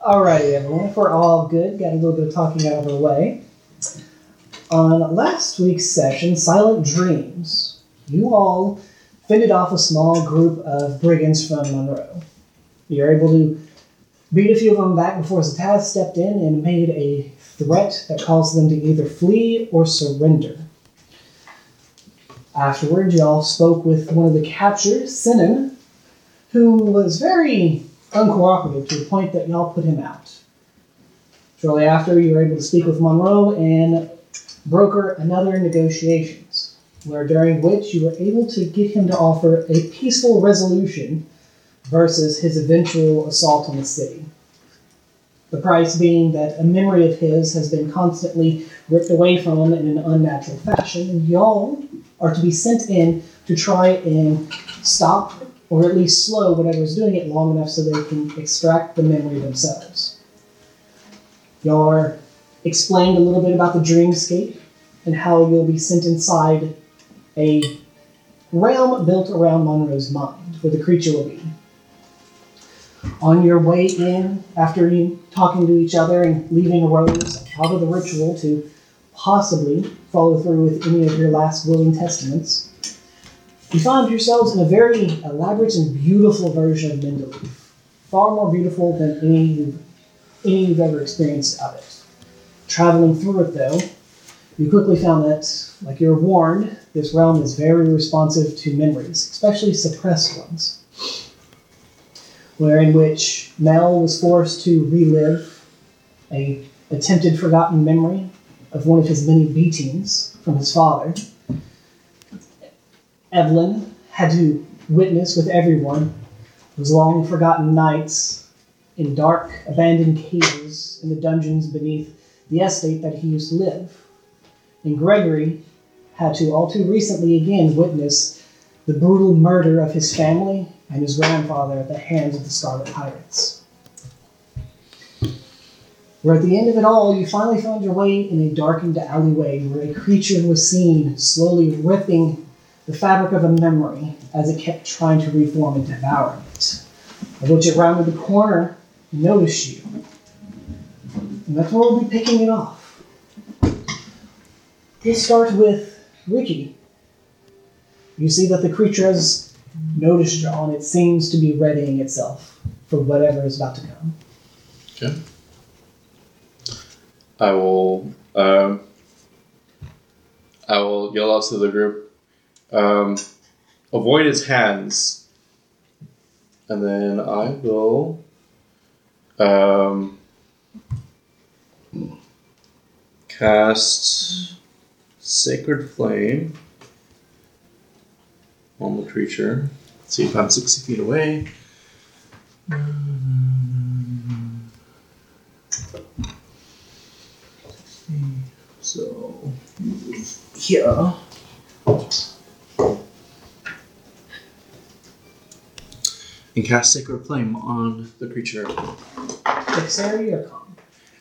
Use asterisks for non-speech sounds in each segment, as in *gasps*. Alrighty, everyone. If we're all good, got a little bit of talking out of the way. On last week's session, Silent Dreams, you all fended off a small group of brigands from Monroe. You're able to beat a few of them back before Zataz stepped in and made a threat that caused them to either flee or surrender. Afterward, y'all spoke with one of the captured, Sinan, who was very uncooperative to the point that y'all put him out. Shortly after, you were able to speak with Monroe and broker another negotiations, where during which you were able to get him to offer a peaceful resolution versus his eventual assault on the city. The price being that a memory of his has been constantly ripped away from him in an unnatural fashion, and y'all are to be sent in to try and stop or at least slow whatever's doing it long enough so they can extract the memory themselves. Y'all are explained a little bit about the dreamscape and how you'll be sent inside a realm built around Monroe's mind, where the creature will be. On your way in, after you talking to each other and leaving a rose out of the ritual to possibly follow through with any of your last will and testaments, you found yourselves in a very elaborate and beautiful version of Mindaloof. Far more beautiful than any you've, any you've ever experienced of it. Traveling through it, though, you quickly found that, like you were warned, this realm is very responsive to memories, especially suppressed ones. Wherein which Mel was forced to relive a attempted forgotten memory of one of his many beatings from his father. Evelyn had to witness with everyone those long forgotten nights in dark, abandoned caves in the dungeons beneath the estate that he used to live. And Gregory had to, all too recently again, witness the brutal murder of his family and his grandfather at the hands of the Scarlet Pirates. Where at the end of it all, you finally found your way in a darkened alleyway where a creature was seen slowly ripping the fabric of a memory as it kept trying to reform and devour it. At which it rounded the corner and noticed you. And that's where we'll be picking it off. We'll start with Ricky. You see that the creature has noticed you and it seems to be readying itself for whatever is about to come. I will. Um, I will yell out to the group. Um, avoid his hands, and then I will. Um, cast sacred flame on the creature. see if I'm sixty feet away. So yeah. And cast Sacred Flame on the creature. Dexterity or con?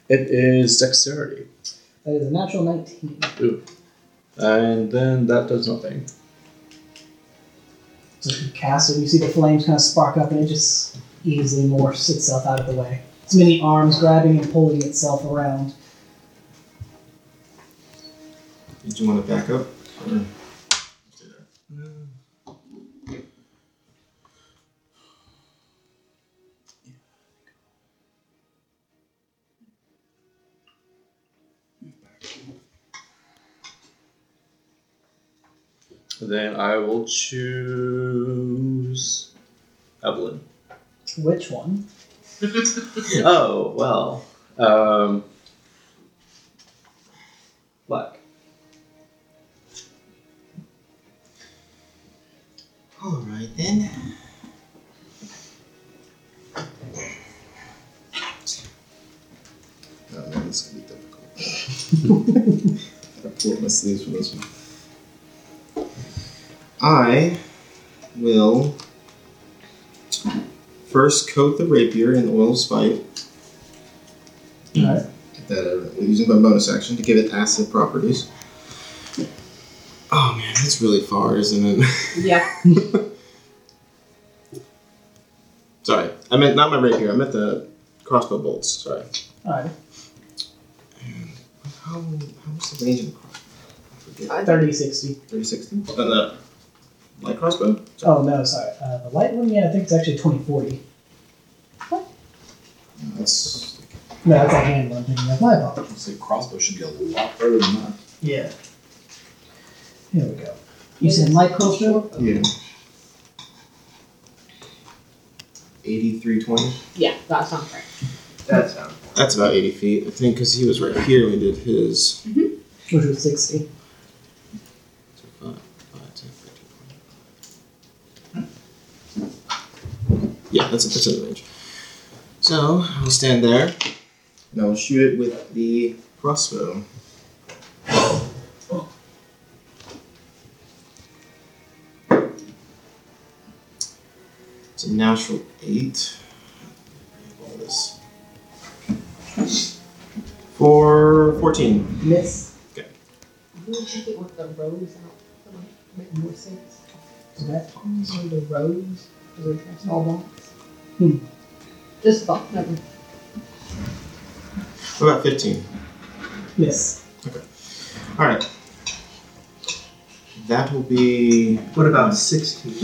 It is dexterity. That is a natural 19. And then that does nothing. So if you cast it, you see the flames kind of spark up and it just easily morphs itself out of the way. Its many arms grabbing and pulling itself around. Did you want to back up? Or... Then I will choose Evelyn. Which one? Oh well. Um, black. Alright then. Oh man, this is gonna be difficult. Gotta pull up my sleeves for this one. I will first coat the rapier in oil of spite. Alright. Get That uh, using my bonus action to give it acid properties. Oh man, that's really far, isn't it? Yeah. Sorry, I meant not my rapier. I meant the Crossbow bolts, sorry. Alright. How, how much the range of a crossbow? I forget. 30, 60. 360? And the light crossbow? Oh, no, sorry. Uh, the light one, yeah, I think it's actually 2040. That's. No, that's a hand one thing. Yeah, my apologies. I'd say crossbow should be a lot better than that. Yeah. Here we go. You said light crossbow? Yeah. 8320? Yeah, that sounds right. That sounds. That's about 80 feet, I think, because he was right here when he did his. Which was 60. Yeah, that's, that's in the range. So, I'll stand there. And I'll shoot it with the crossbow. It's a natural 8. Roll this. For 14. Miss. You would think it with the rose out would make more sense. Okay. Or the rose, the dress all box. Hmm. Just thought never. What about 15? Miss. Alright. That will be. What about 16? That's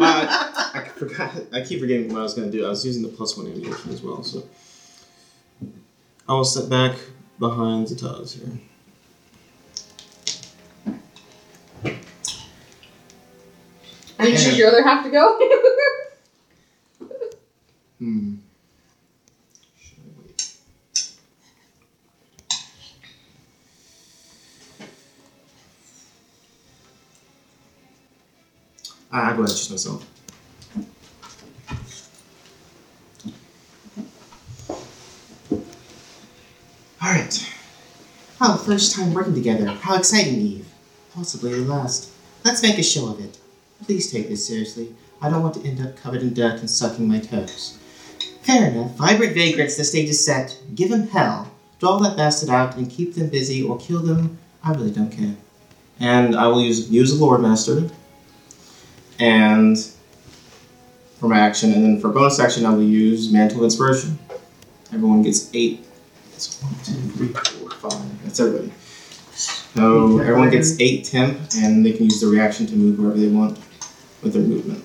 Wow, I, I forgot. I keep forgetting what I was going to do. I was using the plus one animation as well, so. I will step back behind the tiles here. Did you shoot your other half to go? *laughs* Hmm. Should I wait? Ah, I'll go ahead and choose myself. Alright. Our Oh, first time working together. How exciting, Eve. Possibly the last. Let's make a show of it. Please take this seriously. I don't want to end up covered in dirt and sucking my toes. Fair enough. Vibrant vagrants, the stage is set. Give 'em hell. Draw that bastard out and keep them busy or kill them. I really don't care. And I will use use a Lord Master. And for my action, and then for bonus action, I will use Mantle of Inspiration. Everyone gets eight. That's one, two, three, four, five. That's everybody. So everyone gets eight temp, and they can use the reaction to move wherever they want with their movement.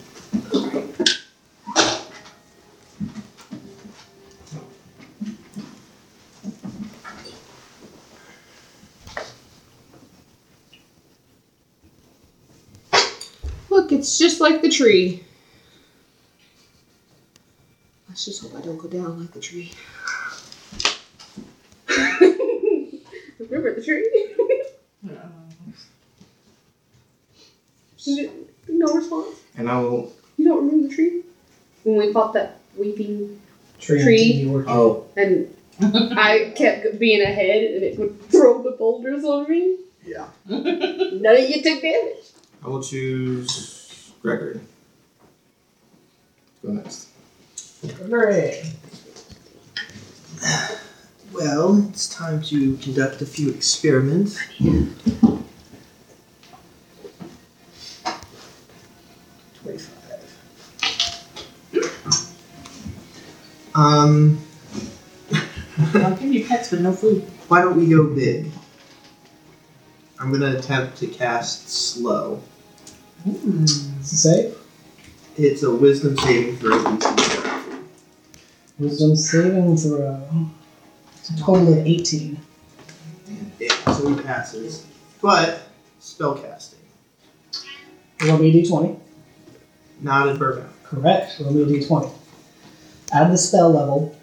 Look, it's just like the tree. Let's just hope I don't go down like the tree. *laughs* Remember the tree? *laughs* no response. And I will. You don't remember the tree? When we fought that weeping, Tree. Tree. You were- Oh, and I kept being ahead, and it would throw the boulders on me. Yeah. *laughs* None of you took damage. I will choose Gregory. Go next. Great. Well, it's time to conduct a few experiments. Twenty-five. Um, *laughs* I'll give you pets, but no food. why don't we go big? I'm gonna attempt to cast slow. Hmm. It's a save. It's a wisdom saving throw. DC. Wisdom saving throw. It's a total of 18. Yeah, so he passes. But spellcasting, Roll me a d20. not in Burbank. Correct. Roll me a d20. Add the spell level.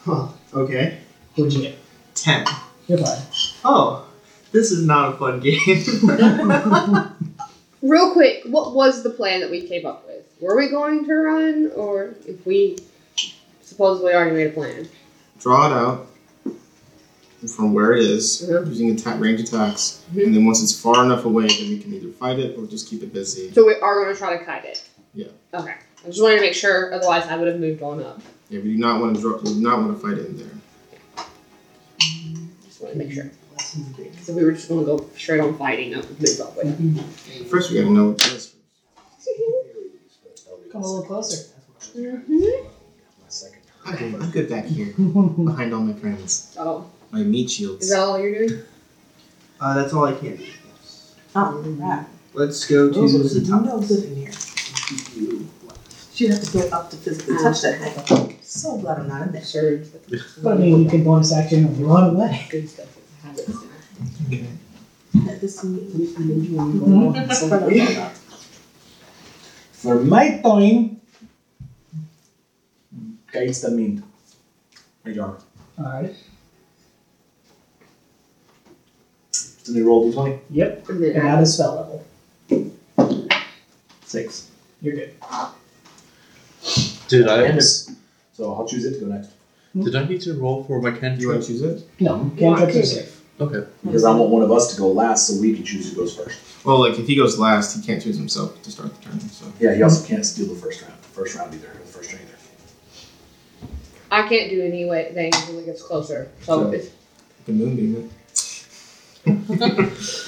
Huh. Okay. What'd you get? Ten. You're fine. Oh, this is not a fun game. *laughs* Real quick, what was the plan that we came up with? Were we going to run, or if we supposedly already made a plan? Draw it out from where it is, Mhm. using attack range attacks, and then once it's far enough away, then we can either fight it or just keep it busy. So we are going to try to kite it. Yeah. Okay. I just wanted to make sure, otherwise I would have moved on up. Yeah, we do not want to draw. We do not want to fight it in there. Just wanted to make sure. So we were just going to go straight on fighting. I would have moved all *laughs* the way. up. First, we gotta know what it is. Come a little closer. *laughs* Mhm. My second I'm time. good. I'm good back here, behind all my friends. Oh, My meat is shields. that all you're doing? Uh, that's all I can do. Yes. Oh, crap. Let's go to Those are the top. no good in here. She'd have to go up to physically Oh. touch that thing. So glad I'm not in there. Surge. But I mean, you can bonus action and run *laughs* away. Good stuff. is habits now. This is unusual. For my time, guides the mint. My jar. Alright. Then we roll d20. Yep. And then And add add a spell level. Six. You're good. Did I? And it's- So I'll choose it to go next. Did I need to roll for my cantrip? You want to choose it? No, cantrips are safe. Okay. Because I want one of us to go last so we can choose who goes first. Well, like if he goes last, he can't choose himself to start the turn. So Yeah, you also can't steal the first round. The first round either. The first turn either. I can't do any way thing until it gets closer. So So- it's the moonbeam it.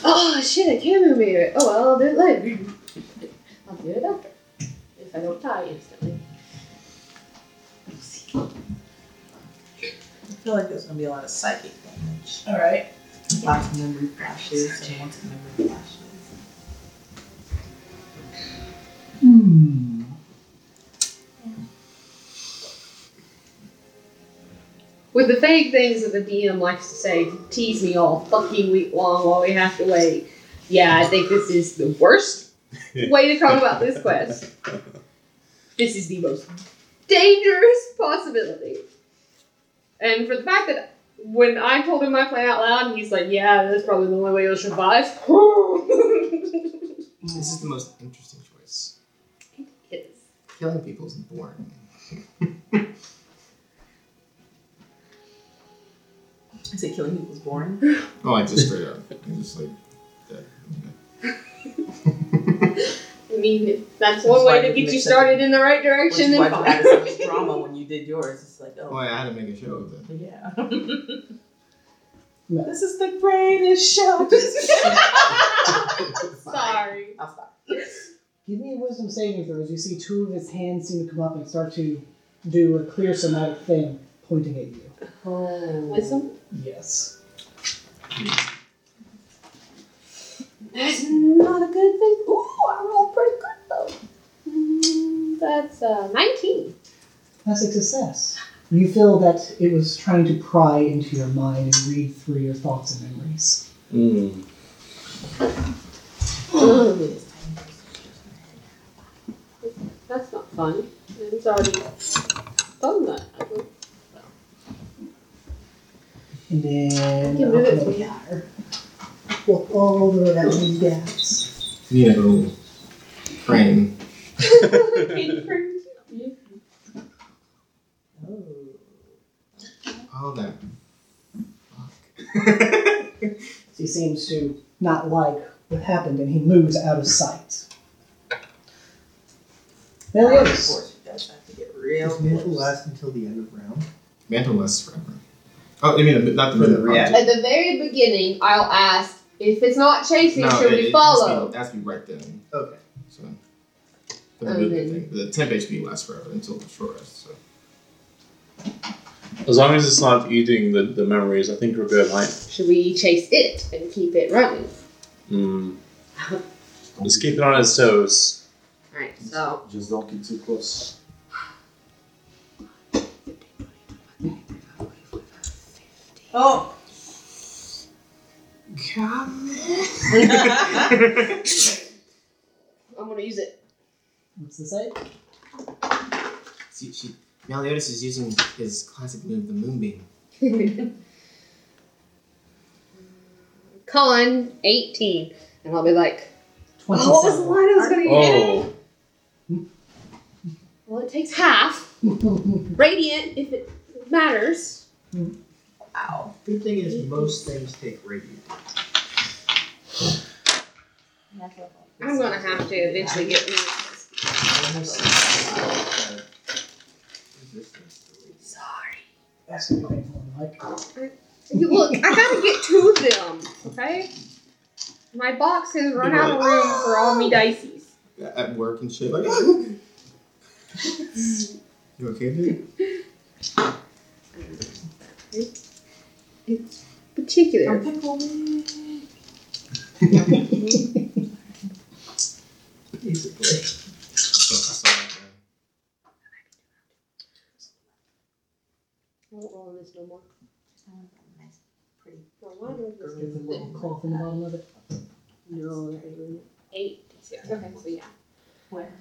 oh shit, I can't move it. Oh well, I'll do it later. I'll do it after if I don't die instantly. I feel like there's gonna be a lot of psychic damage. Alright. Lots of memory flashes and lots of memory flashes. Hmm. With the vague things that the DM likes to say, tease me all fucking week long while we have to wait. Yeah, I think this is the worst way to talk about this quest. This is the most dangerous possibility. And for the fact that when I told him my plan out loud, and he's like, "Yeah, that's probably the only way you'll survive." *laughs* This is the most interesting choice. It's- Killing people is boring. I said killing people was boring. Oh, I just straight up. *laughs* I'm just like that. I mean, if that's That's one why way to you get mix you it. started in the right direction, Which then is why you had so much fine. drama when you did yours. It's like, Oh, oh, I had to make a show of it. yeah. *laughs* No. This is the greatest show. Sorry. I'll stop. Give me wisdom saving throws. You see two of his hands seem to come up and start to do a clear somatic thing pointing at you. Oh. Wisdom? Yes. That's not a good thing. Ooh, I rolled pretty good though. Mm, That's uh, 19. That's a success. You feel that it was trying to pry into your mind and read through your thoughts and memories. Mm. Oh, That's not fun. It's already done that. I think. And then Give it I'll to come over here. Walk all the way around these gaps. You need a little frame. All *laughs* that. Fuck. He seems to not like what happened and he moves out of sight. There he Oh, Of is. course, you guys have to get real. Does mantle close. last until the end of round? Mantle lasts forever. Oh, I mean, not the For the minute. react- *laughs* At the very beginning, I'll ask if it's not chasing, No, should it, it we has to be- follow? It has to be right then. Okay. So. The, Oh, movement then. thing. the temp HP lasts forever until the short rest. So. As long as it's not eating the, the memories, I think we're good, right? Should we chase it and keep it running? Mm. Let's keep it on its toes. Alright, so. Just don't get too close. Oh. *laughs* I'm gonna use it. *laughs* What's the say? See, she, Meliodas is using his classic move, the moonbeam. Con 18. And I'll be like, Twenty-seven. oh, what was the line I was gonna use? Oh, Well, it takes half. *laughs* Radiant, if it matters. Ow. Good thing is most things take radiant. I'm gonna have to eventually get rid of this. Almost uh, resistance to radiant. Sorry. That's gonna be painful, Mike. You- Look, I gotta get to them, okay? My box has run out of room for all me dices. *laughs* At work and shit, like, you okay, dude? It's particular. pickle me. Basically. I won't roll on this no more. Pretty. No, why do I just- There's a little cloth in the bottom of it. No, that ain't eight. Okay, so yeah. Where?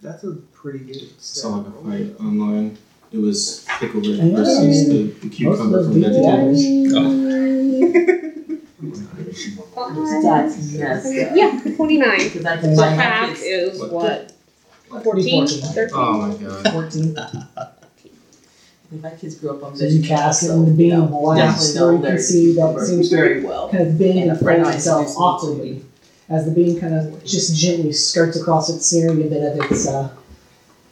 That's a pretty good. Saw like a fight online. It was pickle Hey. Rick versus the, the cucumber from Vegetables. That's messed up. Yeah, 29. Because I So can So buy half half is is What? what? 14? 14. 13? Oh my god. 14. If my kids grew up on So you cast it in the beam of Yeah, glass so you can see that it seems to very well. kind of bend And a and friend fold I itself introduced me to. awkwardly as the beam kind of just gently skirts across it, searing a bit of its uh,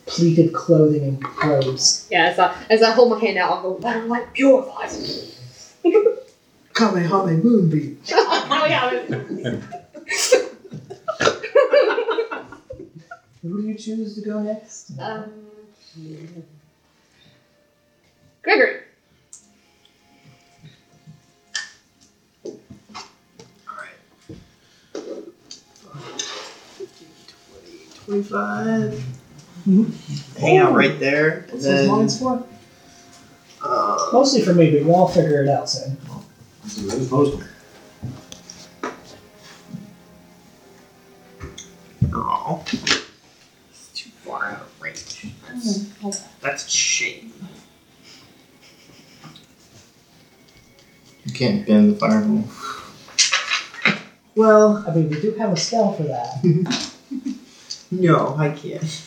pleated clothing and clothes. Yeah, as I, as I hold my hand out, I'll go, let them light purifies. Kamehame Moonbeam. *laughs* oh, yeah. Who do you choose to go next? *laughs* Um, Gregory. Twenty-five. Mhm. Hang out right there. And This is then, mine's for? uh, Mostly for me, but you all figure it out soon. oh, it's too far out of range. That's, that's a shame. You can't bend the fireball. Well, I mean, we do have a spell for that. no, I can't.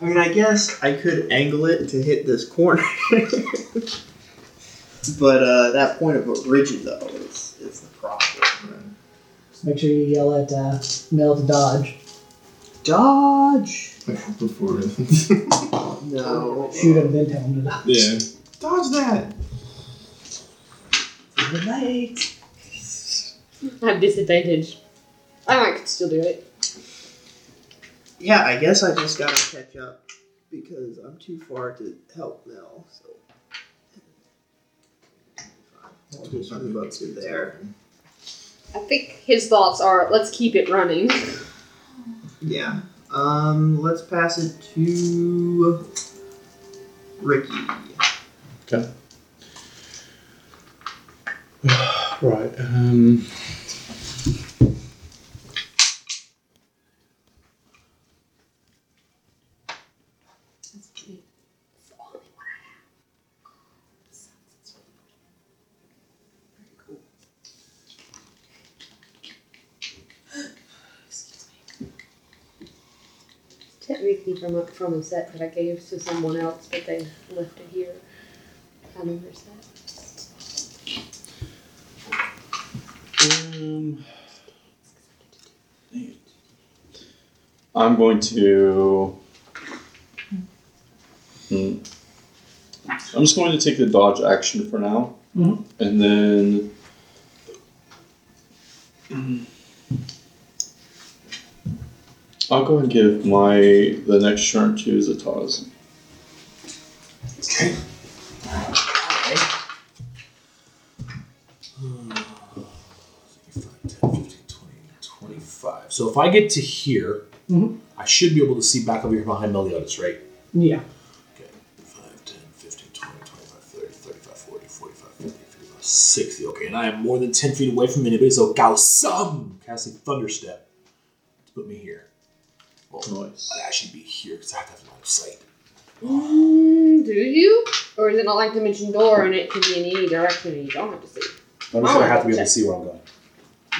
I mean, I guess I could angle it to hit this corner. but uh, that point of rigid, though, is, is the problem. Just make sure you yell at uh, Mel to dodge. Dodge! Like before. No. Shoot him, then tell him to dodge. yeah. Dodge that! Good night. I have disadvantage. I might could still do it. Yeah, I guess I just gotta catch up because I'm too far to help Mel, so. I'll just move up to there. I think his thoughts are, let's keep it running. Yeah. Um, let's pass it to Ricky. Right. Um. That's pretty. Technically from a, from a set that I gave to someone else, but they left it here. I mean, there's that. um I'm going to. Hmm. I'm just going to take the dodge action for now, Mhm. Mm-hmm. and then. I'll go and give my the next turn to Zataz. So if I get to here, Mhm. I should be able to see back over here behind Meliodas, right? Yeah. Okay. 5, 10, 15, 20, 25, 30, 35, 40, 45, 50, 55, 60. Okay, and I am more than 10 feet away from anybody, so Gausum casting Thunderstep to put me here. Well, Nice. I should be here because I have to have line of sight. Mm, do you? Or is it not like Dimension Door and it can be in any direction and you don't have to see? But I'm sure I have to be able to see where I'm going.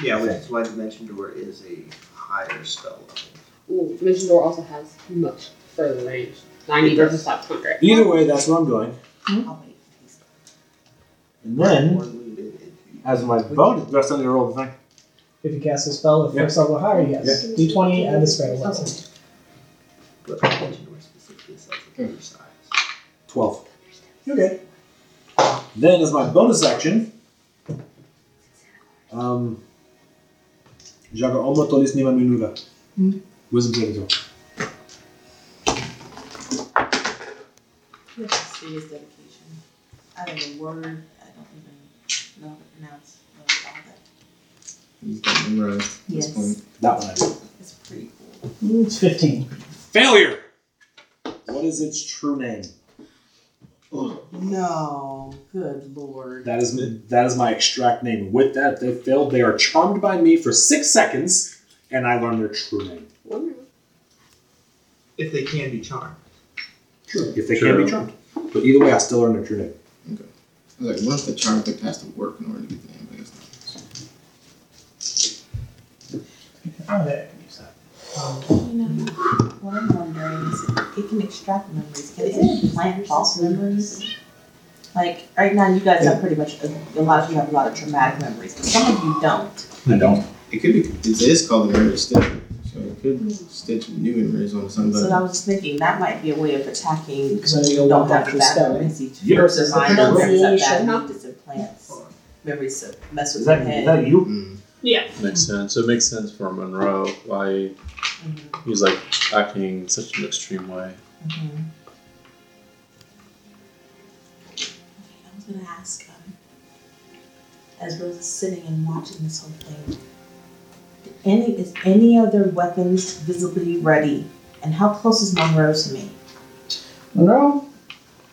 Yeah, which is why Dimension Door is a higher spell level. Ooh, Dimension Door also has much further range. 90 versus 500. Either way, that's where I'm going. I'll wait. And Or move it into- as my bonus, do I still need to roll the thing? If you cast a spell, if Yeah. first level or higher, yes. D20 and the spell level. But Dimension Door specifically says the other size. 12. Okay. Then, as my bonus action, um, Jaga Omo Tolis Nima Minuga. Wisdom saving throw. This is serious dedication. I don't know word. I don't even know how to pronounce what it's all that. He's getting them right at Yes. this point. That one I did. It's pretty cool. Mm, It's 15. Failure! What is its true name? No, good lord. That is my- that is my extract name. With that, if they failed. They are charmed by me for six seconds, and I learn their true name. If they can be charmed. If they Sure. can be charmed. But either way, I still learn their true name. I was like, what if the charm thing has to work in order to get the name? But I guess not. Oh, there, I can use that. You know, what I'm wondering is if it can extract memories. Can it plant false memories? Like right now, you guys have pretty much a, a lot. Of you have a lot of traumatic memories, but some of you don't. I don't. It could be. It is called the murder stitch, so it could stitch new memories onto somebody. So I was just thinking that might be a way of attacking. Because I know you don't don't have have to to bad spell it. memories each Yep. versus I know memories of bad Pronunciation. memories and plants. Memories that mess with Is that, your is head. that you? Mm. Makes sense. It makes sense for Monroe why he's like acting in such an extreme way. Mm-hmm. I was gonna ask, um, as Rose is sitting and watching this whole thing, did any is any of their weapons visibly ready? And how close is Monroe to me? Monroe,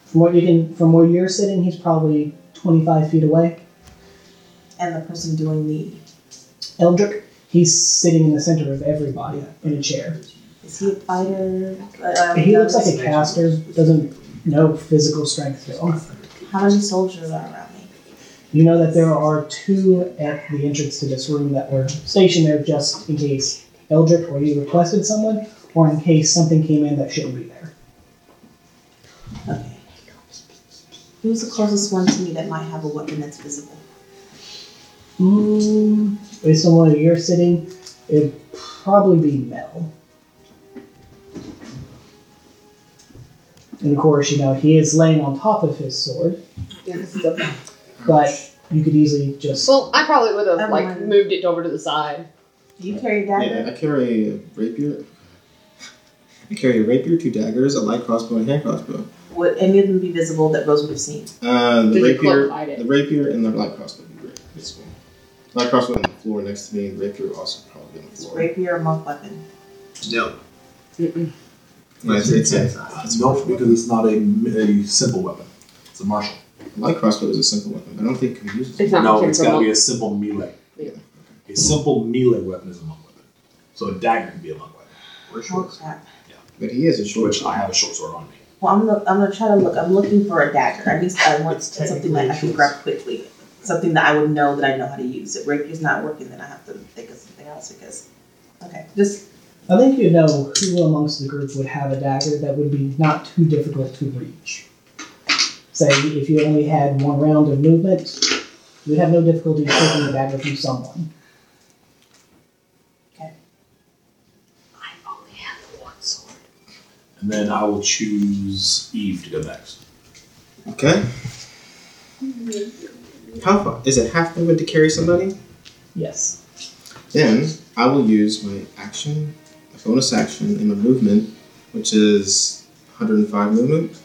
from what you can, from where you're sitting, he's probably 25 feet away. And the person doing the Eldrick, he's sitting in the center of everybody in a chair. is he a fighter? Uh, He looks like a caster, doesn't know physical strength at all. how many soldiers are around me? You know that there are two at the entrance to this room that were stationed there just in case Eldrick or you requested someone, or in case something came in that shouldn't be there. Okay. Who's the closest one to me that might have a weapon that's visible? Mm, based on where you're sitting, it'd probably be Mel. And of course, you know, he is laying on top of his sword, but you could easily just. Well, I probably would have Never like mind. moved it over to the side. Do you carry a Yeah, dagger? I carry a rapier. *laughs* I carry a rapier, two daggers, a light crossbow, and a hand crossbow. Would any of them be visible that Rose would have seen? Uh, the Did you rapier, cloak hide it? the rapier, and the light crossbow would be great. This one. Light crossbow on the floor next to me, and rapier would also probably on the Is floor. rapier a monk weapon? No, Mm-mm. yeah, it's, it's a No, because it's not a, a simple weapon. It's a martial. light crossbow is a simple weapon. but I don't think it can use it. It's not no, looking it's for got to monk. be a simple melee. Yeah. A simple melee weapon is a monk weapon. So a dagger can be a monk weapon. Or a Oh short sword. crap. But he is a short. Which I have a short sword on me. Well, I'm gonna, I'm gonna try to look. I'm looking for a dagger. I least I want It's something that I can technically grab quickly. Something that I would know that I know how to use. If rapier's not working, then I have to think of something else. Because, okay, just I think you know who amongst the group would have a dagger that would be not too difficult to reach. Say, if you only had one round of movement, you'd have no difficulty taking a dagger from someone. I only have the one sword. And then I will choose Eve to go next. Okay. How far is it? Half movement to carry somebody. Yes. Then I will use my action, my bonus action, and my movement, which is 105 movement,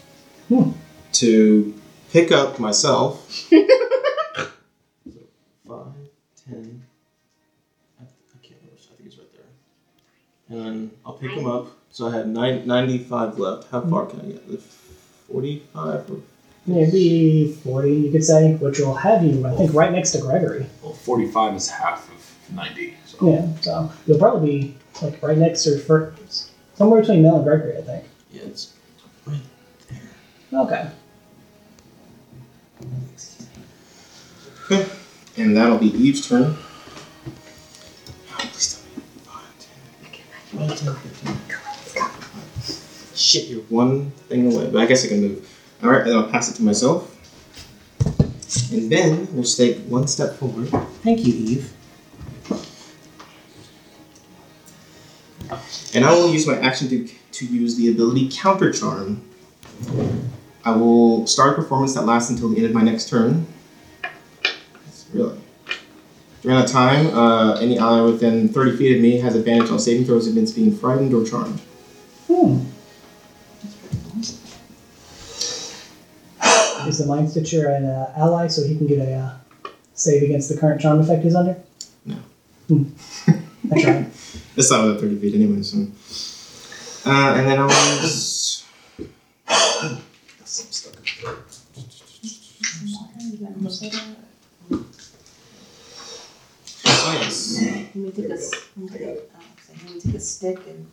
Hmm. to pick up myself. 5, 10. I, I can't remember. I think it's right there. And I'll pick him up. So I had nine, 95 left. How far can I get? The 45? Or, Maybe 40, you could say, which will have you, I think, right next to Gregory. Well, 45 is half of 90. So. Yeah, so you'll probably be like right next to first, somewhere between Mel and Gregory, I think. yeah, it's Okay. And that'll be Eve's turn. Oh, please tell me. Five, ten. Five, ten, fifteen. Shit, you're one thing away, but I guess I can move. Alright, and I'll pass it to myself. And then we'll just take one step forward. Thank you, Eve. And I will use my action to, to use the ability Counter Charm. I will start a performance that lasts until the end of my next turn. Really? During that time, uh, any ally within 30 feet of me has advantage on saving throws against being frightened or charmed. Hmm. *sighs* is the Mind Stitcher an uh, ally, so he can get a uh, save against the current charm effect he's under? No. Hmm. *laughs* I tried. That's not within 30 feet anyway, so. Uh, and then I was. *coughs* That's- I'm stuck in third. Oh, yes. Let me take a, s- let me take, uh, let me take a stick and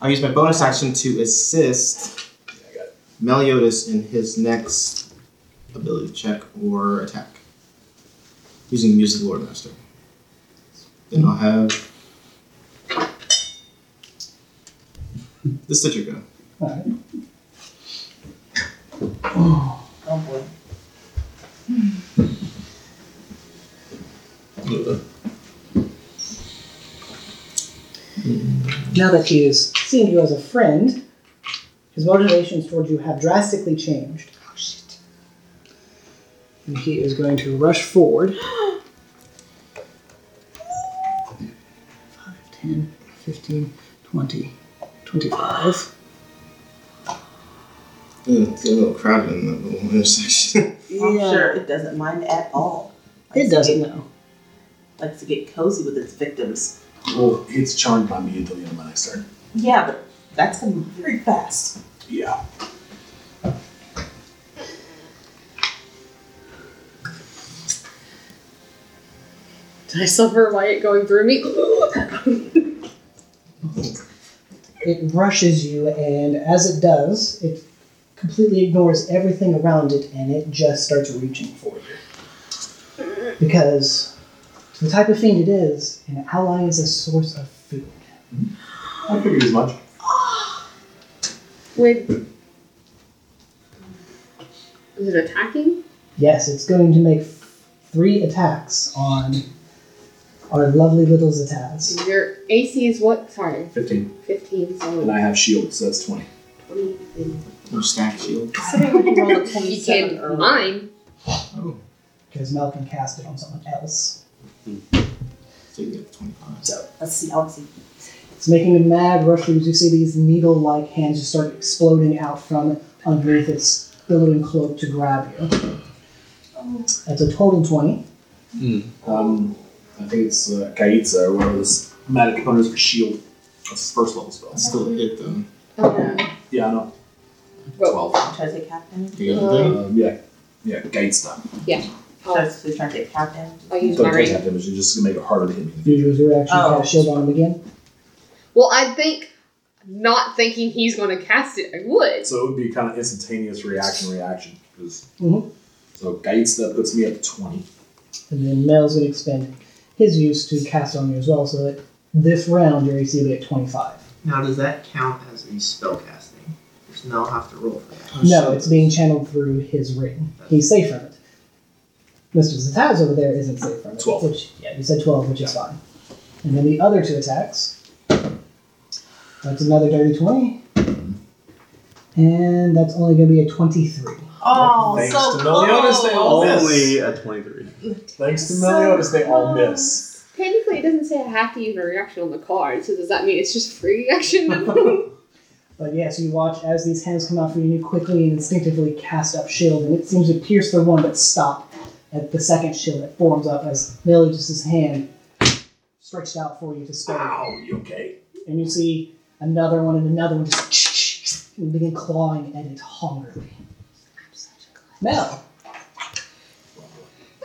I'll use my bonus action to assist Meliodas in his next ability check or attack using Music Lord Master. Then I'll have the Stitcher go. All right. oh boy. Now that he is seeing you as a friend, his motivations towards you have drastically changed. Oh shit! And he is going to rush forward. *gasps* 5, 10, 15, 20, 25. *gasps* Ooh, it's a little crowded in that little intersection. I'm sure it doesn't mind at all. It Likes to doesn't get- know. Likes to get cozy with its victims. Well, it's charmed by me until the end of my next turn. Yeah, but that's gonna be very fast. Yeah. Did I suffer light going through me? It rushes you, and as it does, it completely ignores everything around it and it just starts reaching for you. Because the type of fiend it is, an ally is a source of food. I figured as much. Wait. Is it attacking? Yes, it's going to make three attacks on our lovely little Zataz. Your AC is what? Sorry, 15. 15, And so I have shield, so that's 20. 20. and- *laughs* or stack shield. *laughs* You can mine. Oh, Because Mel can cast it on someone else. so you get 25. So Let's see, I'll see. it's making a mad rush as you see these needle-like hands just start exploding out from underneath its billowing cloak to grab you. That's a total 20. Um, I think it's uh, Kaitza or whatever this magic component is for shield. That's his first level spell. That's still a hit though. Okay. Yeah, I know. Well- 12. Try to take half damage. You get Uh, that? Um, yeah. Yeah, Kaitza. I'll, Try to try to take half damage. I'll use my Don't take ring. half damage. It's just going to make it harder to hit me. You use your action to Oh. cast shield on him again. Well, I think, not thinking he's going to cast it, I would. So it would be kind of instantaneous reaction, reaction. 'cause- Mhm. So Gaitsta puts me up to 20. And then Mel's going to expend his use to cast on you as well, so that this round your AC will be at 25. Now, does that count as a spell casting? Does Mel have to roll for that? Oh, No, shit. it's being channeled through his ring. He's safe from it. Mr. Zataz over there isn't safe from it. 12. Which, yeah, you said 12, which is fine. And then the other two attacks. That's another dirty 20. And that's only going to be a 23. Oh, Thanks so to Meliodas, they all close. Only a 23. Thanks to So Meliodas, they all miss. Technically, it doesn't say I have to use a reaction on the card, so does that mean it's just free action? But yeah, so you watch as these hands come out for you, you quickly and instinctively cast up shield, and it seems to pierce the one but stop at the second shield that forms up as Meliodas' hand stretched out for you to spare you. Ow, you okay? and you see another one and another one just and begin clawing at it hungrily. Mel,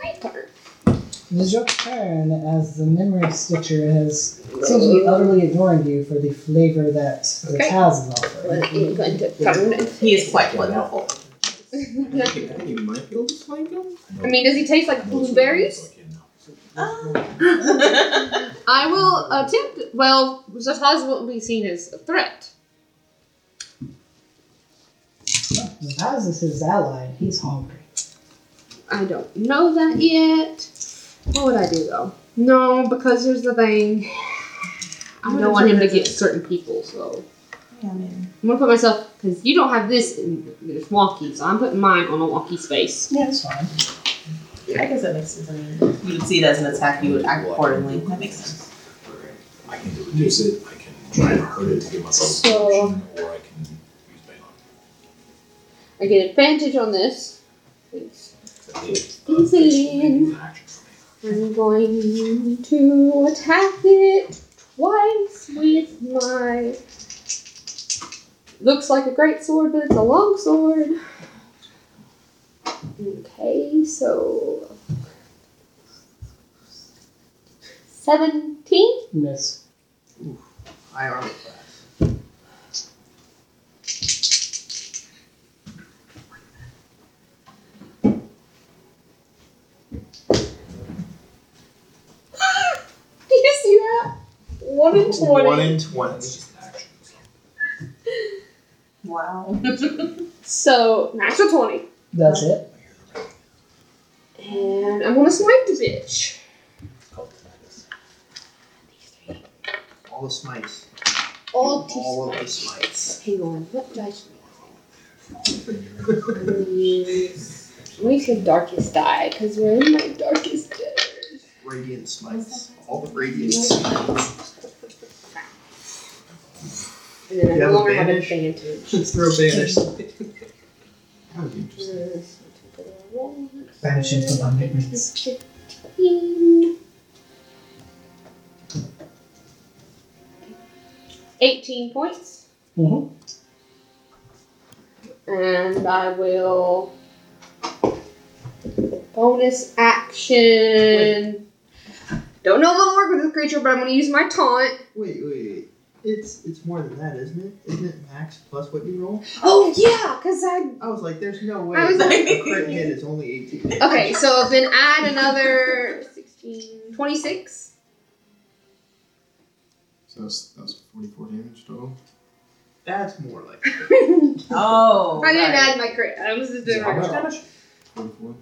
My part. it is your turn as the memory stitcher has seems to be utterly ignoring you for the flavor that the Okay. Taz is offering. I'm going to turn *laughs* it. He is quite wonderful. I think I think you might be able to flank him. I mean, does he taste like blueberries? Ah. *laughs* I will attempt. Well, Zataz won't be seen as a threat. The Taz is his ally and he's hungry. I don't know that yet. What would I do though? No, because here's the thing. *sighs* I don't want him to get certain people, so Yeah, I mean, I'm gonna put myself because you don't have this in this wonky, so I'm putting mine on a wonky space. Yeah, it's fine. I guess that makes sense. I mean, you would see it as an attack, you would act accordingly. That makes sense. I can reduce it. I can try and hurt it to give myself So- a protection, or I can use Bane on I get advantage on this. It's Insulin. I'm going to attack it twice with my. Looks like a great sword, but it's a long sword. Okay, so. *gasps* 17? Miss. High armor class. Do you see that? 1 in 20. One in twenty. Wow. *laughs* So, natural 20. That's it. And I'm gonna swipe the bitch. All the smites. All All of the T-smites. smites. Hang on, what dice Um, do I use? I'm gonna use the darkest die, because we're in my darkest days. Radiant smites. All the radiant smites. And then I You no have longer have advantage? advantage. Throw banners. That would be interesting. Banish him from my memories. Fifteen. Eighteen points. Mhm. And I will bonus action. Don't know if it'll work with this creature, but I'm gonna use my taunt. Wait, wait, wait. It's it's more than that, isn't it? Isn't it max plus what you roll? Oh yeah, cause I I was like, there's no way. I was like- a crit hit is only 18. Okay, so then add another *laughs* 16, 26. So that was, that was 44 damage total. That's more like. I didn't Oh. add my crit. I was just doing How much regular. damage? 44.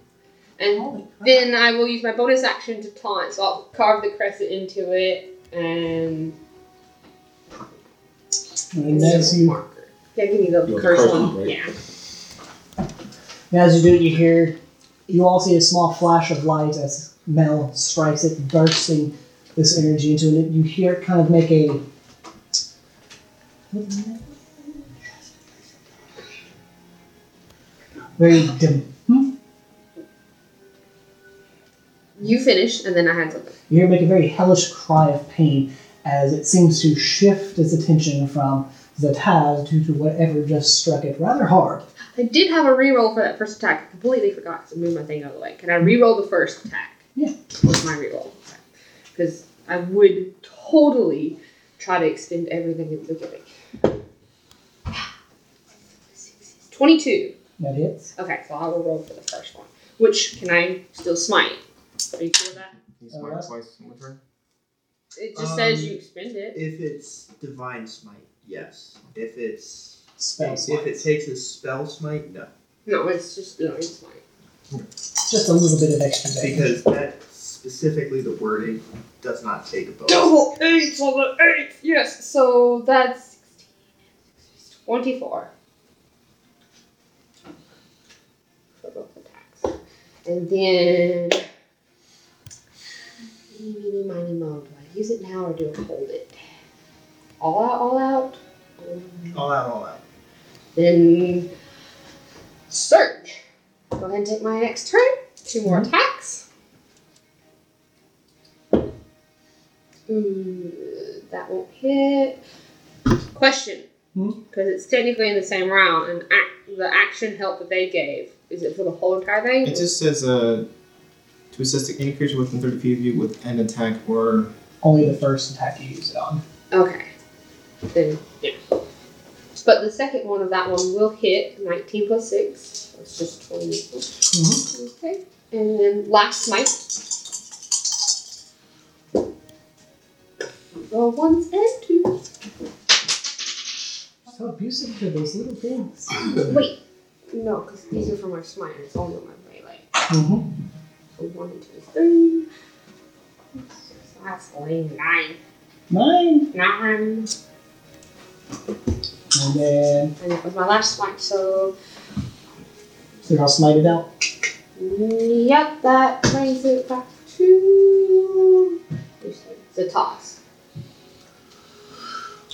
And then I will use my bonus action to taunt, so I'll carve the crescent into it and. And as you marker. Yeah, give me the You want the curse curse one. one, right? Yeah. And As you do it, you hear, you all see a small flash of light as Mel strikes it, bursting this energy into it. You hear it kind of make a. Very dim. hmm? You finish, and then I had something. You hear it make a very hellish cry of pain as it seems to shift its attention from the Taz due to whatever just struck it rather hard. I did have a reroll for that first attack. I completely forgot, so move my thing out of the way. Can I reroll the first attack? Yeah. What's my reroll? Because I would totally try to expend everything at the beginning. *sighs* 22. That hits. Okay, so I will roll for the first one. Which, can I still smite? Are you cool with that? Can you Uh, smite that's- twice in one turn? It just says Um, you expend it. If it's divine smite, yes. If it's Spell if it slice. takes a spell smite, no, No, it's just no, it's smite. Just a little bit of extra damage. because that specifically the wording does not take a bonus. Double eights on the eights! Yes, so that's 16, 24. For both attacks. And then. Eeny, meeny, miny, moe. Do I use it now or do I hold it? All out, all out. Um, All out, all out. Then. Search. Go ahead and take my next turn. Two more Mm-hmm. attacks. Ooh, Mm, that won't hit. Question. Hmm? Because it's technically in the same round, and ac- the action help that they gave, is it for the whole entire thing? It just says uh, to assist any creature within 30 feet of you with an attack or. Only the first attack you use it on. okay. Then, yeah. But the second one of that one will hit 19 plus 6. So it's just 20. Okay. And then last smite. Roll ones and twos. So abusive to those little things. Wait. No, because these are for my smite, and it's only on my melee. Mm-hmm. So one, two, three. That's only nine. Mine. Nine. And then And that was my last smite, so. so I'll smite it out. Yep, that brings it back to. The toss.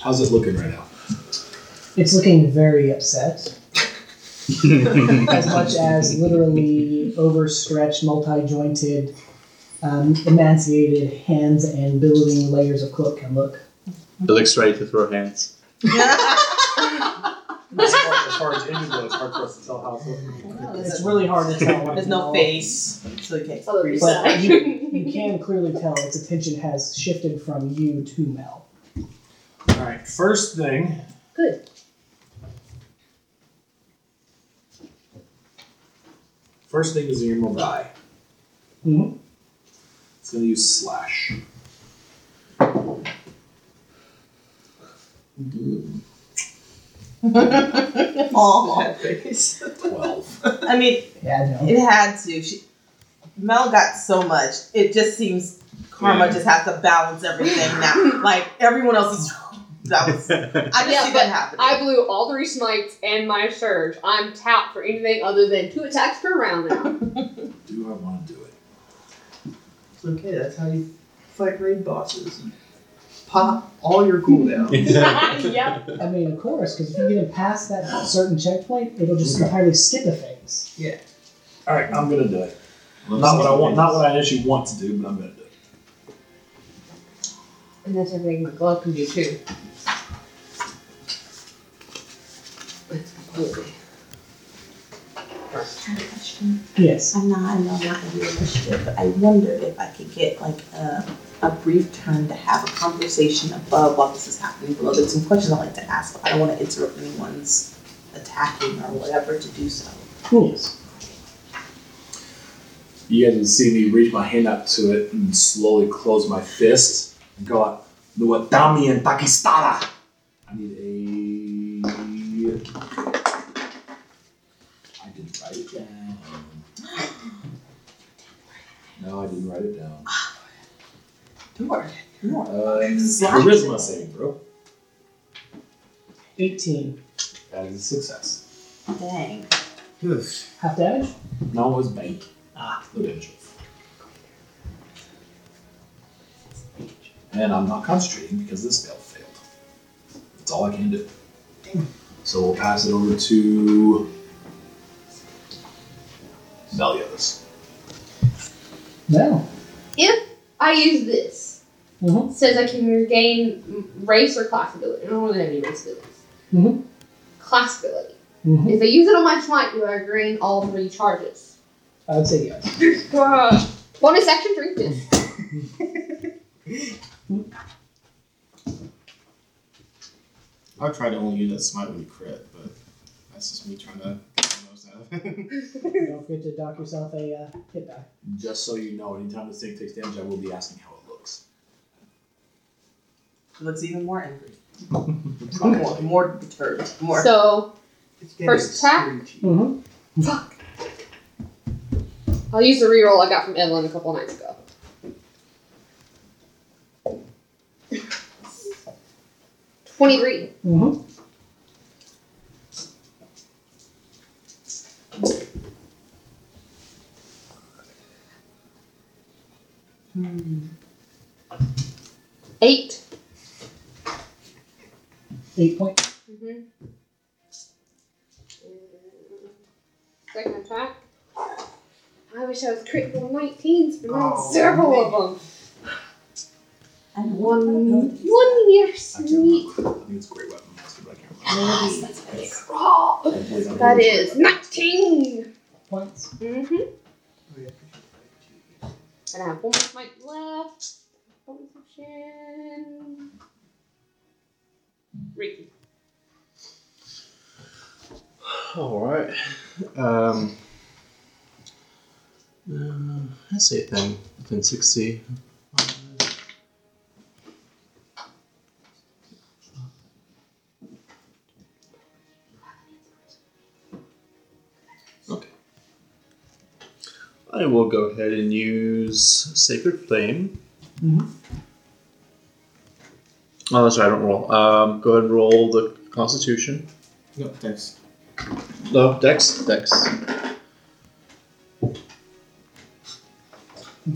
How's it looking right now? It's looking very upset. as much as literally overstretched, multi-jointed, um, emaciated hands and billowing layers of cloak can look. It looks ready to throw hands. *laughs* *laughs* As far, as far as image goes, it's hard for us to tell how. It's really hard to tell. right *laughs* There's now, no face, so you can't. Other but side. you, you can clearly tell its attention has shifted from you to Mel. All right. First thing. Good. First thing is the emerald eye. Mm-hmm. Mhm. It's gonna use slash. *laughs* Aw. Twelve. I mean, Yeah, I know. It had to. She, Mel got so much. It just seems karma Yeah. just has to balance everything now. like everyone else is. *laughs* That was. I just Yeah, but see that *laughs* happening. I blew all three smites and my surge. I'm tapped for anything other than two attacks per round now. Do I want to do it? It's okay, that's how you fight raid bosses. Pop all your cooldowns. yep. I mean, of course, because if you get it past that certain checkpoint, it'll just Okay. entirely skip a phase. All right, I'm gonna do it. Not what I want. Not what I actually want to do, but I'm gonna do it. And that's everything my glove can do too. question. Yes. I'm not. I know I'm not gonna be able to share, but I wonder if I could get like a a brief turn to have a conversation above while this is happening below. There's some questions I like to ask, but I don't want to interrupt anyone's attacking or whatever to do so. Yes. You guys would see me reach my hand up to it and slowly close my fist and go out, Nuatami and Pakistara. I need a. I didn't write it down. No, I didn't write it down. Door. Door. Uh, charisma saving throw. 18. That is a success. Dang. Half damage? Now it was bank. Ah, no damage. And I'm not concentrating because this spell failed. That's all I can do. So we'll pass it over to Melios. No. If I use this, Mhm. it says I can regain m- race or class ability. I don't really have any race abilities. Mm-hmm. Mhm. Class ability. Mhm. If I use it on my smite, do I regain all three charges? I would say yes. Bruh. Bonus action drink this. I'll try to only use that smite when you crit, but that's just me trying to get the most out of it. Don't forget to dock yourself a uh, hit die. Just so you know, anytime this thing takes damage, I will be asking how it looks. looks even more angry. *laughs* more, more perturbed. More. So It's getting First attack? screechy. Mm-hmm. Fuck. I'll use the reroll I got from Evelyn a couple nights ago. Twenty-three. Mm-hmm. Eight. Eight points. Mm-hmm. Second attack. I wish I was critical 19s, but I had Oh, several of them. and One, one year I can't remember. sweet. I think it's a great weapon master, but I can't remember. Yes, that's big. Oh, I believe I'm that really is great weapon. 19. Points. Mm-hmm. And I have one more smite left. Bonus action. Ricky. All right. Um, uh, I say thing within sixty. Okay. I will go ahead and use Sacred Flame. Mhm. Oh, that's right. I don't roll. Um, go ahead and roll the Constitution. no, thanks. No, Dex. Dex. Okay,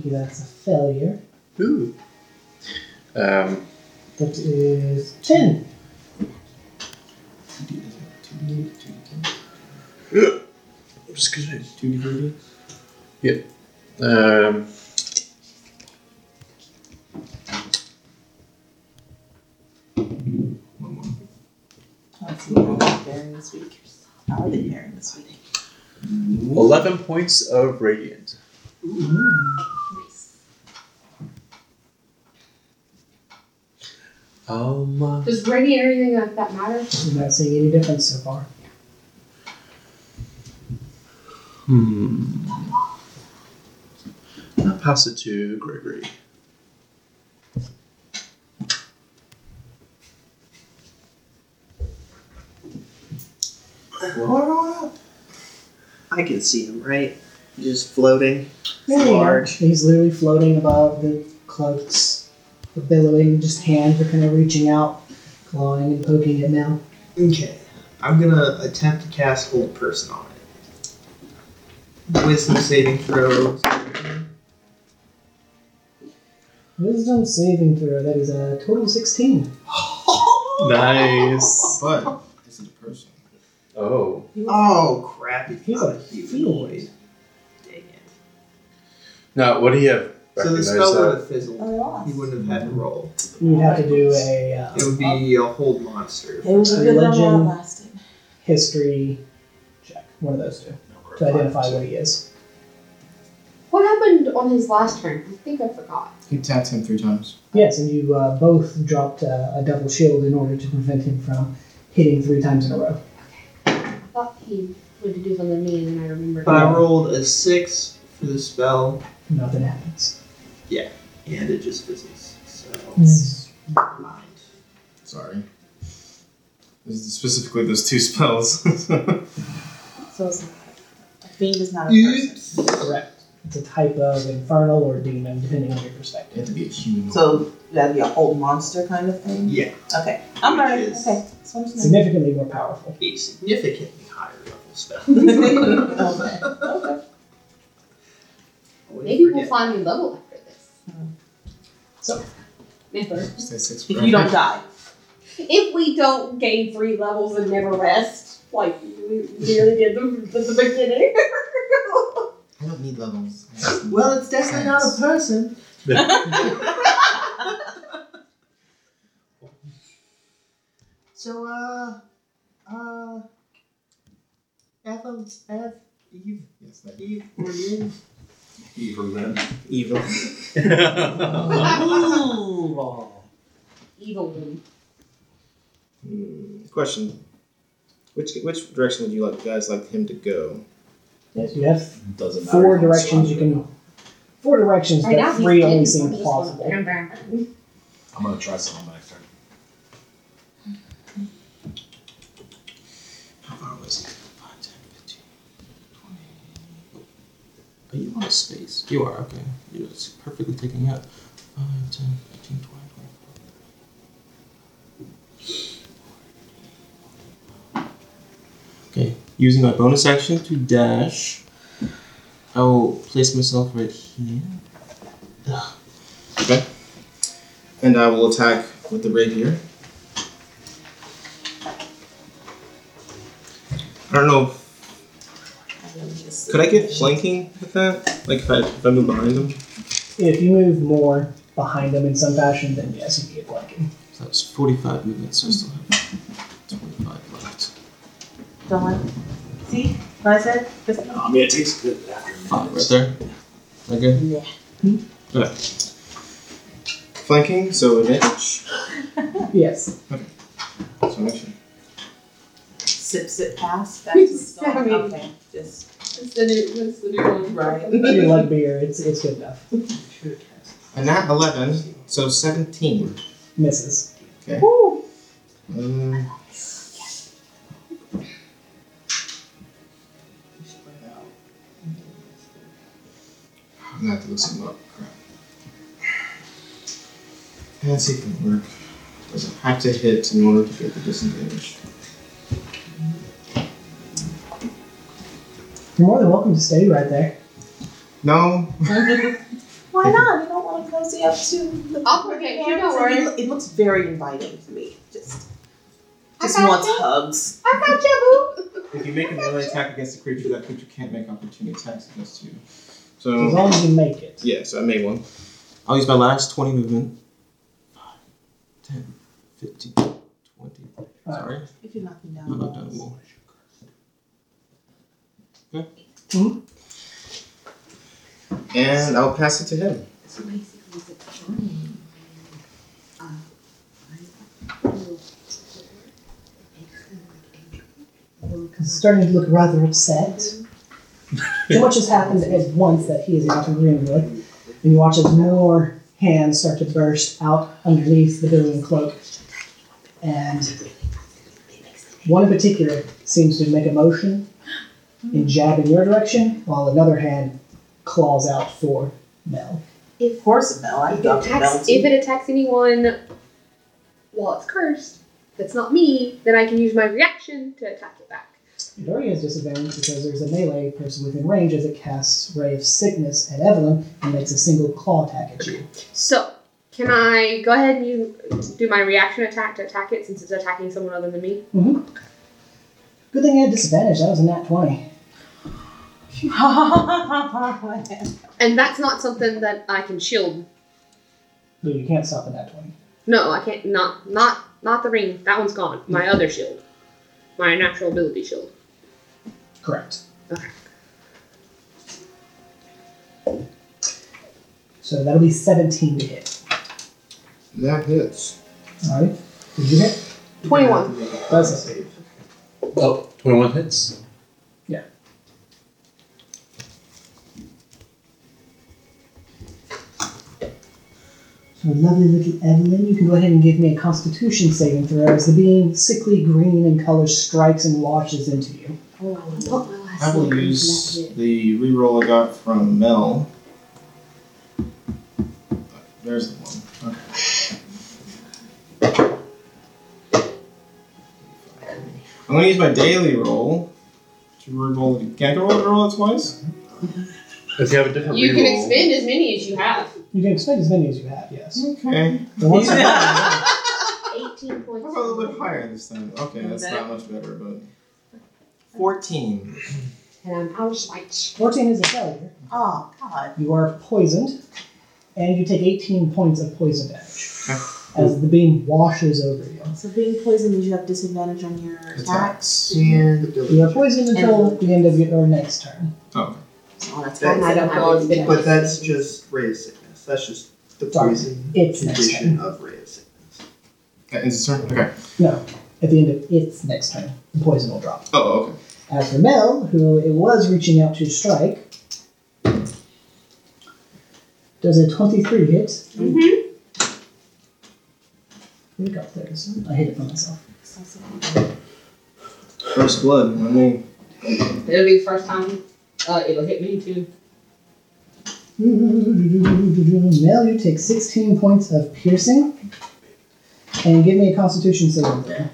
that's a failure. Ooh. Um, That is 10. just kidding. Two D Um, Let's see how they're faring this week. How are they faring this week? eleven points of radiant. Um, uh, Does radiant or anything like that matter? You're not seeing any difference so far. hmm. I'll pass it to Gregory. I can see him, right? Just floating. There you are. Large. He's literally floating above the cloaks, the billowing, just hands are kind of reaching out, clawing and poking it now. Okay. I'm gonna attempt to cast Old Person on it. Wisdom saving throws. Wisdom saving throw. That is a total 16. Nice. But this is a person. Oh. Oh crap! He's He's a a humanoid. Dang it. Now, what do you have? So the recognized spell that? would have Oh, fizzled. they're lost. He wouldn't have had to roll. You'd have to do a uh, It would be a hold monster. It was a good Religion. long lasting. history check, one of those two, to identify what he is. What happened on his last turn? I think I forgot. He attacked him three times. Yes, and you uh, both dropped uh, a double shield in order to prevent him from hitting three times in a row. I thought he would do something to me, and then I remembered. But I rolled a six for the spell, Nothing happens. and it just fizzles. So Mm. never mind. Sorry. This is specifically those two spells. *laughs* So it's not a fiend is not a Oops. person. Correct. It's a type of infernal or demon, depending on your perspective. It had to be a human. So that'd be a whole monster kind of thing. Yeah, Okay, I'm Which learning. is- Okay, so I'm just gonna. Significantly more powerful. a significantly higher level spell. Always Okay. Okay. *laughs* Maybe we'll forget. find a level after this. So- Never. Stay six If you don't die, If we don't gain three levels and never rest, like we nearly did the, the, the beginning. *laughs* I don't need levels. I just need Well, it's definitely not a science. person. so, uh, uh, Ethel, Eth, Eve, Yes, that Eve, or Eve. Evil then. evil. Evil one. Hmm, question. Which which direction would you like guys like him to go? Yes, you have Doesn't matter. four directions you can. Four directions, Right now, but he's three only dead, seem so I'm just plausible. gonna bam, bam, bam. I'm gonna try something next turn. How far was he? 5, 10, 15, 20. Are you on a space? You are, okay. You're just perfectly taking up. 5, 10, 15, 20, 24. Okay, using my bonus action to dash, I will place myself right here. Ugh. Okay. And I will attack with the rapier. I don't know I really need to sleep. Could I get flanking with that? Like if I, if I move behind him? If you move more behind them in some fashion, then yes, you get *laughs* blanking. So that's 45 movements, so I still have 25 left. Don't want. See what I said? This I mean, it tastes good after. Five right there. That good? Yeah. Hmm? Okay. Flanking, so advantage. Yes. So make sure. Sip, sip, pass. Back to the stone. I mean- Okay. Just That's the new, that's the new one. right. If you like beer, it's, it's good enough. And that 11, so 17. Misses. Um, I'm gonna have to look something up. Crap. Let's see if it can work. Does it have to hit in order to get the disadvantage? You're more than welcome to stay right there. No, Why not? You don't want to cozy up to the I'll forget you, don't worry. It, it looks very inviting to me. Just, I just got wants you. hugs. I got you, boo. If you make a melee attack against a creature, that creature can't make opportunity attacks against you. So As long as you make it. Yeah, so I made one. I'll use my last 20 movement. 5, 10, 15, 20. Sorry. If you knock me down, I knocked walls. down the wall. Okay. Mhm. And I'll pass it to him. So basically, is it fine? Uh, I will- He's starting to look rather upset. so much has happened at once that he is not agreeing with. And you watch as more hands start to burst out underneath the billowing cloak. And one in particular seems to make a motion and jab in your direction, while another hand claws out for Mel. Of course, it Mel. I If it knocked Mel attacks, if too. it attacks anyone while it's cursed, that's not me, then I can use my reaction to attack it back. Dory has disadvantage because there's a melee person within range as it casts Ray of Sickness at Evelyn and makes a single claw attack at you. So, can I go ahead and use, do my reaction attack to attack it since it's attacking someone other than me? Good thing I had disadvantage, that was a nat 20. *laughs* Oh, And that's not something that I can shield. No, you can't stop at that 20. No, I can't. Not not not the ring. That one's gone. My other shield, my natural ability shield. Correct. Okay. So that'll be 17 to hit. That hits. Alright. Did you hit? Twenty-one. That's a save. *laughs* Oh, 21 hits. So lovely little Evelyn, you can go ahead and give me a constitution saving throw as the beam, sickly green in color, strikes and washes into you. Not my last I will one. use the reroll I got from Mel. There's the one. Okay. I'm gonna use my daily roll to reroll it. Can I roll, roll it twice? If you have a different You can reroll- expend as many as you have. You can expend as many as you have, yes. Okay. But once you- Eighteen points. How about a little bit higher this time? Okay, that's not much better, but. 14. And I'm out of light. 14 is a failure. oh God. You are poisoned, and you take 18 points of poison damage as the beam washes over you. So being poisoned means you have disadvantage on your attack. Attacks. You are poisoned until the end of your next turn. Okay. So on attack. That's I don't have blood, any but that's just ray of sickness. That's just the Sorry. poison It's next condition of ray of sickness. That ends his turn? Okay. No, at the end of its next turn, the poison will drop. Oh, okay. As for Mel, who it was reaching out to strike, does a 23 hit. Mhm. We got those. I hit it for myself. First blood, my name. It'll be the first time. Uh, it'll hit me too. Mel, you take 16 points of piercing and give me a constitution saving throw.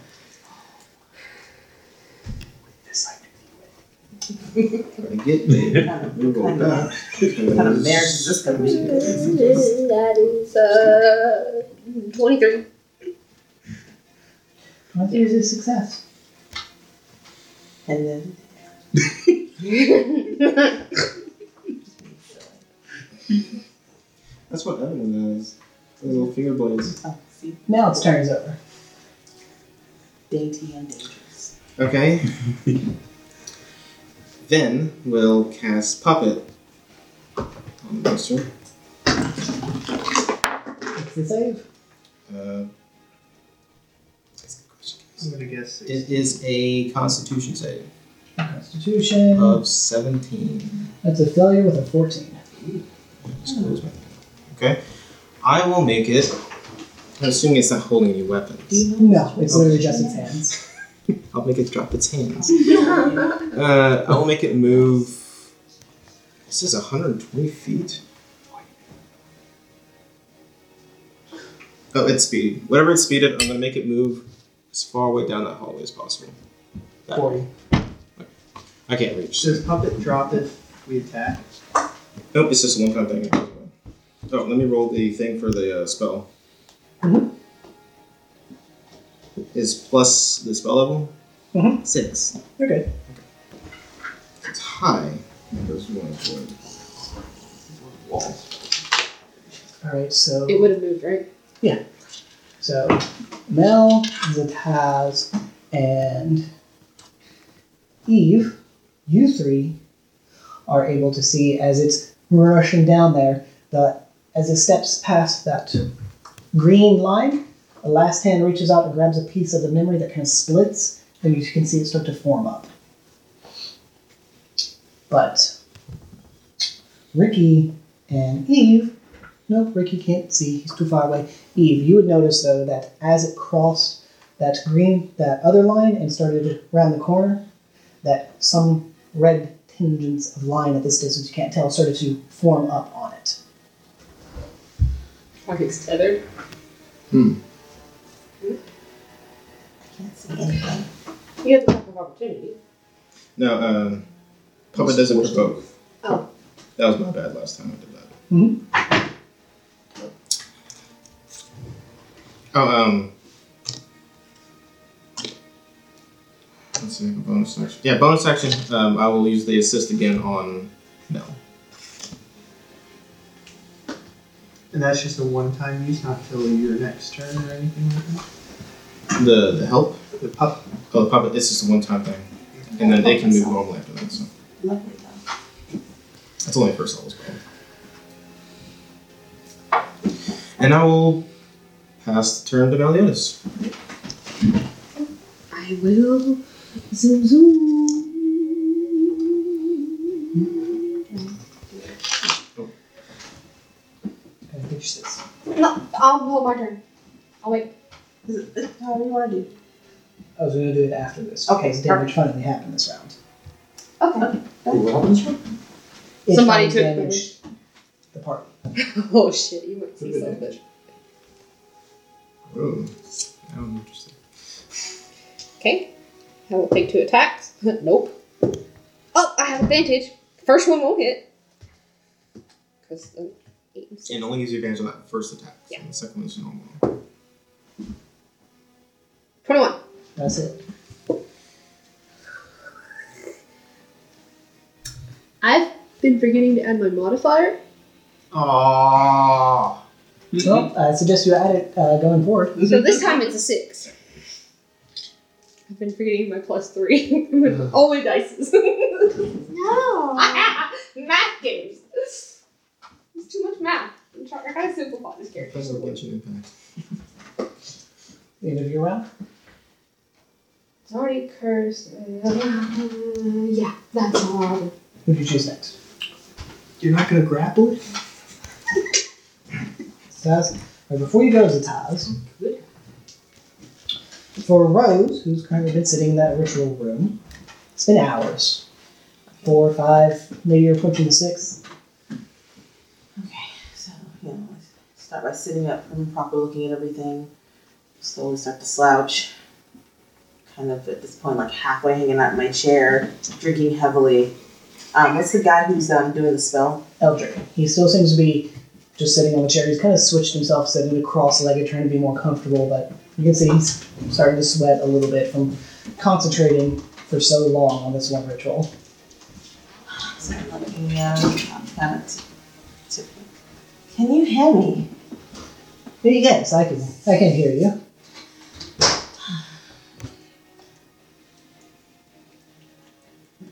Gotta get me. We'll go back. Kind of marriage is this gonna be? That is uh, twenty-three. 23 is a success. And then *laughs* That's what Evan has. Those little finger blades. oh, see, Now its turn is over. dainty and dangerous. Okay. *laughs* then we'll cast Puppet on the monster. It's the save. Uh, I'm gonna guess six. it is a Constitution save Constitution. of 17. That's a failure with a 14. Just close Hmm. my thing. Okay. I will make it. I'm assuming it's not holding any weapons. No, it's literally just its hands. I'll make it drop its hands. *laughs* Uh, I will make it move. This is 120 feet. Oh, it's speed. Whatever it's speeded, I'm gonna make it move as far away down that hallway as possible. That way. I can't reach. Does puppet drop if we attack? Nope, it's just a one-time thing. Oh, let me roll the thing for the uh, spell. Mhm. Mm-hmm. Is plus the spell level? Mm-hmm. Mhm. Six. You're good. It's high. And those one point. All right, so *laughs* It would have moved, right? so Mel, Zataz, and Eve, you three are able to see as it's rushing down there. The as it steps past that green line, the last hand reaches out and grabs a piece of the memory that kind of splits, and you can see it start to form up. But Ricky and Eve, nope, Ricky can't see; he's too far away. Eve, you would notice though that as it crossed that green, that other line, and started around the corner, that some red tangents of line at this distance you can't tell started to form up on it. Like it's tethered. I can't see anything. You have the type of opportunity. No, um, Papa doesn't provoke. Oh. That was my bad last time I did that. Mhm. Hmm? Oh, um. Let's see, bonus action. Yeah, bonus action. Um, I will use the assist again on no. And that's just a one-time use, not till your next turn or anything like The the help. that. The pup. Oh, the puppet. It's just a one time thing, and then they can move normally after that. So Lovely though. that's only first level spell. And I will pass the turn to Meliodas. I will zoom zoom. Kind of picture this. No, I'll hold my turn. I'll wait. Is it- is- However you want to do. I was going to do it after this. Okay, because it didn't finally happen this round. Okay. It Somebody finally took the damaged the party. Oh shit, you might see something. Oh, I'm interested. Okay. I will take two attacks. *laughs* nope. Oh, I have advantage. First one won't hit. Because the eight and six. And only gives you advantage on that first attack. Yeah. And the second one's normal. All 21. That's it. I've been forgetting to add my modifier. Aww. Well, I suggest you add it uh, going forward. So this time it's a six. I've been forgetting my plus three. *laughs* with all my *laughs* dices. No. *laughs* math games. It's too much math. I'm trying, I gotta simplify this character. Depends on what you impact. End of your round. It's already cursed. Uh, yeah, that's all. Who do you choose next? You're not gonna grapple it? Taz. Or before you go to Taz, Good. for Rose, who's currently been sitting in that ritual room, it's been hours. Four, five, maybe you're approaching the six. Okay, so you know, let's start by sitting up and proper looking at everything. Slowly start to slouch. Kind of at this point, like halfway hanging out in my chair, drinking heavily. Um, what's the guy who's um, doing the spell? Eldrin. He still seems to be just sitting on the chair. He's kind of switched himself, sitting cross legged, trying to be more comfortable, but you can see he's starting to sweat a little bit from concentrating for so long on this one ritual. So I'm looking at him, I'm kind of t- t- Can you hear me? Yes, I can I can hear you.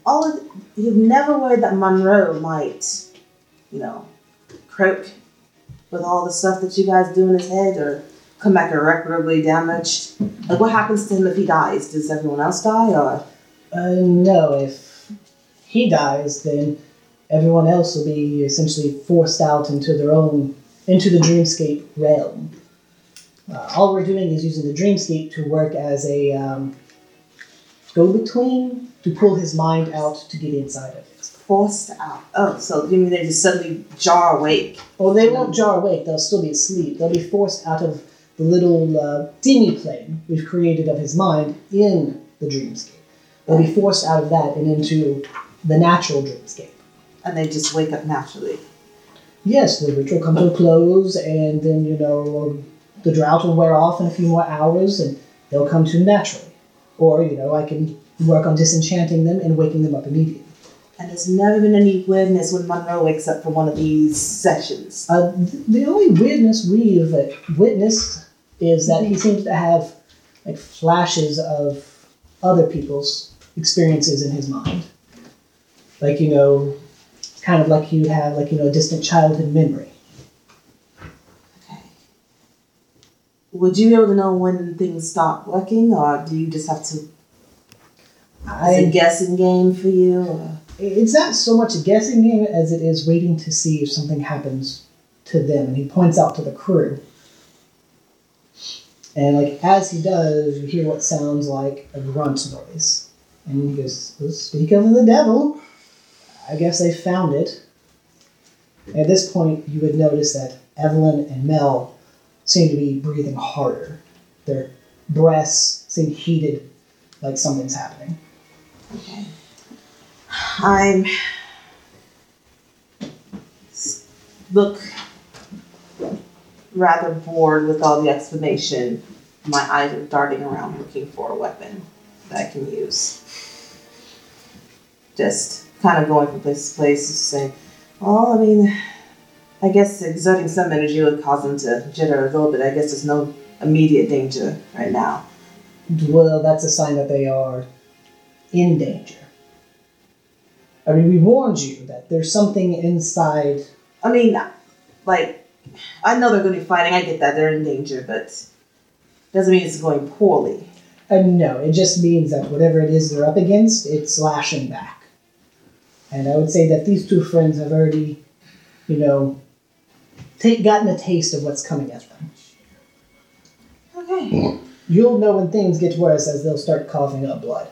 All of you've never worried that Monroe might, you know, croak with all the stuff that you guys do in his head, or come back irreparably damaged. Like, what happens to him if he dies? Does everyone else die, or? Uh, no, if he dies, then everyone else will be essentially forced out into their own, into the dreamscape realm. Uh, all we're doing is using the dreamscape to work as a um, go-between to pull his mind out to get inside of it. forced out. Oh, so you mean they just suddenly jar awake? Well, they won't jar awake; they'll still be asleep. They'll be forced out of the little uh, demi-plane we've created of his mind in the dreamscape. They'll be forced out of that and into the natural dreamscape. And they just wake up naturally. Yes, the ritual comes to a close, and then you know the drought will wear off in a few more hours, and they'll come to naturally. Or, you know, I can work on disenchanting them and waking them up immediately. And there's never been any weirdness when Monroe wakes up for one of these sessions. Uh, th- the only weirdness we've uh, witnessed is that he seems to have like flashes of other people's experiences in his mind. Like, you know, it's kind of like you have like, you know, a distant childhood memory. Okay. Would you be able to know when things stop working, or do you just have to? Is it a I, guessing game for you? Or? it's not so much a guessing game as it is waiting to see if something happens to them. And he points out to the crew. And like as he does, you hear what sounds like a grunt noise. And he goes, "Well, speak of the devil. I guess they found it. At this point, you would notice that Evelyn and Mel seem to be breathing harder. Their breaths seem heated, like something's happening. Okay. I'm. s- Look rather bored with all the explanation. My eyes are darting around looking for a weapon that I can use. Just kind of going from place to place, just saying, well, I mean, I guess exerting some energy would cause them to jitter a little bit. I guess there's no immediate danger right now. Well, that's a sign that they are in danger. I mean, we warned you that there's something inside. I mean, like, I know they're going to be fighting. I get that they're in danger, but doesn't mean it's going poorly. And no, it just means that whatever it is they're up against, it's slashing back. And I would say that these two friends have already, you know, ta gotten a taste of what's coming at them. Okay. You'll know when things get worse as they'll start coughing up blood.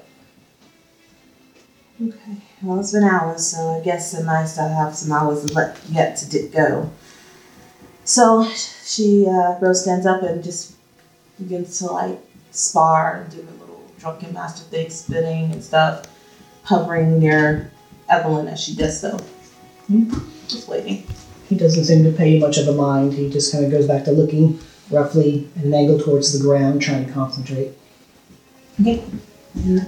Okay. Well, it's been hours, so I guess it's nice to have some hours left yet to di- go. So she, uh, Rose stands up and just begins to, like, spar and do a little drunken master thing, spinning and stuff, hovering near Evelyn as she does so. Hmm? Just waiting. He doesn't seem to pay much of a mind. He just kind of goes back to looking roughly at an angle towards the ground, trying to concentrate. Okay. Yeah.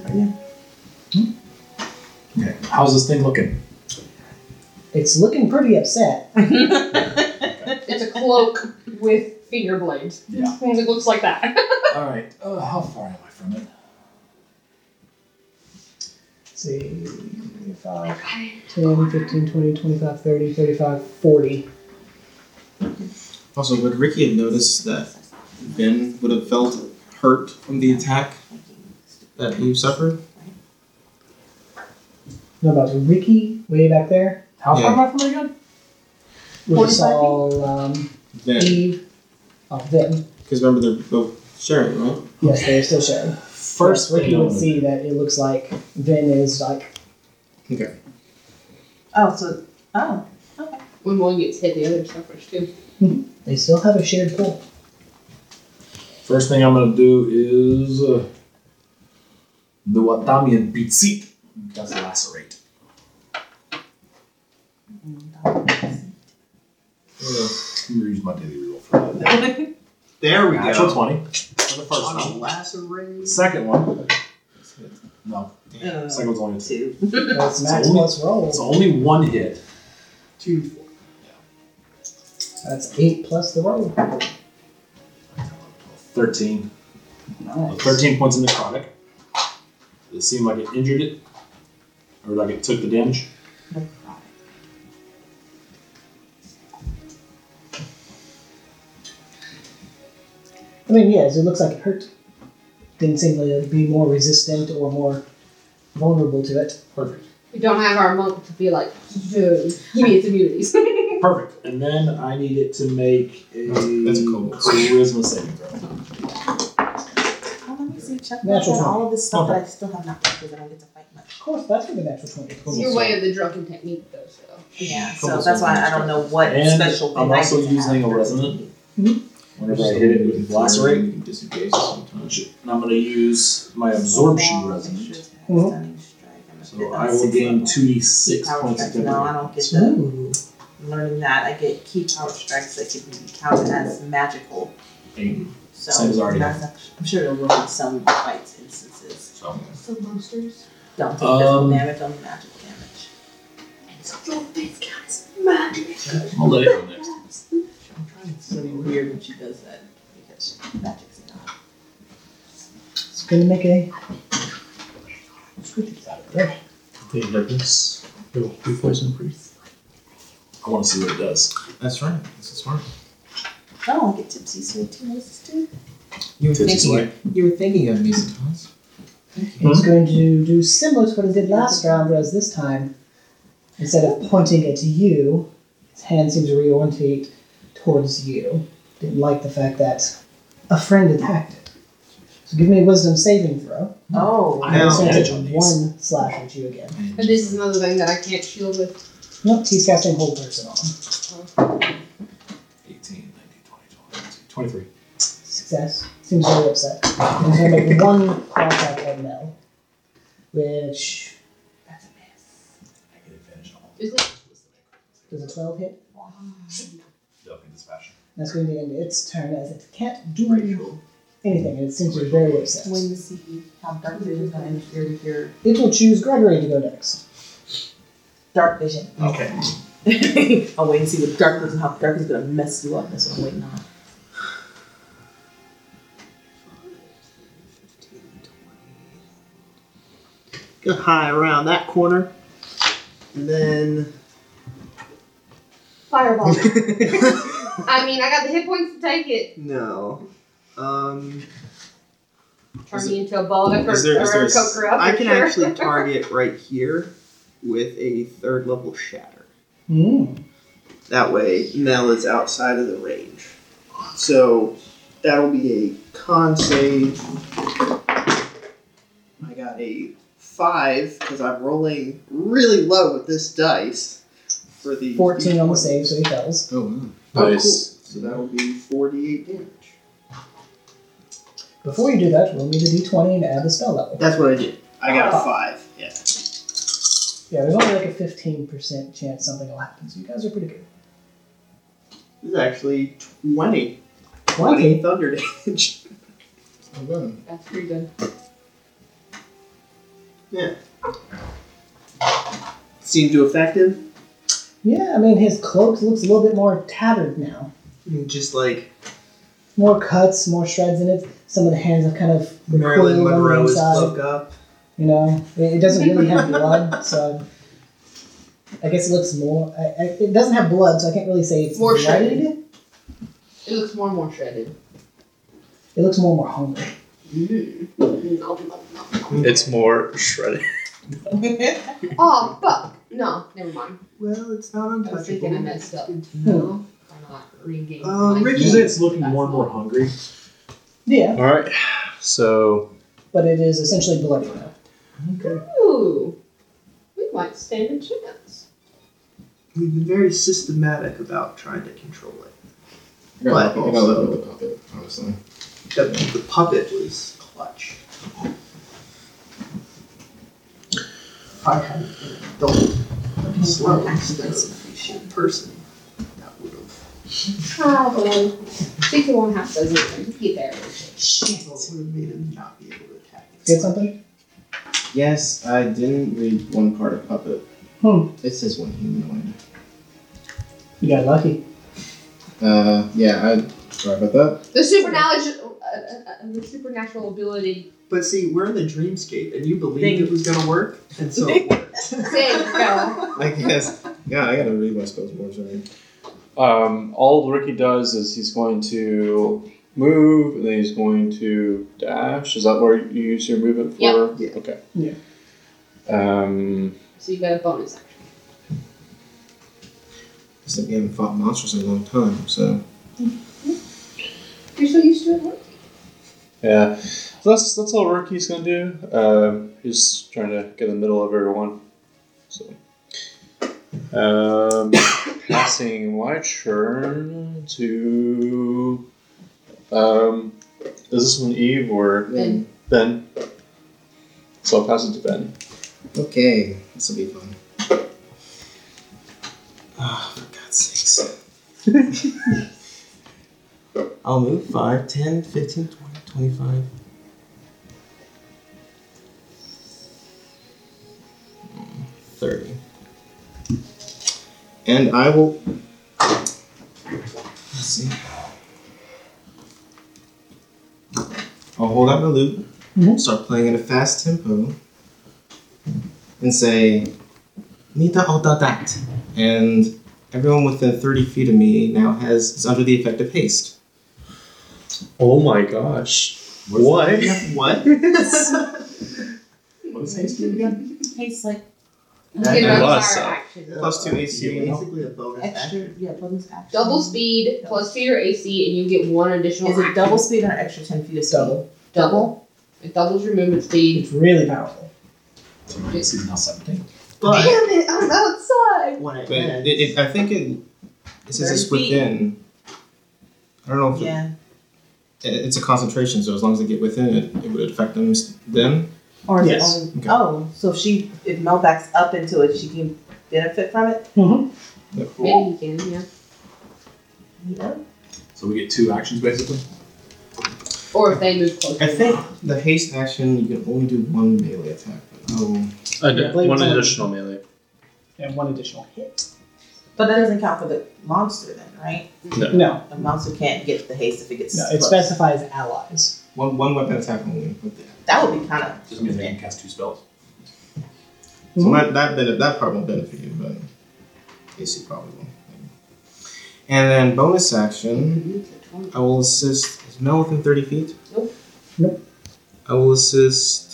Okay. How's this thing looking? *laughs* It's looking pretty upset. It's a cloak with finger blades. Yeah. It looks like that. All right. Uh, how far am I from it? Let's see, 5, 10, 15, 20, 25, 30, 35, 40. Also, would Ricky have noticed that Ben would have felt hurt from the attack that you suffered? No, about Ricky, way back there. How Yeah. far am I from it again? We 45 just all um, Ben. Eve. Oh, them. Because remember, they're both sharing, right? Yes, they're still sharing. First, Ricky thing I would wanna see do- that it looks like Vin is like Oh, so, oh. *laughs* When one gets hit, the other suffers too. they still have a shared pool. First thing I'm gonna do is uh, the Watamian Bitsit does lacerate. I'm gonna Uh, use my daily reroll for that. There we Natural go. For twenty. the first On a one. lacerate. Second one. No. Second one's only a two. two. That's max only- plus roll. It's only one hit. Two, four. That's eight plus the roll. 13. Nice. 13 points in necrotic. Does it seem like it injured it? Or like it took the damage? I mean, yes, it looks like it hurt. Didn't seem to be more resistant or more vulnerable to it. Perfect. We don't have our monk to be like, "Dude, give me its *laughs* immunities. Perfect. And then I need it to make a That's cool. charisma saving throw. Oh, let me see. Check Natural that. twenty. All of this stuff that I still have not because I don't get to fight much. Of course, that's where the natural 20 is. It's your way of the drunken technique, though, so. Yeah. So Couple that's why I don't know what And special thing I'm I also get to using have Mm-hmm. a versus resonant. you. Whenever I hit it with lacerate, Disengage sometimes. and I'm going to use my Oh, absorption resonant. So I will gain 2d6 points of No, I temporary. don't get the Ooh. learning that. I get key power strikes that can be counted as magical. Aim. So Same as I already that's- I'm sure it'll ruin some fights instances. So So monsters don't take Um, physical damage, only magical damage. I'll let it go next. It's really weird when she does that because magic's not. It's going to make a. They did this. It'll be poison free. I want to see what it does. That's right. This is smart. Oh, I get tipsy sweet too. What is this You were Tipsy thinking. You were thinking of me, sometimes. It's going to do similar to what it did last round, whereas this time, instead of pointing at you, its hand seems to reorientate towards you. Didn't like the fact that a friend attacked it. So give me a wisdom saving throw. Hmm. Oh, I No. will send Edge on these. one slash at you again. And this is another thing that I can't shield with. Nope, he's casting whole person on. 18, 19, 20, 20, 23. Success. Seems really upset. And he's gonna make one cross out at Mel. Which I get advantage on all Is it? does a twelve hit? Duck in this fashion. That's going to end its turn as it can't do anything, and it seems to be very upset. when E you see how dark vision is going to interfere with your It will choose Gregory to go next. dark vision. Okay. *laughs* I'll wait and see what dark vision, how dark is going to mess you up. That's what I'm waiting on. Get high around that corner. *laughs* And then. Fireball. I mean, I got the hit points to take it. no. Um, Turn Is me into a ball and a is cur- there- is or there a a coker up. I for can sure. *laughs* actually target right here with a third level shatter. Hmm. Mm. That way, Mel is outside of the range. So that'll be a con save. I got a five because I'm rolling really low with this dice for the 14 on the save, so he fails. Oh, wow. Oh, Nice. cool. So that'll be 48 damage. Before you do that, roll me the d20 and add the spell level. That's what I did. I got Oh. Ah. a five. Yeah. Yeah, there's only like a 15% chance something will happen, so you guys are pretty good. This is actually 20. 20 20? thunder damage. Oh, wow. That's pretty good. Seemed to effective. Yeah, I mean, his cloak looks a little bit more tattered now. And Just like More cuts, more shreds in it. Some of the hands have kind of recoiled Marilyn on the Monroe is inside. cloak up. You know, it, it doesn't really have blood, so I guess it looks more. I, I, it doesn't have blood, so I can't really say it's More bloodied. It looks more and more shredded. It looks more and more hungry. It's more shredded. Oh fuck! No, never mind. Well, it's not I was thinking I messed up. No, I'm not reengaging. Uh, my- Ricky- Did you say it's looking more and more hungry? Yeah, All right. So but it is essentially bloody now. Ooh, we might stand a chance. We've been very systematic about trying to control it. I gotta But I gotta let also- go of the puppet, honestly. The, the puppet was clutch. I had an adult slow instead of a full person. That would have Travel. Six of one half dozen. Get there. would have made him not be able to attack. it. Get something? Yes, I didn't read one part of puppet. Hmm. It says one humanoid. You got lucky. Uh, yeah. I sorry about that. The supernatural, uh, uh, uh, the supernatural ability. But see, we're in the dreamscape, and you Thank believed you. it was gonna work, and so it worked. There you go. I guess. Yeah, I gotta read my spells more. Sorry. um, all Ricky does is he's going to move, and then he's going to dash. Is that where you use your movement for? Yeah. Yeah. Okay. Yeah. Um, So you got a bonus action. It's like we haven't fought monsters in a long time, so You're so used to it. What? yeah. So that's that's all Ricky's gonna do. Um, he's trying to get in the middle of everyone. So. Um, *coughs* passing my turn to. Um, is this one Eve or? Ben. Ben. So I'll pass it to Ben. Okay, this will be fun. Ah, for God's sakes. I'll move 5, 10, 15, 20, 25. 30. And I will. Let's see. I'll hold out my loot, Mm-hmm. Mhm. start playing at a fast tempo, and say, Nita otatat. And everyone within 30 feet of me now has is under the effect of *laughs* haste. Oh my gosh. What? what? what is haste do again? Tastes like Get Yeah, another plus, fire uh, action. *laughs* Plus two AC. Basically a bonus action. extra, yeah, bonus action. Double speed plus speed or AC, and you get one additional. Is it action. double speed or extra 10 feet of speed? Double. Double. It doubles your movement speed. It's really powerful. This is now 17. But it! I'm outside. when I But end, it, it, I think it, it says it's Thirty feet. within. I don't know if it- Yeah. it, it's a concentration, so as long as they get within it, it would affect them s- then. Or is it Yes. only- Okay. oh, so if she if Mel backs up into it, she can benefit from it. Maybe you can, yeah. Yeah. So we get two actions basically. Or if they move closer. I think the haste action you can only do one melee attack. But oh, I did. One additional melee. And one additional hit. But that doesn't count for the monster then, right? No, The monster can't get the haste if it gets. no, it close. specifies allies. one one weapon attack only. With that. That would be kind of. Just means I can cast two spells. So Mhm. that that bene- that part won't benefit you, but AC probably will. And then bonus action, I will assist. Is Mel within thirty feet? Nope. Nope. I will assist.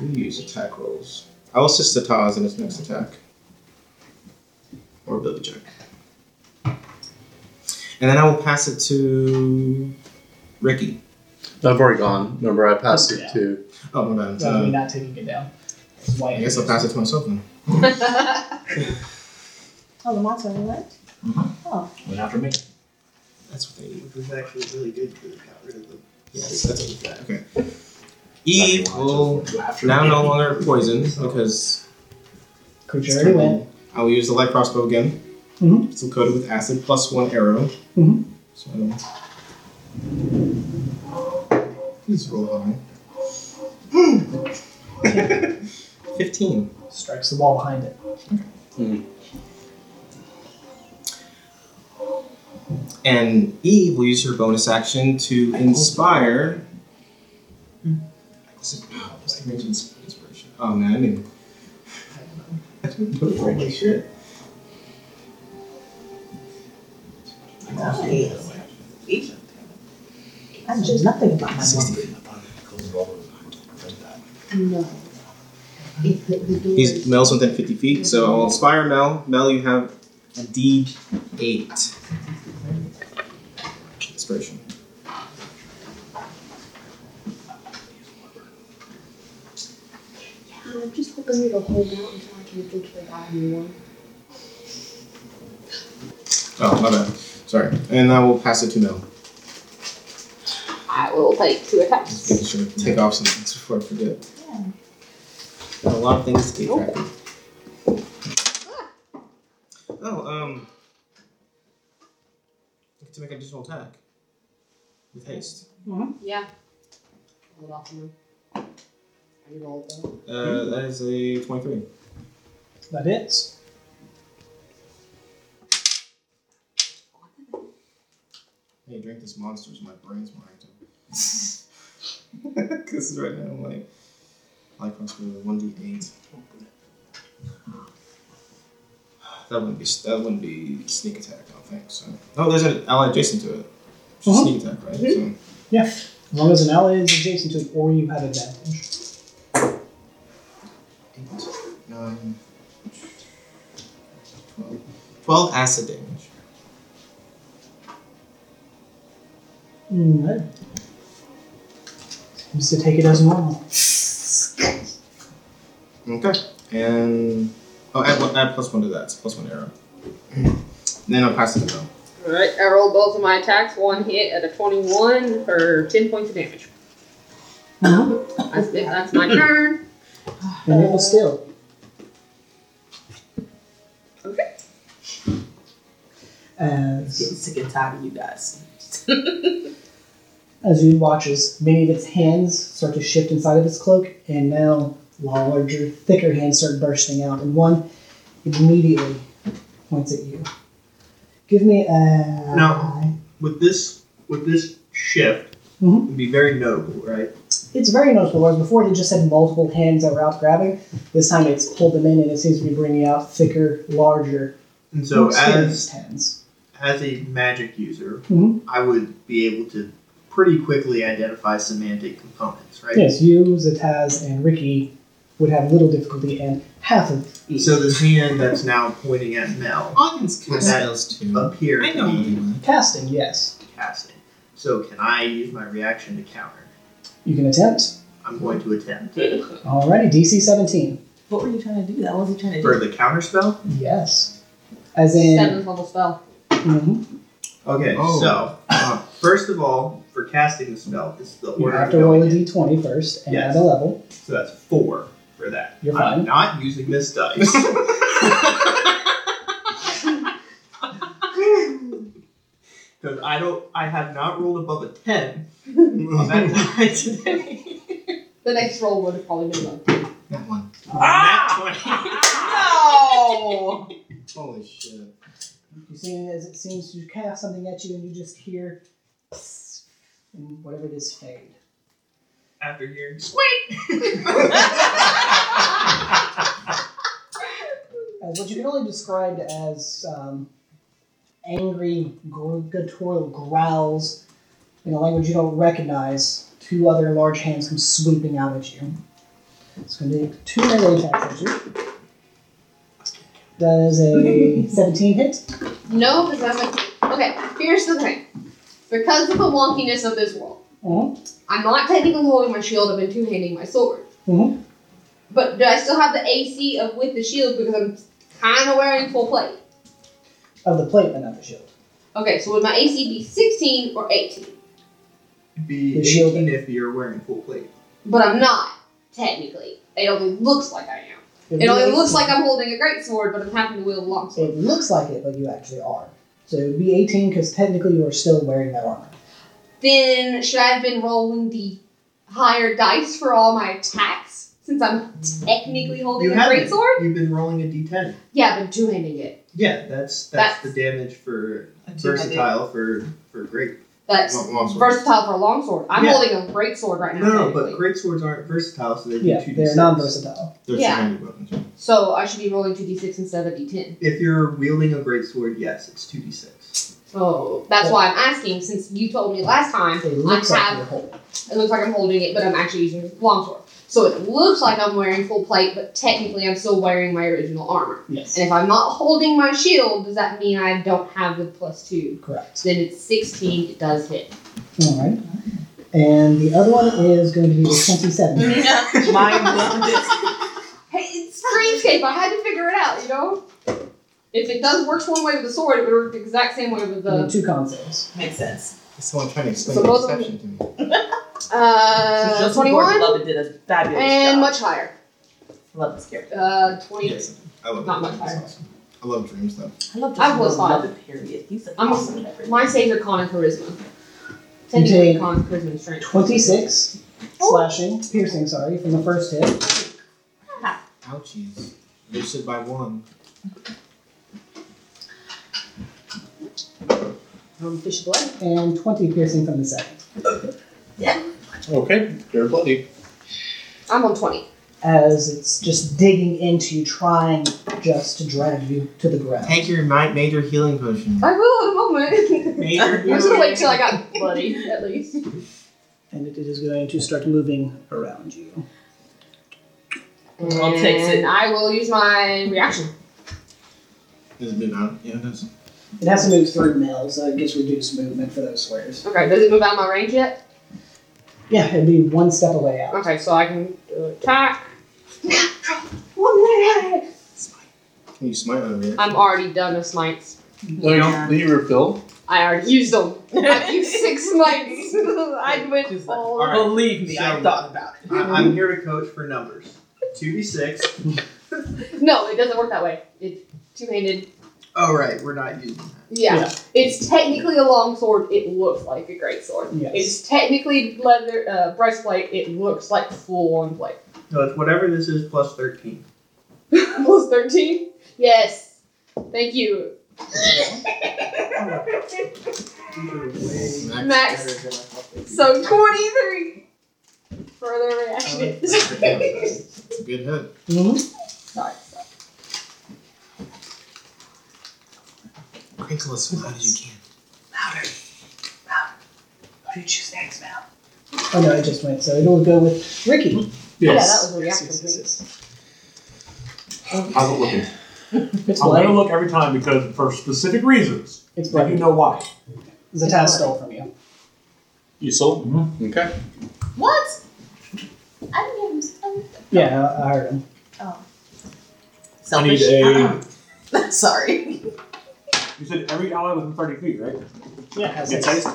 You use attack rolls. I will assist the Taz in his next attack. Or ability check. And then I will pass it to Ricky. I've already gone. Remember, I passed it Yeah. to. Oh, my bad. Rather Uh, than not taking it down. That's why I guess I'll pass it to myself then. *laughs* Oh, the monster left. Went after me. That's what they do. Which was actually really good because it got rid of the Yes, that's what we got. Okay. Eve Exactly why I will chose to go after now me. no longer poison because Creature already went. I will use the light crossbow again. Mhm. It's coated with acid, plus one arrow. Mhm. So please roll high. *gasps* Fifteen. Strikes the wall behind it. And Eve will use her bonus action to inspire. I guess it- oh, what's the range of ins- inspiration? Oh man, I didn't. I didn't do it right. *laughs* Holy shit. Nice. I know nothing about my monster. no. It put the door. He's Mel's within 50 feet, so I'll inspire Mel. Mel, you have a D8 inspiration. I'm just hoping it'll hold out until I can get to the bottom one. Oh, my bad. Sorry. And I will pass it to Mel. I will take two Just attacks. making sure to take off some things before I forget. Got a lot of things to keep track of. Oh, um. I get to make an additional attack with haste. Yeah. Hold off on them. I rolled them. Uh, that is a 23. That is. Hey, drink this monster so my brain's *laughs* wiped out. Because right now I'm like, life comes with 1d8. That wouldn't be that wouldn't be sneak attack, I don't think. So no, there's an ally adjacent to it. It's Mhm. Sneak attack, right? So Yeah. As long as an ally is adjacent to it or you have advantage. eight, nine, 12, 12 acid damage. Mm, right. Seems to take it as normal. Okay. And oh, add, one, add plus one to that. It's plus one arrow. *clears throat* then I'll pass it to Bill. Alright, I rolled both of my attacks. One hit at a 21 for 10 points of damage. That's, it, that's my turn. And it will still. Okay. As, Getting sick and tired of you guys. as you watch as many of its hands start to shift inside of its cloak, and now larger, thicker hands start bursting out, and one immediately points at you. Give me a. No. With this, with this shift, Mhm. it'd be very notable, right? It's very noticeable. Whereas before they just had multiple hands that were out grabbing, this time it's pulled them in and it seems to be bringing out thicker, larger, And so experienced as hands. as a magic user, Mhm. I would be able to pretty quickly identify semantic components, right? Yes, you, Zataz, and Ricky would have little difficulty, and half of So this hand that's now pointing at Mel I can cast spells too. appear I know. to be casting, yes. casting. So can I use my reaction to counter? You can attempt. I'm going to attempt Alrighty, DC 17. What were you trying to do? That wasn't trying to for do. the counter spell. Yes. As in. Seventh level spell. mhm. Okay, Oh. so uh, first of all, for casting the spell, it's the You order have I'm to roll a going in. d20 first and Yes. add a level. So that's four for that. You're I'm fine. not using this *laughs* dice. *laughs* Because I don't, I have not rolled above a *laughs* ten on that *laughs* die today. The next roll would have probably been like That one. Ah! Ah! *laughs* No! Holy shit. Um, You see, as it seems to cast something at you, and you just hear, "Psst," and whatever it is, fade. After hearing squeak. As Uh, what you can only describe as um, angry, gurgatorial growls in a language you don't recognize, two other large hands come sweeping out at you. It's going to make two melee attacks at you. Does *laughs* a 17 hit? No, because I'm a, okay. Here's the thing, because of the wonkiness of this world, Mhm. I'm not technically holding my shield. I've been two handing my sword. Mhm. But do I still have the AC of with the shield because I'm kind of wearing full plate? Of the plate, but not the shield. Okay, so would my AC be 16 or 18? Be The shield. eighteen if you're wearing full plate. But I'm not technically. It only looks like I am. It would be only 18. looks like I'm holding a great sword, but I'm having to wield a long sword. It looks like it, but you actually are. So it would be 18 because technically you are still wearing that armor. Then should I have been rolling the higher dice for all my attacks since I'm technically holding You a haven't. great sword? You've been rolling a d10. Yeah, but two handing it. Yeah, that's that's, the damage for versatile for for great. That's Long, long sword. versatile for a longsword. I'm Yeah. holding a great sword right now. No, no, but technically. great swords aren't versatile, so they do Yeah, two they're d6. non versatile. They're Yeah. surrounded weapons. right? So I should be rolling 2d6 instead of d10. If you're wielding a great sword, yes, it's two d six. Oh, So that's why I'm asking, since you told me last time, It looks I like have, you're whole. it looks like I'm holding it, but I'm actually using a longsword. So it looks like I'm wearing full plate, but technically I'm still wearing my original armor. Yes. And if I'm not holding my shield, does that mean I don't have the plus two? Correct. Then it's 16, it does hit. Alright. And the other one is going to be Mm-hmm. 27. *laughs* Mind blown this. Hey, it's Dreamscape, I had to figure it out, you know? If it does work one way with the sword, it would work the exact same way with the The two consoles. Makes sense. It's someone trying to explain So the both of exception to me. So Uh, Joseph Gordon 21 Levitt did a fabulous and job. much higher. love this character. Uh, 20. Yes. I love Not dreams. much It's higher. awesome. I love dreams though. I love I Joseph Gordon was five. Levitt. Period. He's an I'm- awesome. actor. *laughs* My saves are con and charisma. Okay. Technically, con and charisma and strength. 26 slashing, piercing, sorry, from the first hit. Ouchies. Boosted by one. Um, fish blood. And 20 piercing from the second. Okay, you're bloody. I'm on 20. As it's just digging into you, trying just to drag you to the ground. Take your might major healing potion. I will in a moment. *laughs* Major. I'm just gonna wait till I got bloody, at least. And it is going to start moving around you. Well, takes it. And I will use my reaction. Has it been out? Yeah, it does. It has to move through Mel, so it gets reduced movement for those squares. Okay, does it move out of my range yet? Yeah, it'd be one step away out. Okay, so I can do attack. *laughs* One minute. Can you smite over it? I'm already done with smites. No, you don't. Do you refill? I already used them. *laughs* I *laughs* used six smites. *laughs* I went She's like, all. Alright, Believe me, I so- thought about it. I- I'm here to coach for numbers. Two d six. No, it doesn't work that way. It's two handed. Oh right, we're not using that. Yeah. Yeah. It's technically a long sword. It looks like a great sword. Yes. It's technically leather uh, breastplate. It looks like full on plate. No, it's whatever this is plus 13. *laughs* Plus 13? Yes. Thank you. These are way Max. better than I thought they'd be. So 23. Further reaction. It's a good hook. Mhm. Sorry. Crinkle as loud as you can. Who do you choose next, Mel? Oh no, it just went. So it'll go with Ricky. Yeah, that was a reaction. Um, How's it looking? It's I'm gonna bloody. look every time because for specific reasons. It's But bloody. you know why. Zatas stole from you. You sold? Mm-hmm. Mhm. Okay. What? I didn't give him something. Yeah, I, I heard him. Oh. I need a. *laughs* Sorry. You said every ally within 30 feet, right? Yeah, it has Yeah, it. taste.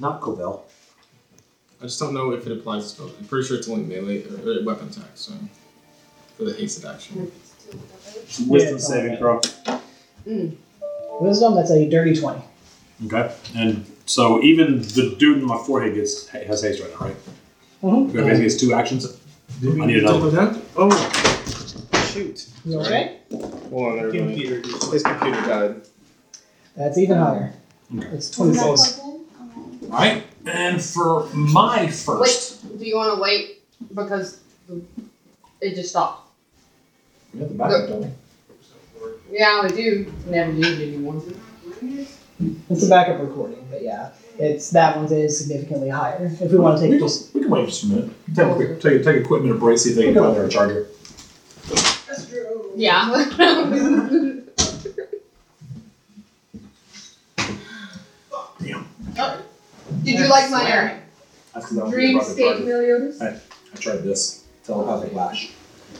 Not Cobell. I just don't know if it applies to spells. I'm pretty sure it's only melee or, or weapon attack, so for the hasted action. Wisdom saving throw. Wisdom. That's a dirty twenty. Okay. And so even the dude in my forehead gets has haste right now, right? Mhm. Okay, basically it's two actions. I need Double another. that? Oh, shoot. You okay? Hold on, everybody. Computer just His computer died. That's even higher. It's twenty-four. Alright. And for my Wait, first. do you want to wait? Because the, it just stopped. We have the backup, don't we? Yeah, I do. Never use it anymore. It's a backup recording, but yeah, it's that one is significantly higher. If we want to we, take can, just we can wait just a minute. Take a, quick, take, take a quick minute break, see if they can find their charger. *laughs* *laughs* Yeah. Damn. Did you like my That's because I don't think they brought their dreamscape, charger. Meliodas? I tried this. Telepathic lash.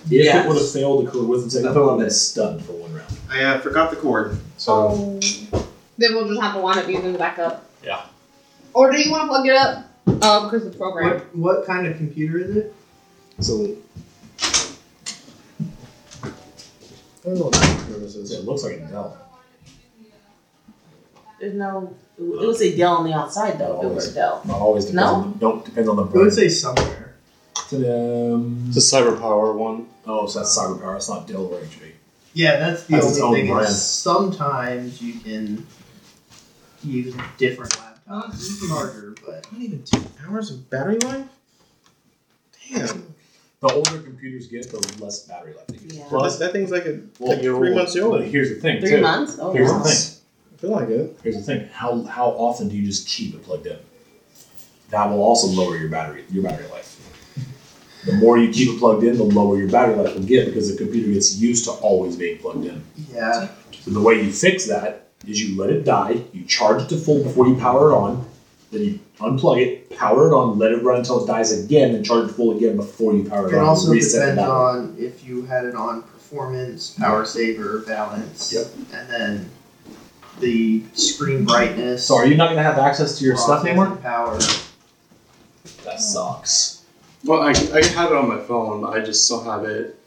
If Yeah. it would have failed, it could have wisdom saving I throw. thought I'd been stunned for one round. I uh, forgot the cord. So Then we'll just have to wind up using it back up. Yeah. Or do you want to plug it up? *laughs* Oh, Um, because the program. What, what kind of computer is it? So I don't know what cord this it is. looks like a Dell. There's no. It was a Dell on the outside, though. If it was a Dell. Not always depends No? on the, don't depends on the It would brand. say somewhere. It's an, um, It's a cyber power one. oh, so that's cyber power. It's not Dell or HP. Yeah, that's the That's its own only thing. brand. Is sometimes you can use different laptops Mm-hmm. harder, but Not even two hours of battery life? Damn. The older computers get, the less battery life they use. Yeah. That, that thing's like a well, like three months well, old. Here's the thing, Three too. months? Oh, Here's wow. the thing. I feel like it. Here's the thing. How how often do you just keep it plugged in? That will also lower your battery your battery life. The more you keep it plugged in, the lower your battery life will get because the computer gets used to always being plugged in. yeah. So the way you fix that is you let it die, you charge it to full before you power it on, then you unplug it, power it on, let it run until it dies again, and charge it full again before you power it It on. also reset depends the battery. on if you had it on performance, power saver, balance, Yep. and then the screen brightness. So are you not gonna have access to your stuff processing anymore? Power. That sucks. Well, I, I have it on my phone. I just still have it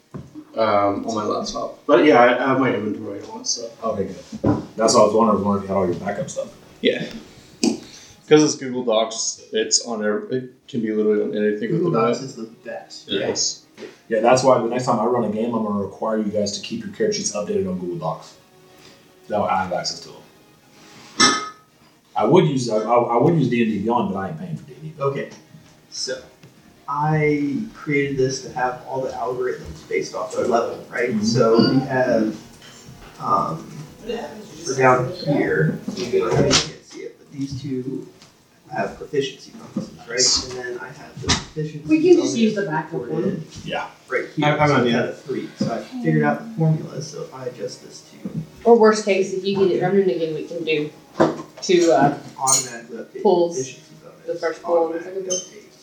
um, on my laptop. But yeah, I I have my inventory on it, so. Okay, good. That's what I was wondering. I was wondering if you had all your backup stuff. Yeah. Because it's Google Docs, it's on every, it can be literally on anything Google with Docs is the best. Yes. Yeah, that's why the next time I run a game, I'm going to require you guys to keep your character sheets updated on Google Docs. That way I have access to them. I would use I, I I would use D and D Beyond, but I ain't paying for D and D. Okay, so I created this to have all the algorithms based off their level, right? Mm-hmm. So we have, um, we're down here. You know, I can't see it, but these two have proficiency bonuses, right? And then I have the proficiency. We can just use the bonus backup recorded one. Yeah. Right here. I'm- I'm so on I've the got a three. So I figured out the formula. So if I adjust this to Or worst case, if you get it running again, we can do to uh, automatically update Pulls proficiency bonus. the first pull and the second automatically pull.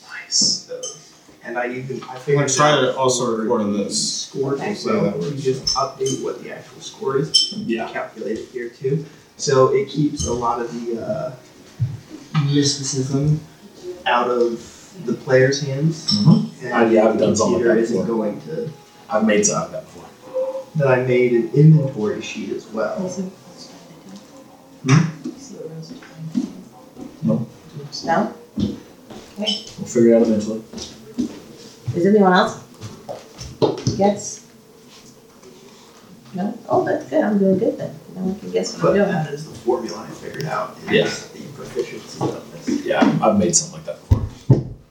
updates those. And I even I I'm figured gonna try out to also for record on the this. score Okay. as well. Yeah, that You works. just update what the actual score is. Yeah. Calculate it here too. So it keeps a lot of the uh, mysticism out of the player's hands. Mm-hmm. Mhm. And Uh, yeah, I've the done something like computer that isn't before. going to. I've made some of that before. That I made an inventory sheet as well. No? Hmm? We'll figure it out eventually. Is anyone else? Guess? No? Oh, that's good. I'm doing good then. No one can guess what But I'm doing. that is the formula I figured out. Is Yeah. The proficiency of this. Yeah, I've made something like that before.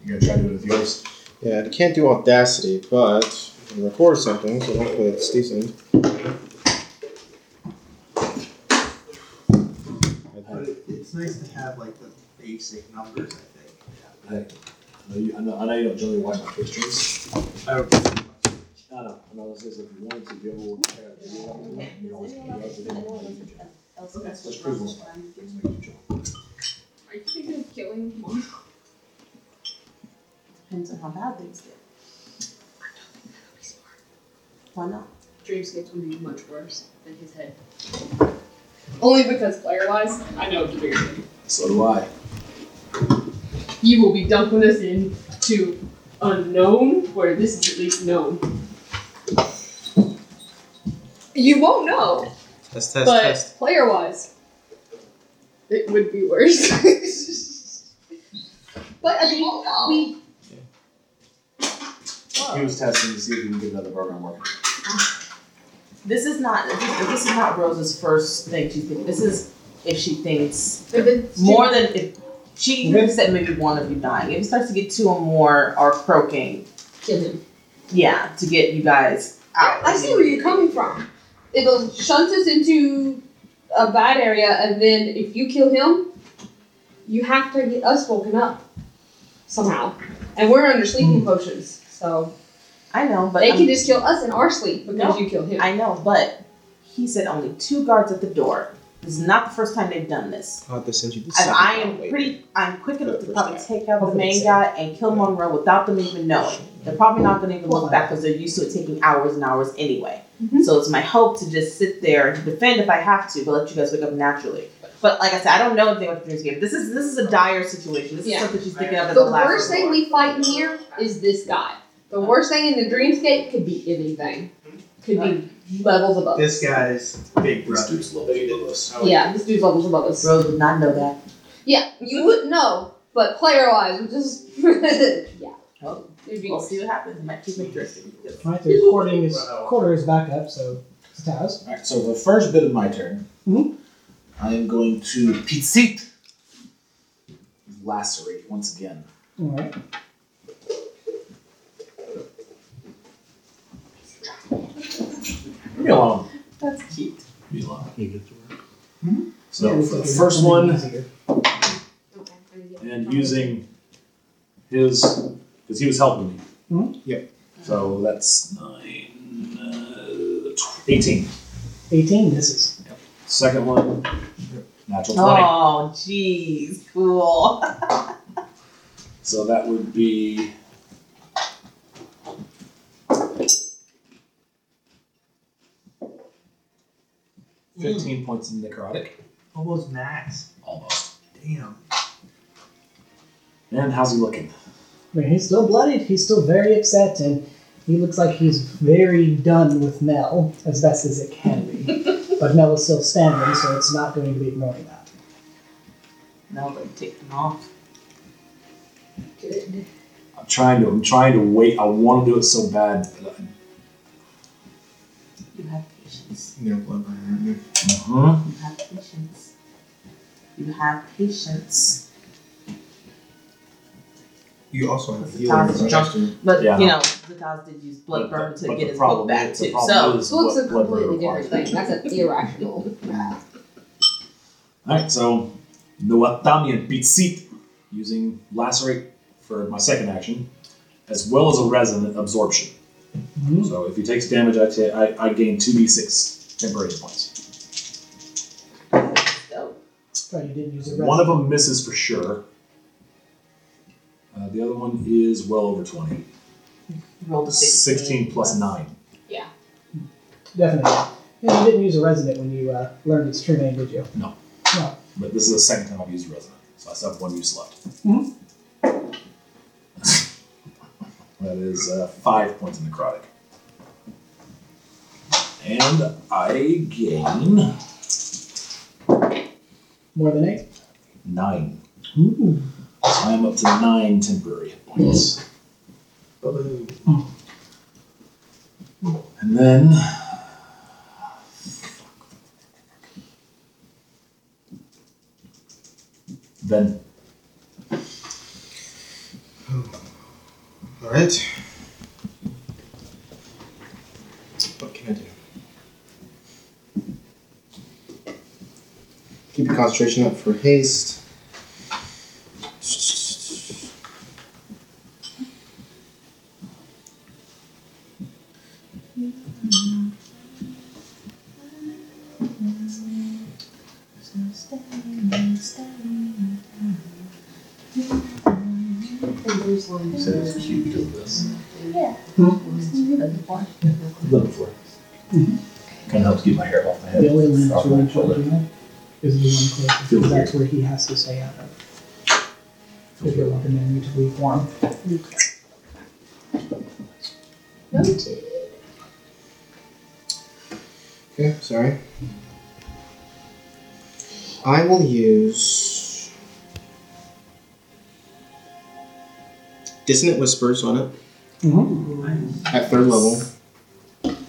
You gonna try to do it with yours? Yeah, it can't do audacity, but I can record something, so hopefully it's decent. But it, it's nice to have like the basic numbers. I think. I, I, know you, I, know, I know you don't generally watch my Twitch streams. I don't- I don't know. I know this is if you wanted to, if you ever would try to do that, you always you always do that. That's pretty cool. Things make you jump. Are you thinking of killing him? Depends on how bad things get. Why not? Dreamscape's would be much worse than his head. Only because player wise, I know it's bigger than So do I. You will be dumping us in to unknown, where this is at least known. You won't know. Test, test, but test. player wise, it would be *laughs* worse. but I mean, we Oh. He was testing to see if he can get another program working. This is not this, this is not Rose's first thing she thinks. This is if she thinks more than if she even said maybe one of you dying. If it starts to get two or more are croaking, kill him. yeah, to get you guys out. I see where you're coming from. It'll shunt us into a bad area, and then if you kill him, you have to get us woken up somehow, and we're under sleeping potions, so I know, but they I'm- can just kill us in our sleep because you kill him. I know, but he said only two guards at the door. This is not the first time they've done this. I'll have to send you the And second I one am later. pretty, I'm quick enough to First probably time. take out the Hopefully main it's guy and kill Monroe without them even knowing. They're probably not going to even look back because they're used to it taking hours and hours anyway. Mhm. So it's my hope to just sit there and defend if I have to, but let you guys wake up naturally. But like I said, I don't know anything about the dreams game. This is this is a dire situation. This Yeah. is something she's thinking of as The a last worst thing resort. we fight in here is this guy. The worst thing in the dreamscape could be anything. Could be levels above us. This guy's big This brother. dude's level below us. Yeah, this dude's levels above us. Rose would not know that. Yeah, you would know, but player wise, just *laughs* yeah. Oh, It'd be we'll see what happens. It might keep me drifting. Alright, the recording is quarter is back up, so it's Taz. Alright, so the first bit of my turn, Mhm. I am going to pizzit. Lacerate once again. Alright. Leave me alone. That's cute. Leave me alone. Hmm? You get to work. So Yeah, for the it's first something one, easier. and using his because he was helping me. Mhm. Yep. So that's nine, uh, tw- 18. 18 misses. Second one, natural 20. Oh, jeez, cool. *laughs* So that would be. Fifteen points in necrotic, Almost max. almost. Damn. And how's he looking? I mean, he's still bloodied, he's still very upset, and he looks like he's very done with Mel, as best as it can be. but Mel is still standing, so it's not going to be ignoring that. No, they're taking off. I'm trying to. I'm trying to wait. I want to do it so bad. But I, You have patience. You're gonna blow by, aren't you? uh-huh. You have patience. You have patience. You also have It's healing. toxic. right? But Yeah. you know, Vitas did use blood But the- burn to but get the his problem book back is- the too. problem So is Well, it's a what- what completely requires. different thing. That's an *laughs* irrational. Alright, so the Watamian beats Seat using Lacerate for my second action, as well as a resonant absorption. Mm-hmm. Mhm. So if he takes damage, I ta- I- I gain 2d6 temporary points. so Sorry, you didn't use a One of them misses for sure. Uh, the other one is well over 20. rolled a 16, sixteen. plus 9. Definitely. Yeah, you didn't use a resonant when you uh, learned its true name, did you? But this is the second time I've used resonant, so I still have one use left. Mhm. *laughs* that is uh, five points in necrotic. And I gain More than eight? nine. Ooh. So I am up to nine temporary hit points. Boom. And then. Then. All right. What can I do? Keep your concentration up for haste. So it's cute doing this. I've done it before. Kind of helps keep my hair off my head. The only one that's off really my shoulder. important is the one closest. Feel because That's where he has to stay out of. If you're looking at me to reform. Okay, sorry. I will use Dissonant Whispers on it at third level.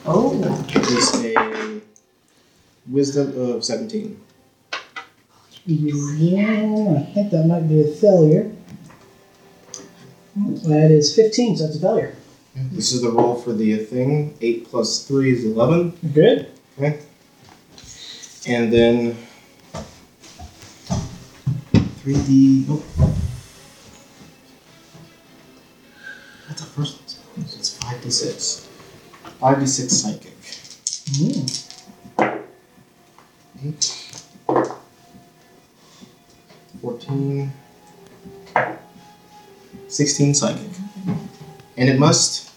Oh, Is a Wisdom of 17. Yeah, I think that might be a failure. That is 15, so that's a failure. This is the roll for the thing. 8 plus 3 is 11. Good. And then 3D. Nope. That's a first one. so It's 5d6. 5d6 psychic. Mm. Eight. 14. 16 psychic. And it must.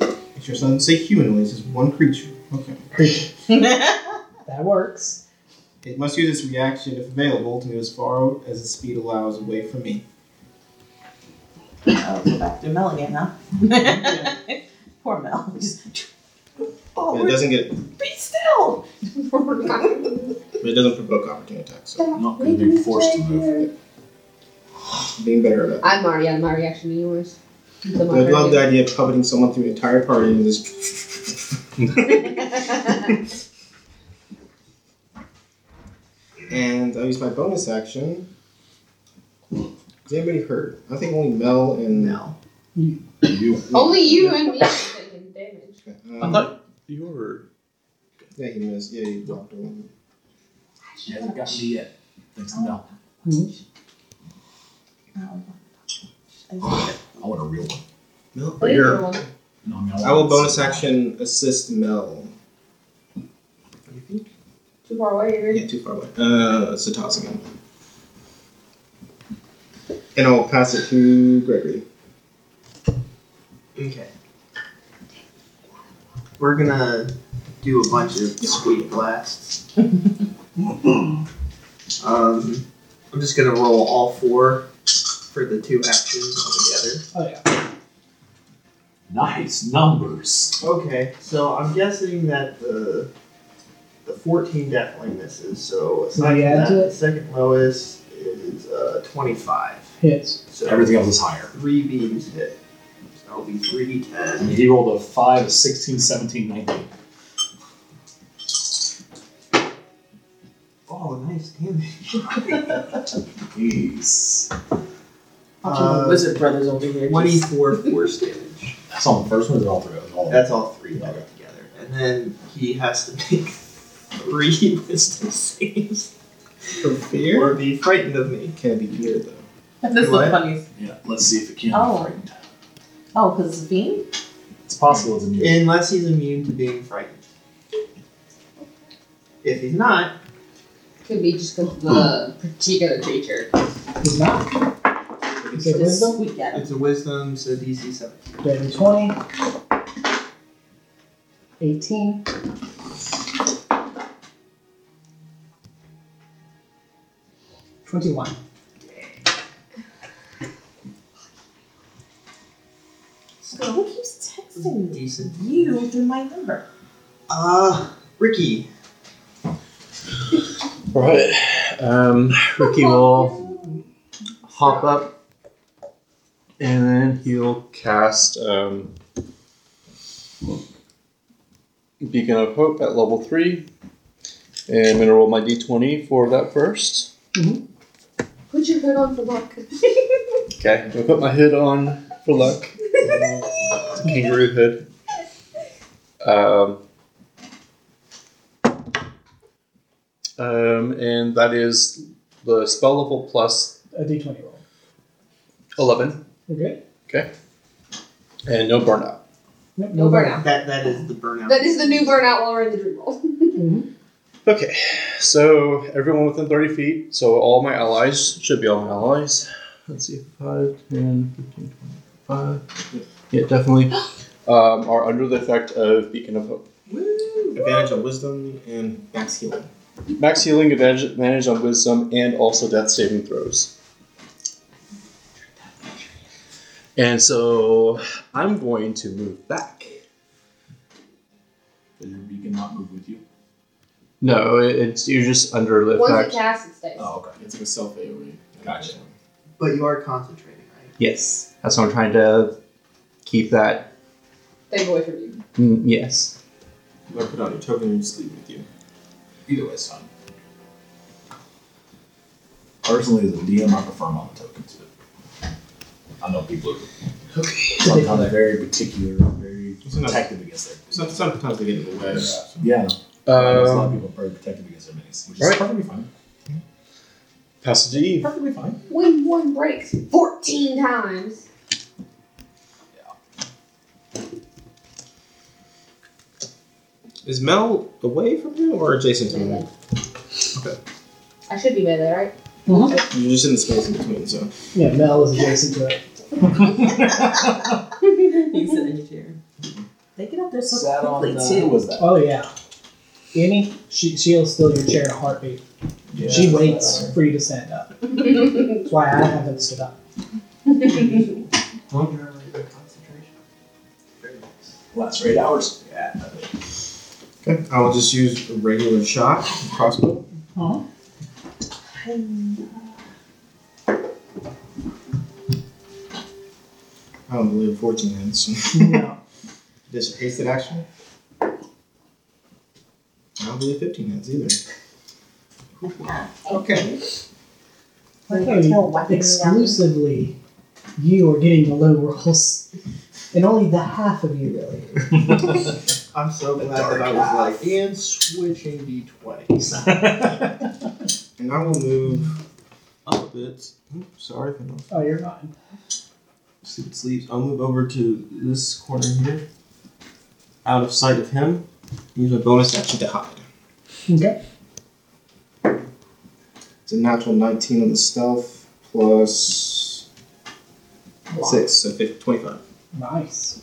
It sure doesn't say humanoid, it's just one creature. Okay. That works. It must use its reaction, if available, to move as far as its speed allows away from me. I'll go back to Mel again, huh? *laughs* Poor Mel. *laughs* Just, But it oh, doesn't get. be still. But it doesn't provoke opportunity attacks. So Not going to be forced to move. being better at it. I'm already out of my reaction to yours. So But my I love the reaction- idea of coveting someone through the entire party and just. and I use my bonus action. Has anybody heard? I think only Mel and No. You. Only *laughs* you and me are taking damage. I Um, thought you were. yeah, he missed. Yeah, he dropped one. She hasn't gotten me yet. Thanks to Mel. I want a real one. Mel, What is you're- your one? No, I, mean, I will want bonus this. action assist Mel. Too far away, you're Yeah, too far away. Uh, it's a toss again. And I'll pass it to Gregory. Okay. We're gonna do a bunch of sweet blasts. *laughs* um, I'm just gonna roll all four for the two actions altogether. Oh, yeah. Nice numbers. Okay, so I'm guessing that the the 14 definitely misses. So aside you from add that, to it? the second lowest is uh, 25. Hits. So Everything else is higher. three beams hit. So that'll be 3d10. He rolled a 5, a 16, 17, 19. Oh, nice damage. *laughs* Jeez. Uh, Wizard Brothers over here. 24 force damage. That's on the first one, they're all three. All of them. That's all three added together, and then he has to make three *laughs* wisdom saves From fear? or be frightened of me. Can it be fear though? This is the What? funniest. Yeah, let's see if it can Oh. be frightened. Oh, because it's a bean? It's possible it's a new. Unless he's immune to being frightened. If he's not, Could be just because of the particular creature. He's not. Is it wisdom? Just squeak at him. it's a wisdom, so DC 17. Dirty 20. 18. Twenty-one. Who keeps texting me? Decent. You through my number. Uh, Ricky. Right. *laughs* Um, Ricky will hop up And then he'll cast um, Beacon of Hope at level 3. And I'm going to roll my d20 for that first. Put your hood on for luck. Okay. I'm going to put my hood on for luck. It's a kangaroo hood. Um, um, and that is the spell level plus A d20 roll. 11. We're good? And no burnout. Nope, No burnout. That that is the burnout. That is the new burnout while we're in the dream world. Okay, so everyone within 30 feet, so all my allies should be all my allies. Let's see, 5, 10, 15, 25. Yeah, *gasps* definitely. Um, are under the effect of Beacon of Hope. Advantage on wisdom and max healing. Max healing advantage, advantage on wisdom and also death saving throws. And so I'm going to move back. Then your beacon not move with you. No, it- it's you're just under the Once it effect. casts, it stays. Oh, okay. It's like a E. self AoE. Gotcha. But you are concentrating, right? Yes, that's what I'm trying to keep that. Stay away from you. Mm, yes. You better put on your token and just leave it with you. Either way, son. Personally, as a DM, I prefer my tokens. but I know people are sometimes very particular, very Sometimes- protective against their. Some- Sometimes they get in the way. Yeah, there's a lot of Um, people very protective against their minis, which is Alright. perfectly fine. pass it to Eve. Perfectly fine. When one breaks 14 times. Is Mel away from you or adjacent to melee. you? I should be melee, *laughs* *laughs* right? You're just in the space in between, so. Yeah, Mel is adjacent to it. He's sitting in your chair. They get up there so Sat on quickly the- too. Who was that? Oh, yeah. Amy, she, she'll steal your chair in a heartbeat. Yeah. uh, she waits for you to stand up. That's why I haven't stood up. One hour later, concentration. Very nice. Last eight hours. Okay, I will just use a regular shot, crossbow. I don't believe 14 *laughs* hits. No. This is hasted action. I don't believe 15 hits either. Okay. I thought you Tell what- exclusively you are getting the low rolls. And only the half of you really. I'm so glad that dark I was like, and switching d20s. *laughs* And I will move up a bit. Oops, sorry. if I don't Oh, you're fine. See what sleeps. I'll move over to this corner here. Out of sight of him. Use my bonus action to hide. Okay. It's a natural 19 on the stealth plus 6, so fif- 25. Nice.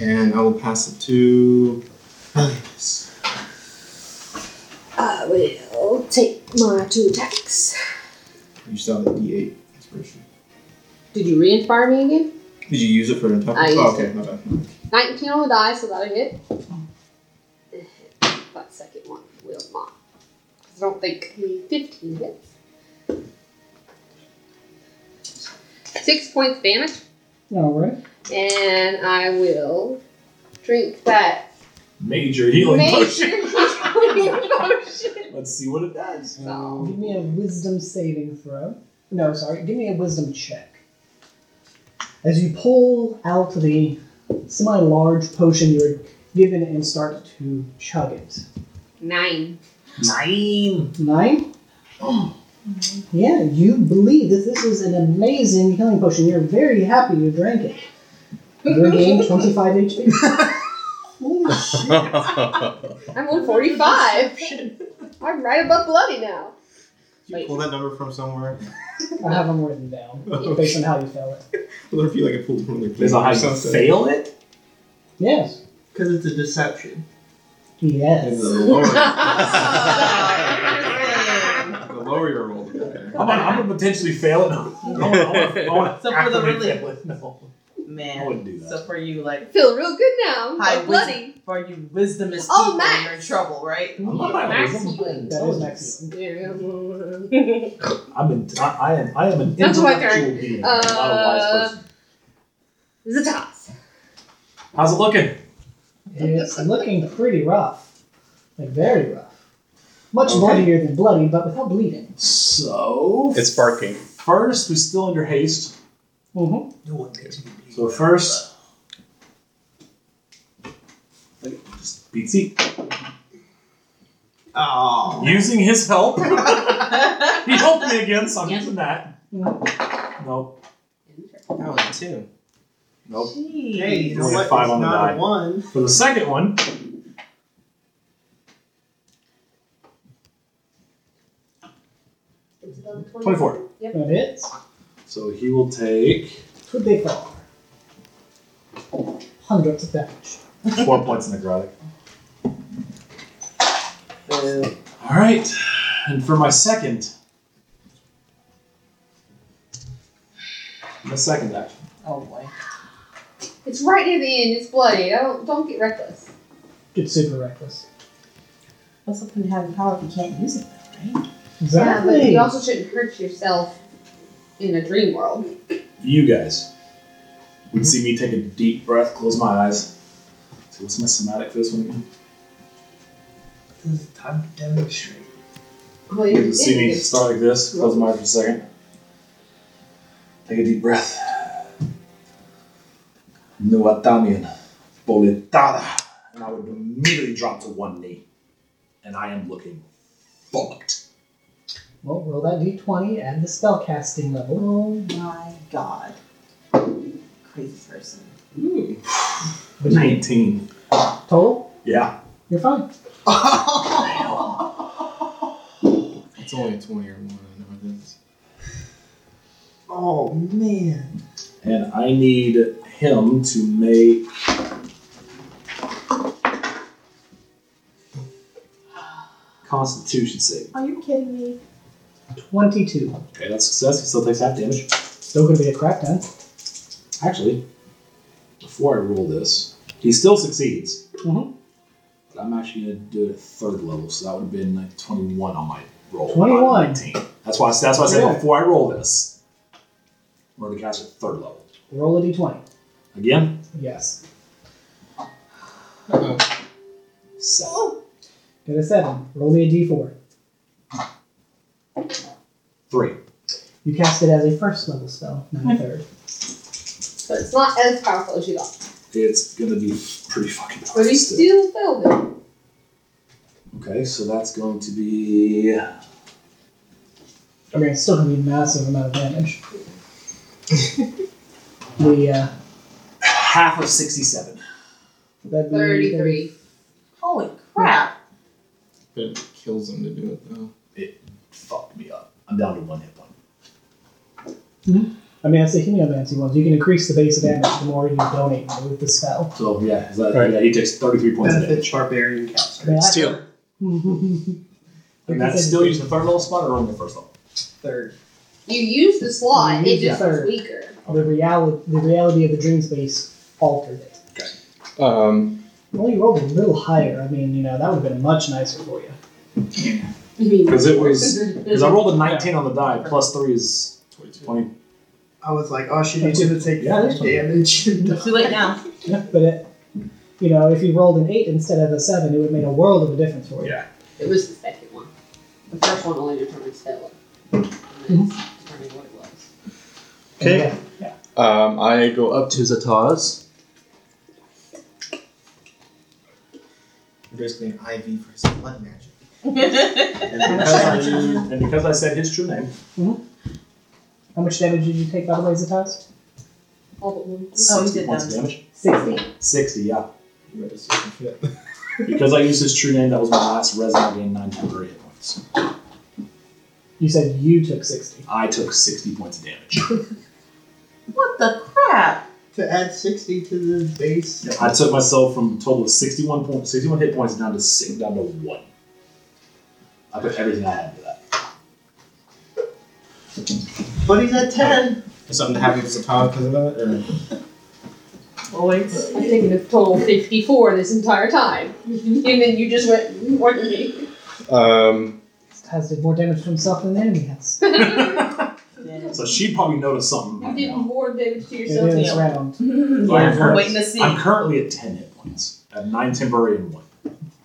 And I will pass it to. Elias. I will take my two attacks. You still have the D8 inspiration. Did you re-inspire me again? Did you use it for an attack? I oh, used okay, my bad. 19 on the die, so that'll hit. That second one will not. 'Cause I don't think the 15 hits. Six points damage. Alright. And I will drink that Major healing major *laughs* *laughs* potion. healing potion. Let's see what it does. So, Give me a wisdom saving throw. No, sorry. Give me a wisdom check. As you pull out the semi large potion you're given and start to chug it. nine. Nine. Nine? *gasps* Yeah, you believe that this is an amazing healing potion. You're very happy you drank it. You *laughs* regain 25 HP. Holy shit. I'm on 45. I'm right above bloody now. Did you Wait. pull that number from somewhere? I have them written down based on how you feel it. I wonder if you like it pulled from the Is game that how or you something. fail it? Yes. Because it's a deception. And Yes. the lower, *laughs* Stop. the lower your roll, the better. I'm gonna, I'm gonna potentially fail it. No. I wanna- I wanna- I wanna activate that one. man. I wouldn't do that. So for you, like Feel real good now. I'm High so bloody. for you, wisdom is Oh, oh, Max. you're in trouble, right? I'm not my Max wisdom, I'm That healing. playing is intelligence. next. Yeah. *laughs* I'm in, I, I am I am an That's my intellectual being. I'm not a wise Uh, person. It's a toss. How's it looking? It's looking pretty rough. Like, very rough. Much bloodier than bloody, but without bleeding. So It's barking. first we still under haste. Mm-hmm. No one makes me believe So that, first, like, just beats it. but- Oh. Using his help. *laughs* he helped me again, so I'm Yeah. using that. Nope. That was a two. Nope. Hey, you know Only a what? five it's on the not die. a one. For the second one, It's about 24. Yep. That is. so he will take Could they fall? Hundreds of damage. four points necrotic. All right, and for my second, my second action. Oh boy. It's right near the end. It's bloody. I don't don't get reckless. Get super reckless. What's the point of having power if you can't use it, though, right? Yeah, but Exactly. you also shouldn't hurt yourself in a dream world. You guys would see me take a deep breath, close my eyes. So what's my somatic for this one again? This is time to demonstrate. Well, You you're can see me in it. start like this, close my eyes for a second. Take a deep breath. Nuatamian Boletada. And I would immediately drop to one knee. And I am looking fucked. Well, roll that d20 and the spell casting level. Oh my god. Crazy person. Ooh. 19. Total, Yeah. you're fine. It's only a 20 or more, I know what it is. Oh man. And I need him to make. Constitution save. Are you kidding me? 22. Okay, that's success. He still takes half damage. Still gonna be a crackdown. Actually, before I roll this, he still succeeds. Mhm. But I'm actually going to do it at third level, so that would have been like 21 on my roll. not 21. 19. That's why, that's why I said Yeah. before I roll this, we're going to cast it third level. Roll a d20. Again, Yes. seven, Get a 7. Roll me a d4. three. You cast it as a first level spell, not a third. But it's not as powerful as you thought. It's going to be pretty fucking But you nice then. still failed it. Okay, so that's going to be. I mean, it's still gonna be a massive amount of damage. *laughs* the, uh, Half of 67. that'd be- that'd be- Thirty-three. Holy crap. But it kills him to do it, though. Fucked me up. I'm down to one hit point. I mean, that's the Heliomancy ones. You can increase the base of damage the more you donate with the spell. So, yeah, is that, Right. yeah he takes 33 points of damage. Benefits barbarian counselor. Yeah. Steal. *laughs* And that's still using the third level spot or only the first level? Third. You used the You slot. It used just the was third. weaker. the reality the reality of the dream space altered it. *laughs* Um, Well, you rolled a little higher. I mean, you know, that would have been much nicer for you. Because it was. Because I rolled a 19 on the die, plus 3 is 22. 20. I was like, oh shit, he's gonna take Yeah, that's five damage. Too late now. Yeah, But it, you know, if you rolled an eight instead of a seven, it would have made a world of a difference for you. Yeah. It was the second one. The first one only determined spell. Mhm. And that's Mm-hmm. determining what it was. Okay. Yeah. um, I go up to Zataz. Basically, an IV for his blood magic. And because I, and because I said his true name, How much damage did you take by the way, Zataz? All but one. Oh, you 60 did points that. of damage. Sixty. 60, yeah. You better see some shit. Because I used his true name, that was my last resin. I gained 9 temporary hit points. You said you took sixty. I took 60 points of damage. What the crap? to add 60 to the base. I took myself from a total of 61, point, 61 hit points down to six, down to one. I put everything I had into that. But he's at 10. Is something happening to Zatal because of that? Or? Always. I've taken a total of 54 this entire time. Mm-hmm. and then you just went "Mm, more than me. *laughs* Um, Zataz did more damage to himself than the enemy has. Yeah. So she'd probably notice something. You by did now. more damage to It yourself than is you round. So I'm, I'm current- waiting to see. I'm currently at 10 hit points. At 9 temporary and 1.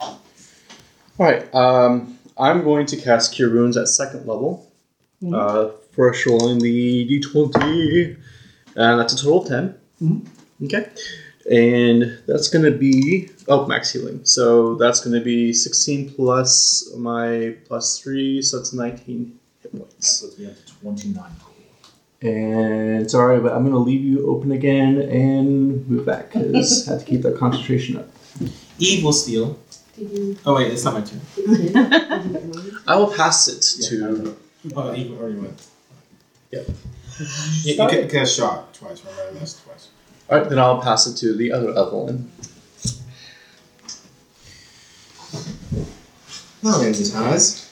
All right. Um, I'm going to cast Cure Wounds at second level. Uh, first rolling the d20, and that's a total of 10 Mhm. Okay, and that's going to be oh max healing. So that's going to be 16 plus my plus three, so that's 19 hit points. So it's me up to 29. And sorry, but I'm going to leave you open again and move back because I have to keep that concentration up. Eve will steal. Oh wait, it's not my turn. I will pass it to. Oh, Eve already went. *laughs* Yep. You, you could cast shot twice. Remember I missed twice. All right, then I'll pass it to the other Evelyn. Well, there's Zataz.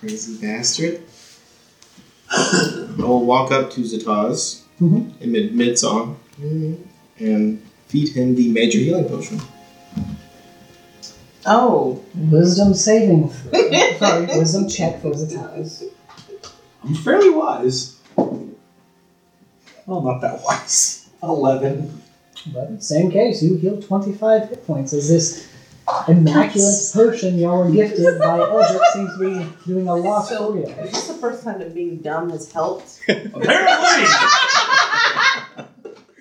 Crazy bastard. I will walk up to Zataz Mhm. in mid mid song and feed him the major healing *laughs* potion. Oh. Wisdom saving. throw. Sorry, wisdom check for the ties. I'm fairly wise. Well, not that wise. 11. But same case, you healed 25 hit points as this immaculate potion y'all were gifted by Eldrick seems to be doing a lot for you. Is this the first time that being dumb has helped? Apparently!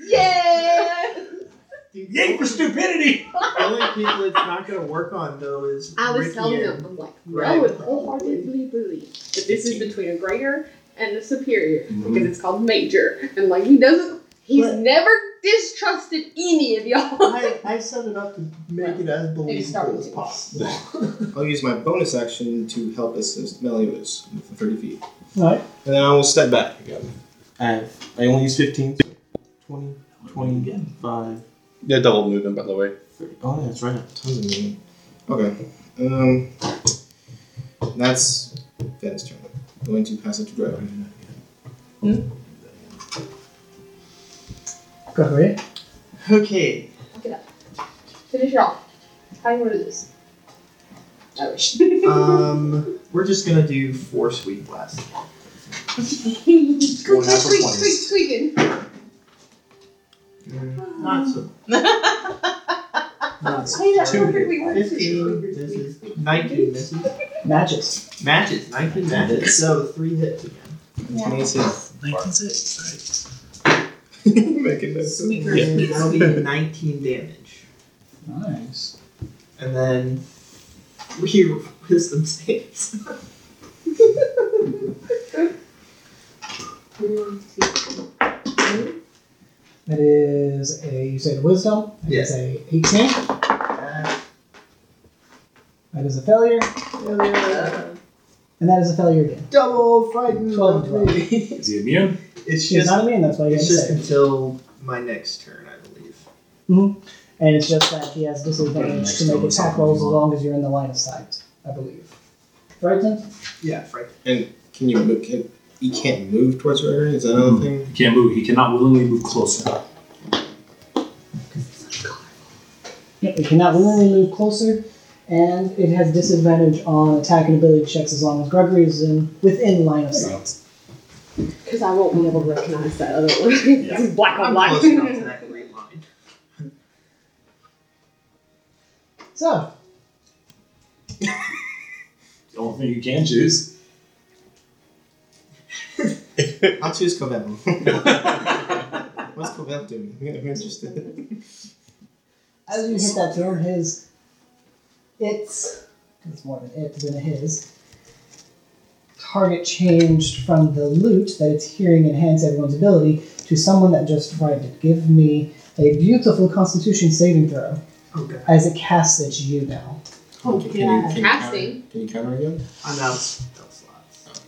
Yeah! Yay for stupidity! The only people it's not going to work on though is I was Ricky telling and- them, I'm like, I Right. would wholeheartedly believe that this is between a greater and a superior because it's called major. And like, he doesn't, he's But- never distrusted any of y'all. I, I set it up to make it as started believable as to. possible. I'll use my bonus action to help assist Melius from 30 feet. Alright. And then I will step back again. I, Uh, I only use 15, 20, 20 again, 5, Yeah, double movement, by the way. 30. Oh, yeah, that's right. I have Tons of movement. Okay. Um, that's Fenn's turn. Going to pass it to Dragon. Go ahead. Okay, Finish it off. How do you want to do this? I wish. um, we're just gonna do four sweet blast. squeak, squeak, half of squeak, twenties. squeak, squeaking. Not so. Not so. Hey, that's Two. perfectly worked. Fifteen. Squeak, This squeak, is squeak, nineteen misses. Matches. Matches. Nineteen matches. So three hits again. Making this. Sweeter. And that'll be nineteen damage. Nice. And then we wisdom saves. That is a, you said wisdom. That is Yes. a 18. Uh, That is a failure. And that is a failure again. double frightened Twelve of me. Is he immune? It's She's just not a man, that's why you it's didn't just save. until my next turn, I believe. And it's just that he has disadvantage Next to make time attack something rolls as you long as you're in the line of sight, I believe. Frightened? Yeah, frightened. Can you move? Can, you can't move towards Dragon? Is that another thing? He can't move. He cannot willingly move closer. Yep, it cannot willingly move closer, and it has disadvantage on attack and ability checks as long as Gregory is in within line of sight. Because I won't be able to recognize that other one. *laughs* It's black on I'm black. close enough to that green line. So, The only thing you can choose. I'll choose *laughs* Covel. *laughs* What's Covel doing? *laughs* I'm interested. as you hit that door, his its it's more than it than a his target changed from the loot that its hearing enhanced everyone's ability to someone that just tried it. Give me a beautiful Constitution saving throw Okay. as it casts at you now. Oh, Can you- can yeah. you counter- Casting. Can you counter again? I'm out of spell slots.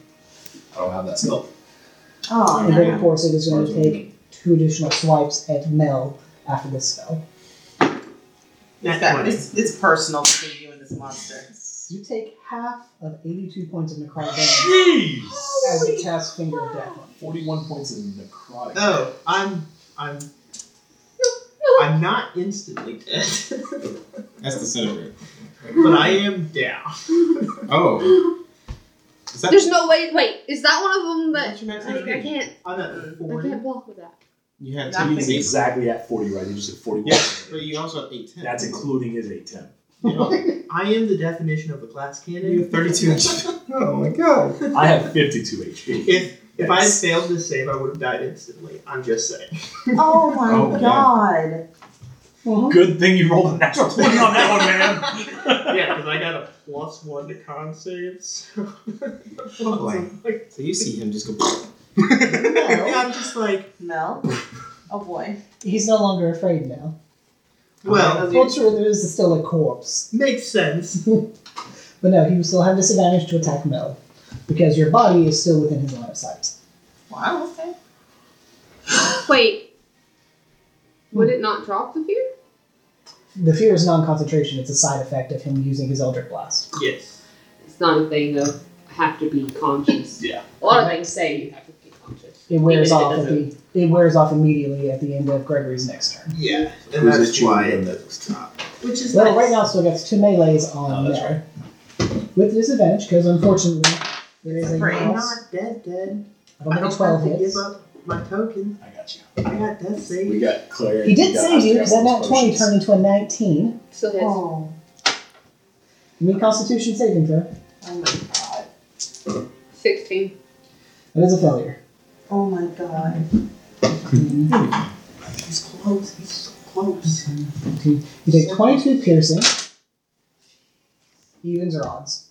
I don't have that spell. Oh, And no. then, of course, it is going to take two additional swipes at Mel after this spell. Nat That- 20. It's, it's personal between you and this monster. You take half of 82 points of necrotic damage Jeez! as it casts Finger of Death. 41 points of necrotic. Oh, I'm I'm I'm not instantly dead, *laughs* That's the center. but I am down. Oh. Is that There's no way. Wait, is that one of them that What's your max I, I HP? can't? I'm at I 40. can't block with that. you had Nothing. two He's six, exactly at 40, right? He just at 41. Yeah. but you also have eight ten. That's including his 810. Yeah. I am the definition of a glass You cannon. have thirty-two. *laughs* oh my god! I have 52 HP. If if I had Yes. failed this save, I would have died instantly. I'm just saying. Oh my Oh, yeah. god. Good thing you rolled a natural 20 on that one, man. yeah, because I got a plus one to con saves. Oh boy. like, So you see him just go. *laughs* yeah, I'm just like, *laughs* No. Oh boy. He's no longer afraid now. well, Culture, there is still a corpse. makes sense. *laughs* But no, he will still have disadvantage to attack Mel. Because your body is still within his line of sight. Wow, okay. Wait, would it not drop the fear? The fear is non concentration, it's a side effect of him using his Eldritch Blast. Yes. It's not a thing of have to be conscious. Yeah. A lot of things say you have to be conscious. It wears Even if it off at the, doesn't- it wears off immediately at the end of Gregory's next turn. Yeah, and Who's that's it you why and it's top. Which is Well, nice. right now still gets two melees on Oh, that's there. With disadvantage, because unfortunately there is a Right. I'm mouse. not dead, dead. I I don't think don't a twelve have to hits. give up my token. I got you. I got death We save. got Claire. He we did got save you, Oscar because that and nat twenty potions. turned into a nineteen. Still hits. Oh, You need Constitution saving throw. oh my god. *laughs* 16. That is a failure. Oh my god. He's close. He's so close. You take twenty-two piercing. Evens or odds?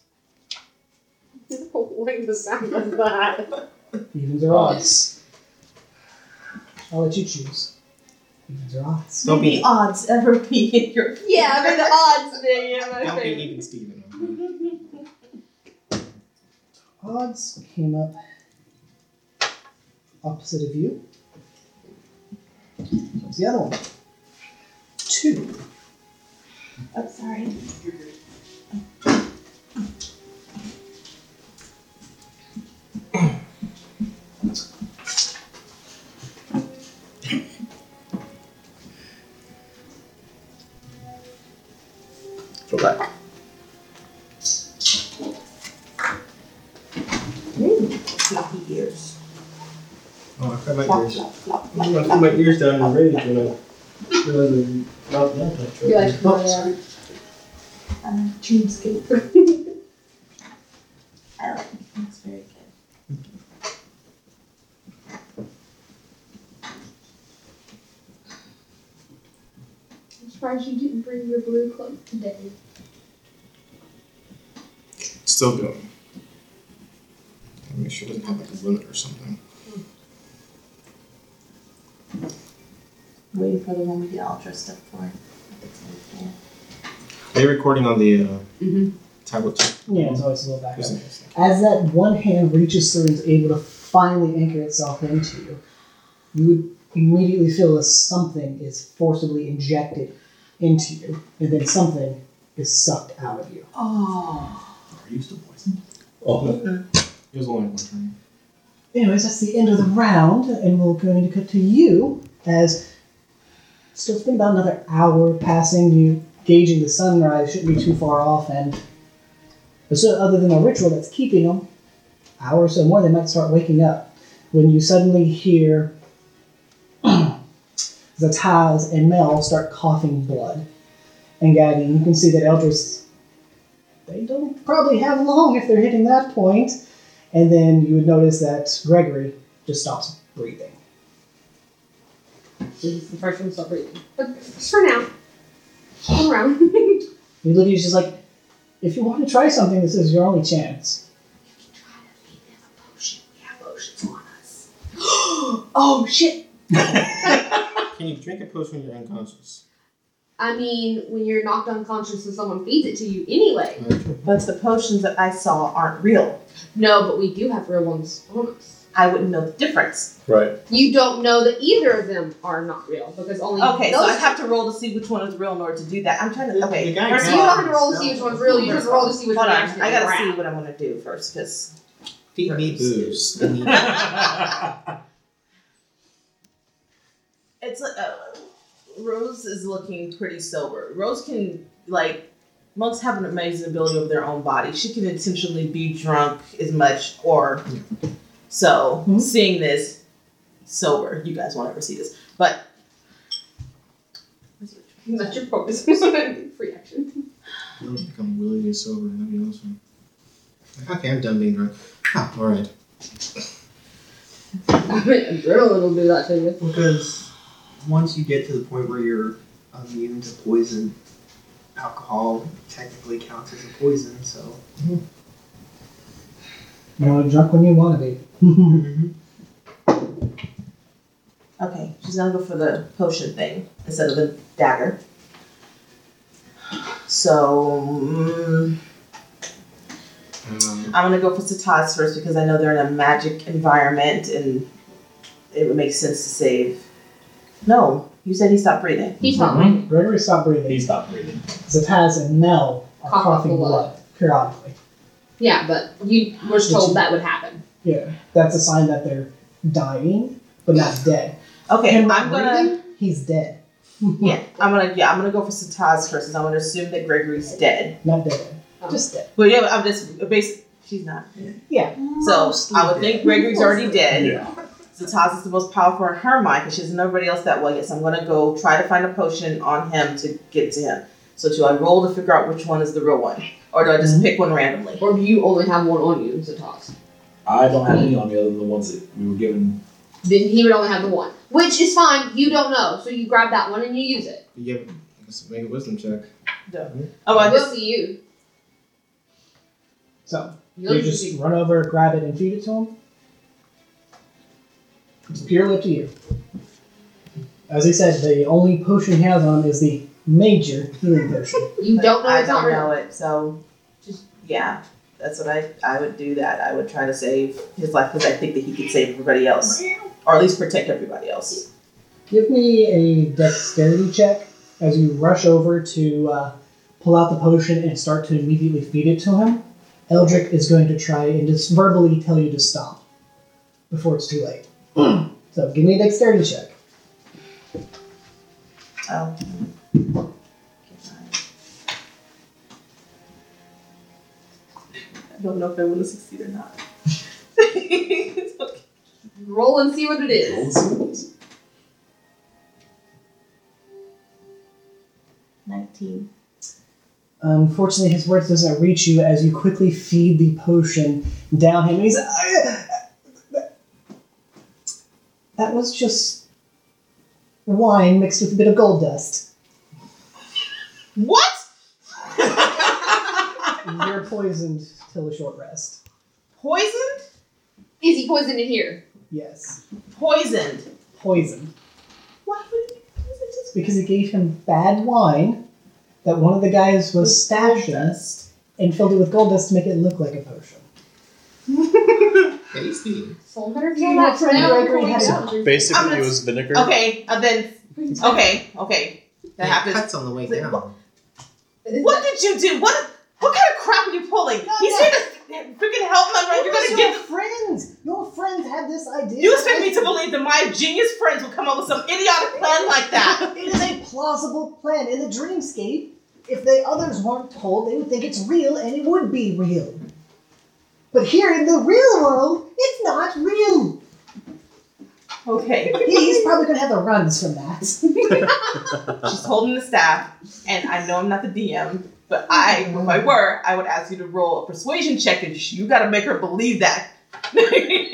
I don't like the sound of *laughs* that. Evens or odds? I'll let you choose. Evens or odds? Don't be odds ever be in your *laughs* yeah, I mean, the odds thing. Yeah, my don't be favorite. even Steven. Odds came up opposite of you. What's the other one? Two. Oh, sorry. For that. Floppy ears. Oh, I forgot my Flop, ears. flop, flop. I threw my ears down in rage when I realized I'm not that much. You like my, uh, Uh, dreamscape. *laughs* I like it. It's very good. I'm surprised you didn't bring your blue cloak today. Still going. Gotta Make sure it doesn't have like a limit or something. Waiting for the one we get all dressed up for. Are you recording on the uh, Mhm. Mm-hmm. tablet? too? Yeah, it's always a little back. Just in case. As that one hand reaches through and is able to finally anchor itself into you, you would immediately feel as something is forcibly injected into you, and then something is sucked out of you. Oh. Are you still *laughs* poisoned? Oh, It was only one turn. Anyways, that's the end of the round, and we're going to cut to you as still it's been about another hour passing you gauging the sunrise shouldn't be too far off and so other than a ritual that's keeping them hour or so more they might start waking up when you suddenly hear *clears throat* the Taz and Mel start coughing blood and gagging. You can see that elders they don't probably have long if they're hitting that point. And then you would notice that Gregory just stops breathing. This is the first one to stop breathing. But just for now. Come around. *laughs* *gasps* He literally is just like, if you want to try something, this is your only chance. Oh shit. Can you drink a potion when you're unconscious? I mean, when you're knocked unconscious and someone feeds it to you anyway. But the potions that I saw aren't real. No, but we do have real ones on us. I wouldn't know the difference. right. You don't know that either of them are not real because only Okay, those so I *laughs* have to roll to see which one is real in order to do that. I'm trying to. Okay, The guy first So of you all, don't have to roll to see which one's real. You just roll to see which hold one on. actually I gotta is see around. what I'm gonna do first, because Feed me booze. I need- *laughs* it's like uh, Rose is looking pretty sober. Rose can like monks have an amazing ability over their own body. She could intentionally be drunk as much or so Hmm? Mhm. seeing this sober. You guys won't ever see this. But That's your focus. *laughs* Free action. I don't think I'm willingly sober, and I'll be honest with you. Okay, I'm done being drunk. Ah, alright. I mean, adrenaline will do that to you. Because once you get to the point where you're immune to poison, alcohol technically counts as a poison, so. You know, drunk when you want to be. okay, she's gonna go for the potion thing instead of the dagger. So mm, Um, I'm gonna go for Sataz first because I know they're in a magic environment and it would make sense to save. No, you said he stopped breathing. He's fine. Gregory, stop breathing. stopped breathing. Zataz and Mel are Cough up coughing blood. blood periodically. Yeah, but you were told that would happen. Yeah, that's a sign that they're dying, but not dead. Okay, Him I'm gonna. breathing, He's dead. Yeah, I'm gonna yeah, I'm gonna go for Sataz first because I'm gonna assume that Gregory's dead. *laughs* Not dead. Oh. Just dead. But yeah, I'm just basically she's not. Yeah. So I would think Gregory's already dead. Yeah. Zataz is the most powerful in her mind because she doesn't know everybody else that well yet. So I'm gonna go try to find a potion on him to get to him. So do I roll to figure out which one is the real one, or do I just pick one randomly? Or do you only have one on you, Zatas? I don't have any on me other than the ones that we were given. Then he would only have the one. Which is fine, you don't know. So you grab that one and you use it. yep. I guess make a wisdom check. Oh, I it will just be you. So You'll you just just run over, grab it, and feed it to him. It's purely up to you. As I said, the only potion he has on him is the major healing potion. you don't know I it's not don't know real. it. So Just- yeah, that's what I I would do. That I would try to save his life because I think that he could save everybody else, or at least protect everybody else. Give me a dexterity check as you rush over to uh, pull out the potion and start to immediately feed it to him. Eldrick is going to try and just verbally tell you to stop before it's too late. *clears throat* so give me a dexterity check. Oh. I don't know if I want to succeed or *laughs* not. It's okay. Roll and see what it is. Rolls. 19. Unfortunately, his words doesn't reach you as you quickly feed the potion down him. He's that was just wine mixed with a bit of gold dust. What? You're poisoned till a short rest. Poisoned? Is he poisoned in here? Yes, Poisoned. poison. Why would it be poisoned? Because it gave him bad wine that one of the guys was stashing Dust. and filled it with gold dust to make it look like a potion. Tasty. Soul better You know, friend Gregory had it. I'm Basically, gonna- it was vinegar. *laughs* Okay, and then, okay, okay. That It happens. Cuts on the way Wait, down. What did you do? What What kind of crap are you pulling? He's here to freaking help my It You're was gonna your get. friends. Your friends had this idea. You expect me to believe that my genius friends will come up with some idiotic plan like that? It is a plausible plan. In the dreamscape, if the others weren't told, they would think it's real and it would be real. But here in the real world, it's not real. *laughs* Okay. He's probably going to have the runs from that. *laughs* She's holding the staff, and I know I'm not the DM, but I, if I were, I would ask you to roll a persuasion check, and sh- you gotta make her believe that. *laughs*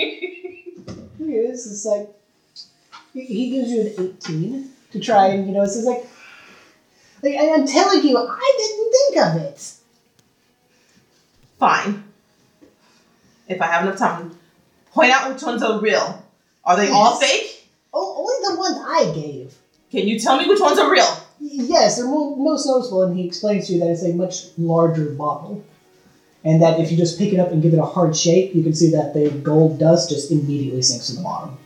He is. It's like, he- he gives you an 18 to try and, you know, it's just like, like, and I'm telling you, I didn't think of it. Fine. If I have enough time, point out which ones are real. Are they all fake? Oh, only the ones I gave. Can you tell me which ones are real? Yes, they're mo- most noticeable, and he explains to you that it's a much larger bottle. And that if you just pick it up and give it a hard shake, you can see that the gold dust just immediately sinks to the bottom.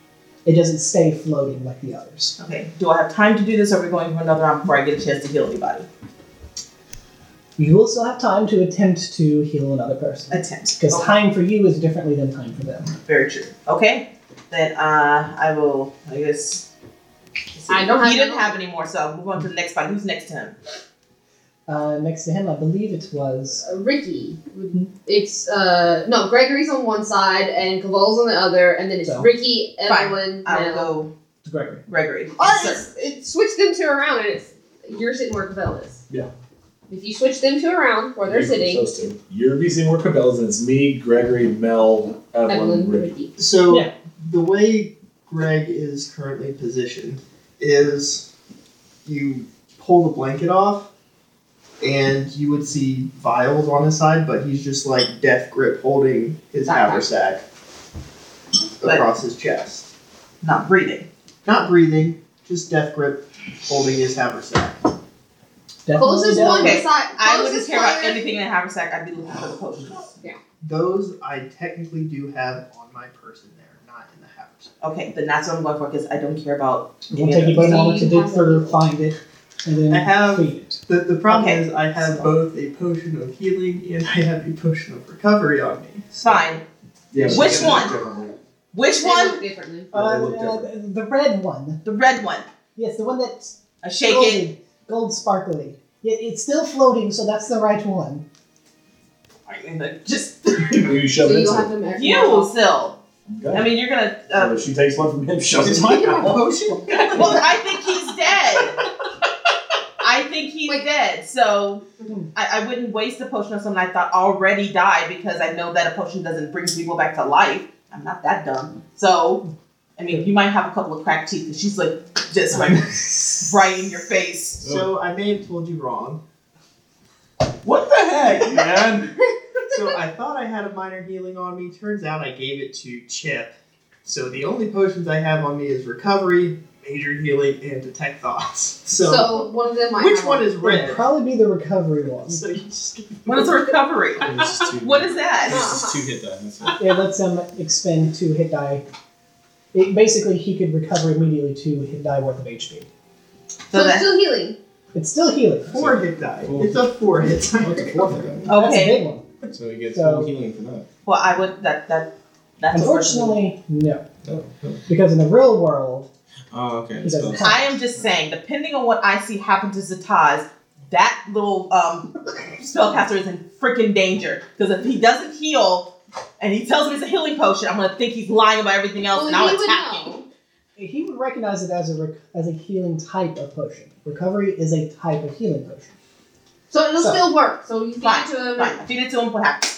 It doesn't stay floating like the others. Okay, do I have time to do this, or are we going for another round before I get a chance to heal anybody? You will still have time to attempt to heal another person. Attempt. Because Okay, time for you is differently than time for them. Very true. Okay, then uh, I will, I guess. I don't have He didn't any. have any more, so move on to the next fight. Who's next to him? Uh, next to him, I believe it was. Uh, Ricky. It's uh no Gregory's on one side and Caval's on the other, and then it's So. Ricky, Fine. Evelyn, I Mel. will go Gregory. Gregory. Oh, Yes, sir. it's, it switched them two around, and it's you're sitting where Cavell is. Yeah. If you switch them two around where they're sitting, Those two. You're BC more Cabela's, and it's me, Gregory, Mel, Evelyn, Evelyn, Ricky. Ricky. So Yeah. the way Greg is currently positioned is you pull the blanket off and you would see vials on his side, but he's just like death grip holding his Backpack. haversack But- across his chest. Not breathing. Not breathing, just death grip holding his haversack. Definitely Closest down. one Okay. beside. I wouldn't closest care about player- anything in the haversack. I'd be looking for the potions. Those I technically do have on my person there, not in the haversack. Okay, then that's what I'm going for because I don't care about. We'll take you by a Yeah. moment to dig further, find it, and then I have- feed it. The, the problem Okay. is I have both a potion of healing and I have a potion of recovery on me. Fine. Yeah, but Which they look one? different. Which They one? look differently. Uh, look uh, the the red one. The red one. Yes, the one that's I shake it. gold, gold sparkly. It, it's still floating, so that's the right one. Just You So shove it in. you'll so- have to measure them you, off. still. Okay. I mean, you're gonna. So *laughs* Uh, she takes one from him, shoves it Is in he my in a *laughs* mouth. potion? well, I think he's dead. I think he's Wait. dead. So Mhm. I, I wouldn't waste a potion on someone I thought already died because I know that a potion doesn't bring people back to life. I'm not that dumb. So, I mean, you might have a couple of cracked teeth, and she's like just like right in your face. So I may have told you wrong. What the heck, *laughs* man? So I thought I had a minor healing on me. Turns out I gave it to Chip. So the only potions I have on me is recovery, major healing, and detect thoughts. So, So one of them might. which have one is It'd red? probably be the recovery one. So you just give me What is recovery? This is two- What is that? This is two hit die. That's it. It lets him expend two hit die. It, basically, he could recover immediately two hit die worth of HP. So, So it's that still healing. It's still healing. four hit die. It's a four hit die. Oh, it's a fourth hit That's a okay. big one. die. So he gets So- full healing for that. Well, I would that that that's what works for me. Unfortunately, no. Oh, oh. Because in the real world, oh okay. He doesn't. So- I am just saying, depending on what I see happen to Zataz, that little um, *laughs* spellcaster is in freaking danger. Because if he doesn't heal and he tells me it's a healing potion, I'm going to think he's lying about everything else Well, and I'll he would attack him. know. he would recognize it as a rec- as a healing type of potion. Recovery is a type of healing potion. So it'll So- still work. So you Fine. get to him. Fine, I feed it to him, what happens?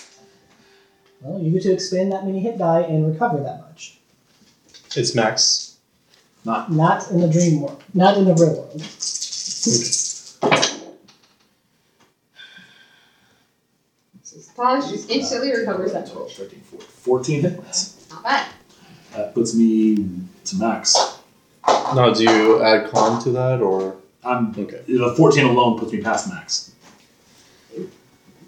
Well, you get to expend that many hit die and recover that much. It's max. Not in the dream world. Not in the real world. Taj just instantly recovers that. 12, 13, 14, 14 hit points. Not bad. That puts me to max. Now, do you add con to that, or I'm okay? the 14 alone puts me past max.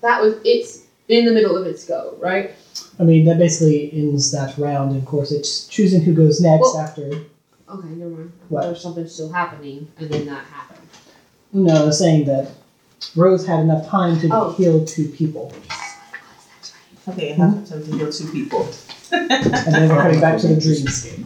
That was it's in the middle of its go, right? I mean, that basically ends that round. And of course, it's choosing who goes next Well- after. Okay, never mind. What? There's something still happening, and then that happened. No, I was saying that Rose had enough time to Oh. heal two people, Okay, and that's what to heal two people. and then we're coming back to the *laughs* dreamscape.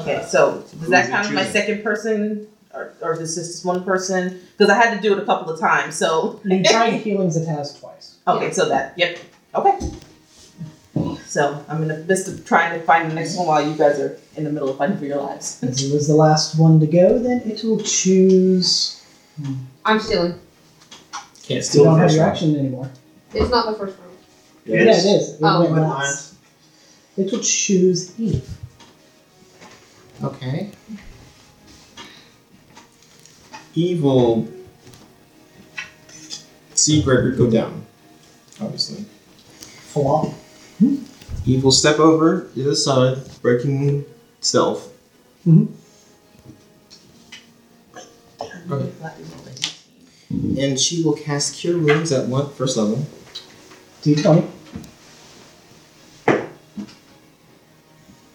Okay, so does that Who's count as my choosing? second person? Or, or is this just one person? Because I had to do it a couple of times, so. You *laughs* tried healing Zataz twice. Okay, so that, yep. Okay. So I'm in the midst of trying to find the next one while you guys are in the middle of fighting for your lives. As it was the last one to go, then it will choose. I'm stealing. Can't You steal the don't have first your round. action anymore. It's not the first round. Yeah, it is. It Oh, went one last. last. It will choose E. Eve. Okay. Evil. See Gregor go down. Obviously. Hmm? Flop. Evil step over to the side, breaking stealth. And she will cast Cure Wounds at one first level. D20.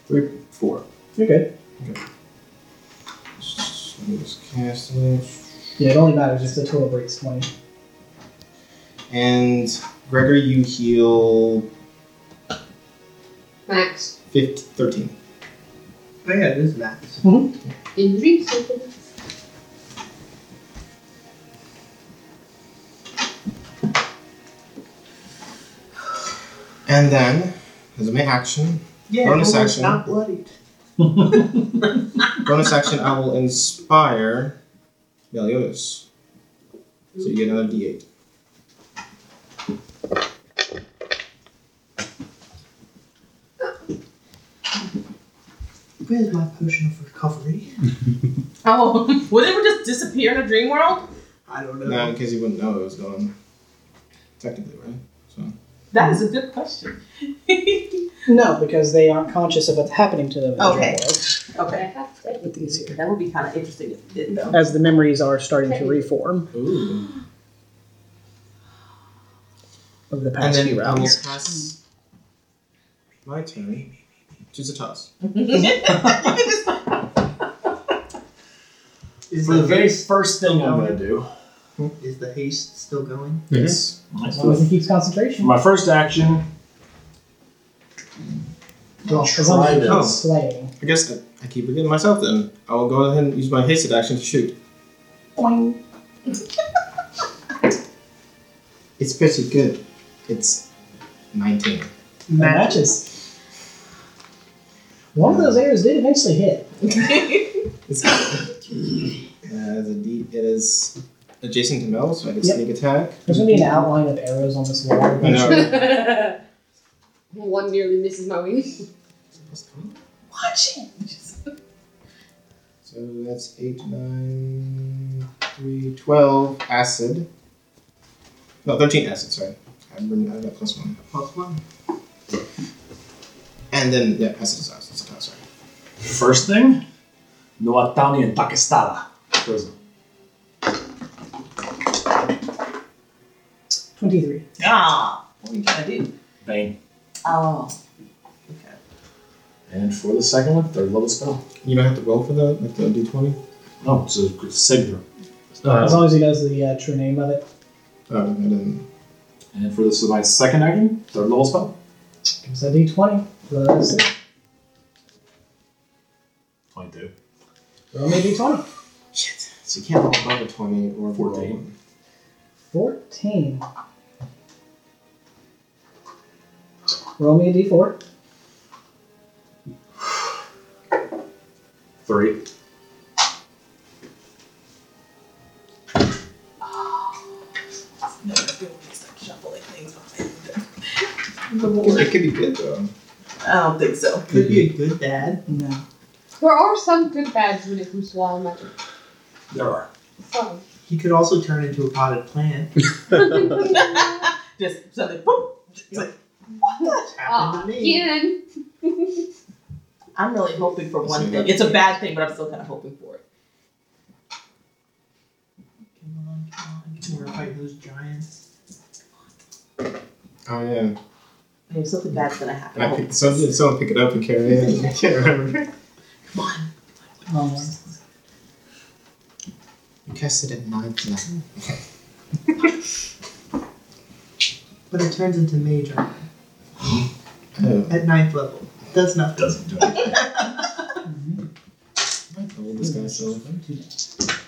Three, four. You're good. Just cast it. Yeah, it only matters if the total breaks 20. And Gregor, you heal Max 15, 13. Oh yeah, it is Max. in dream circle. And then, as my action, Yeah, Bonus no, it's action. Not bloodied. *laughs* bonus action, I will inspire Meliodas. So you get another D8. Where's my potion of recovery? *laughs* Oh, *laughs* would it just disappear in a dream world? I don't know. No, because you wouldn't know it was gone. Technically, right? That is a good question. okay. No, because they aren't conscious of what's happening to them. in the Okay. real world, But these here, That would be kind of interesting if it did, though. As the memories are starting to reform Ooh. over the And past then few I will rounds. pass my turn to *laughs* Zatas. Is For the the, very haste, first thing I'm gonna do. is the haste still going? Mm-hmm. Yes. As long as it keeps concentration. My first action. Well, as long as it Trident. keeps slaying. I guess I, I keep forgetting myself then. I will go ahead and use my hasted action to shoot. *laughs* It's pretty good. It's 19. That matches. One of those arrows did eventually hit. It's uh, the D, it is adjacent to Mel, so I can Yep. sneak attack. There's gonna be an outline of arrows on this wall. I know. *laughs* One nearly misses my wing. *laughs* Watch it. So that's 8, 9, 3, 12 acid. No, 13 acid, sorry. I'm bringing I got plus 1. Plus one. And then, yeah, acid is acid. It's not, sorry. First thing, Noatami and Takestada. Frozen. Twenty-three. Ah, what are you trying to do? Bane. Oh, And for the second one, third level spell. You don't have to roll for the, like the d20? No, it's a good signature. As long as he knows the uh, true name of it. Oh, I didn't. And for this is my second action, third level spell. Give us a d20. Plus it. 22. Roll me a d20. Shit. So you can't roll above a 20 or Fourteen. roll. 14. Roll me a d4. 3. no, they're doing this like shuffling things behind The board. It could be good though. I don't think so. Could be a good dad. No. There are some good bads when it comes to wild magic. There are. Some. He could also turn into a potted *laughs* plant. Just something, boop. It's like, It's happened Ah, to me. again. I'm really hoping for one Let's see thing. that. It's a bad thing, but I'm still kind of hoping for it. Come on, come on, You come were on. fighting those giants. Oh yeah. I mean, if something bad's gonna happen. And I picked, so did someone pick it up and carry it? *laughs* I can't remember. Come on. Um, You cast it at ninth level. But it turns into mage armor Oh. at ninth level. Does nothing. Doesn't do it. Level this guy so.